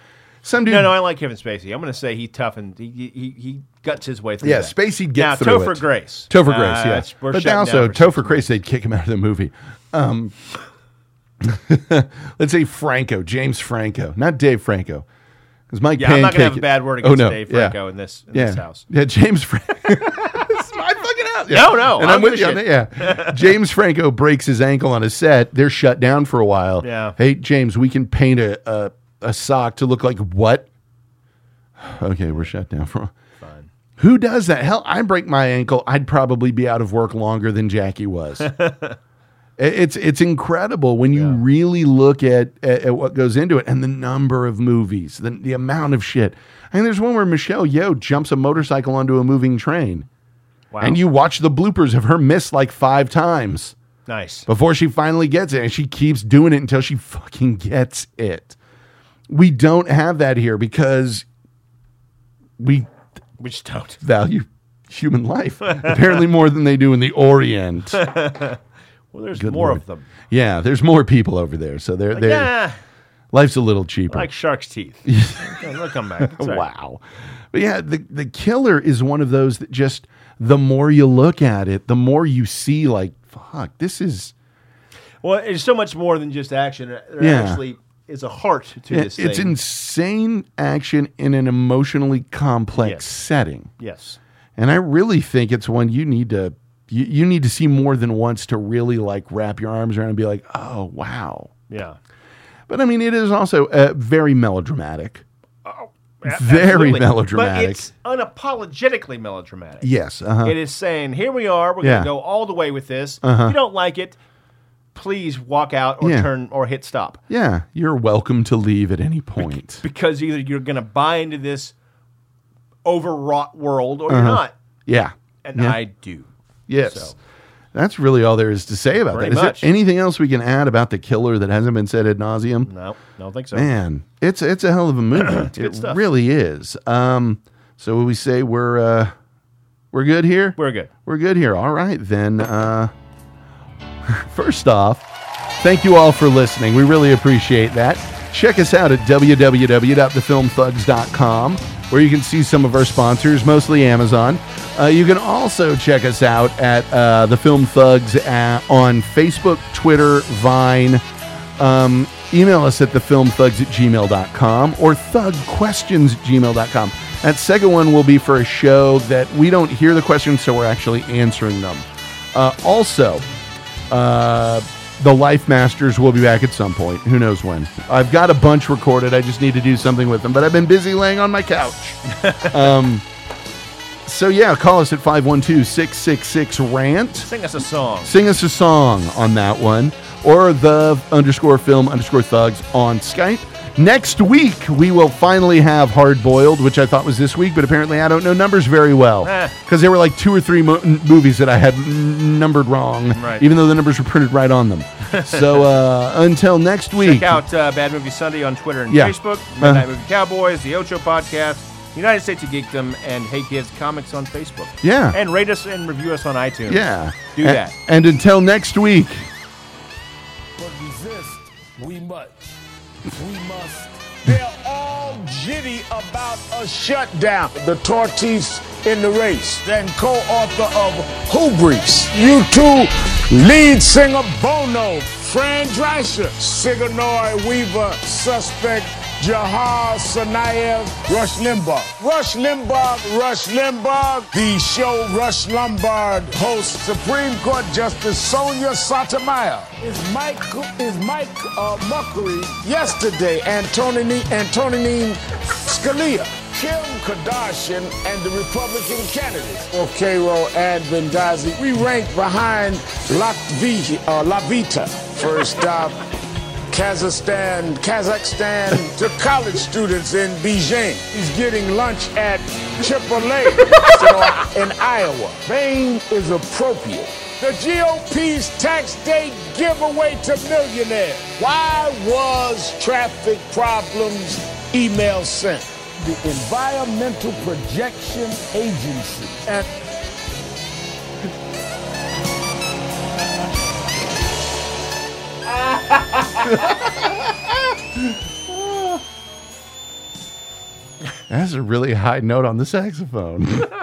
Speaker 1: Some dude.
Speaker 2: No, no, I like Kevin Spacey. I'm going to say he toughened. He, he- he he guts his way through.
Speaker 1: Yeah,
Speaker 2: that.
Speaker 1: Spacey'd get
Speaker 2: now,
Speaker 1: through
Speaker 2: Topher
Speaker 1: it.
Speaker 2: Grace.
Speaker 1: Topher Grace,
Speaker 2: Uh,
Speaker 1: yeah.
Speaker 2: that's- we're
Speaker 1: But
Speaker 2: shutting
Speaker 1: also,
Speaker 2: down for six
Speaker 1: Topher Grace, they'd kick him out of the movie. Um, let's say Franco, James Franco, not Dave Franco. Because Mike
Speaker 2: Yeah, I'm
Speaker 1: Pancake.
Speaker 2: not
Speaker 1: Oh,
Speaker 2: gonna have a bad word against Dave Franco
Speaker 1: yeah.
Speaker 2: in this- in
Speaker 1: yeah.
Speaker 2: this house.
Speaker 1: Yeah, James Franco. I fucking out. Yeah.
Speaker 2: No, no,
Speaker 1: And
Speaker 2: I
Speaker 1: I'm
Speaker 2: don't
Speaker 1: with you.
Speaker 2: give
Speaker 1: On
Speaker 2: a
Speaker 1: that, yeah. James Franco breaks his ankle on a set. They're shut down for a while.
Speaker 2: Yeah.
Speaker 1: Hey, James, we can paint a, a, a sock to look like what? Okay, we're shut down for a
Speaker 2: Fine.
Speaker 1: who does that? Hell, I break my ankle, I'd probably be out of work longer than Jackie was. It- it's it's incredible when you really look at, at at what goes into it and the number of movies, the the amount of shit. I mean, there's one where Michelle Yeoh jumps a motorcycle onto a moving train,
Speaker 2: Wow.
Speaker 1: and you watch the bloopers of her miss like five times
Speaker 2: nice.
Speaker 1: before she finally gets it. And she keeps doing it until she fucking gets it. We don't have that here because we
Speaker 2: We just don't.
Speaker 1: value human life apparently more than they do in the Orient.
Speaker 2: Well, there's
Speaker 1: Good
Speaker 2: more
Speaker 1: lord.
Speaker 2: of them.
Speaker 1: Yeah, there's more people over there, so they're, they're
Speaker 2: Yeah,
Speaker 1: life's a little cheaper.
Speaker 2: like shark's teeth. Yeah, They'll come back. It's all right.
Speaker 1: wow, but yeah, the the killer is one of those that just the more you look at it, the more you see like fuck, this is
Speaker 2: Well, it's so much more than just action. There
Speaker 1: Yeah.
Speaker 2: actually is a heart to
Speaker 1: it-
Speaker 2: this
Speaker 1: it's
Speaker 2: thing.
Speaker 1: insane action in an emotionally complex
Speaker 2: Yes.
Speaker 1: setting.
Speaker 2: yes.
Speaker 1: And I really think it's one you need to you, you need to see more than once to really like wrap your arms around and be like, "Oh, wow."
Speaker 2: Yeah.
Speaker 1: But I mean, it is also uh, very melodramatic.
Speaker 2: Oh, A-
Speaker 1: Very
Speaker 2: absolutely.
Speaker 1: melodramatic.
Speaker 2: But it's unapologetically melodramatic.
Speaker 1: Yes. Uh-huh.
Speaker 2: It is saying, here we are. We're
Speaker 1: Yeah. Uh-huh.
Speaker 2: going to go all the way with this. If you don't like it, please walk out or
Speaker 1: Yeah.
Speaker 2: turn or hit stop.
Speaker 1: yeah. You're welcome to leave at any point.
Speaker 2: Because either you're going to buy into this overwrought world or you're not.
Speaker 1: yeah.
Speaker 2: And
Speaker 1: Uh-huh. Yeah.
Speaker 2: I do.
Speaker 1: yes.
Speaker 2: so.
Speaker 1: That's really all there is to say about
Speaker 2: Pretty
Speaker 1: that. Is
Speaker 2: much.
Speaker 1: there anything else we can add about the killer that hasn't been said ad nauseum?
Speaker 2: No, don't think so.
Speaker 1: Man, it's it's a hell of a movie. it
Speaker 2: good stuff.
Speaker 1: really is. Um, so would we say we're uh, we're good here?
Speaker 2: We're good.
Speaker 1: We're good here. All right, then. Uh, first off, thank you all for listening. We really appreciate that. Check us out at www.thefilmthugs.com, where you can see some of our sponsors, mostly Amazon. Uh, you can also check us out at uh, The Film Thugs at, on Facebook, Twitter, Vine. Um, email us at thefilmthugs at gmail.com or thugquestions at gmail.com. That second one will be for a show that we don't hear the questions, so we're actually answering them. Uh, also, uh, the Life Masters will be back at some point. Who knows when? I've got a bunch recorded. I just need to do something with them, but I've been busy laying on my couch. um, so, yeah, call us at 512 666 RANT
Speaker 2: Sing us a song.
Speaker 1: sing us a song on that one or the underscore film underscore thugs on Skype. Next week, we will finally have Hard Boiled, which I thought was this week, but apparently I don't know numbers very well
Speaker 2: Eh.
Speaker 1: because there were like two or three mo- n- movies that I had n- numbered wrong,
Speaker 2: Right.
Speaker 1: even though the numbers were printed right on them. so uh, until next week,
Speaker 2: Check out uh, Bad Movie Sunday on Twitter and
Speaker 1: Yeah.
Speaker 2: Facebook,
Speaker 1: Uh-huh.
Speaker 2: Midnight Movie Cowboys, The Ocho Podcast, United States of Geekdom, and Hey Kids Comics on Facebook.
Speaker 1: Yeah.
Speaker 2: And rate us and review us on iTunes.
Speaker 1: yeah,
Speaker 2: Do
Speaker 1: A-
Speaker 2: that.
Speaker 1: And until next week,
Speaker 4: But resist, we must. We must.
Speaker 7: They're all jitty about a shutdown. The tortoise in the race, then co-author of Who Briefs.
Speaker 4: You two, lead singer Bono, Fran Drescher, Sigourney Weaver, Suspect, Jahar Sanayev, Rush Limbaugh. Rush Limbaugh, Rush Limbaugh, the show Rush Lombard hosts Supreme Court Justice Sonia Sotomayor. Is Mike, is Mike uh, Muckery yesterday, Antonini, Antonine Scalia. Kim Kardashian and the Republican candidates for Cairo and Benghazi. We rank behind Latvi, uh, Lavita. First stop, Kazakhstan, Kazakhstan to college students in Beijing. He's getting lunch at Chipotle so, in Iowa. Bain is appropriate. The GOP's tax day giveaway to millionaires. Why was traffic problems email sent? the Environmental Projection Agency. And
Speaker 1: That's a really high note on the saxophone.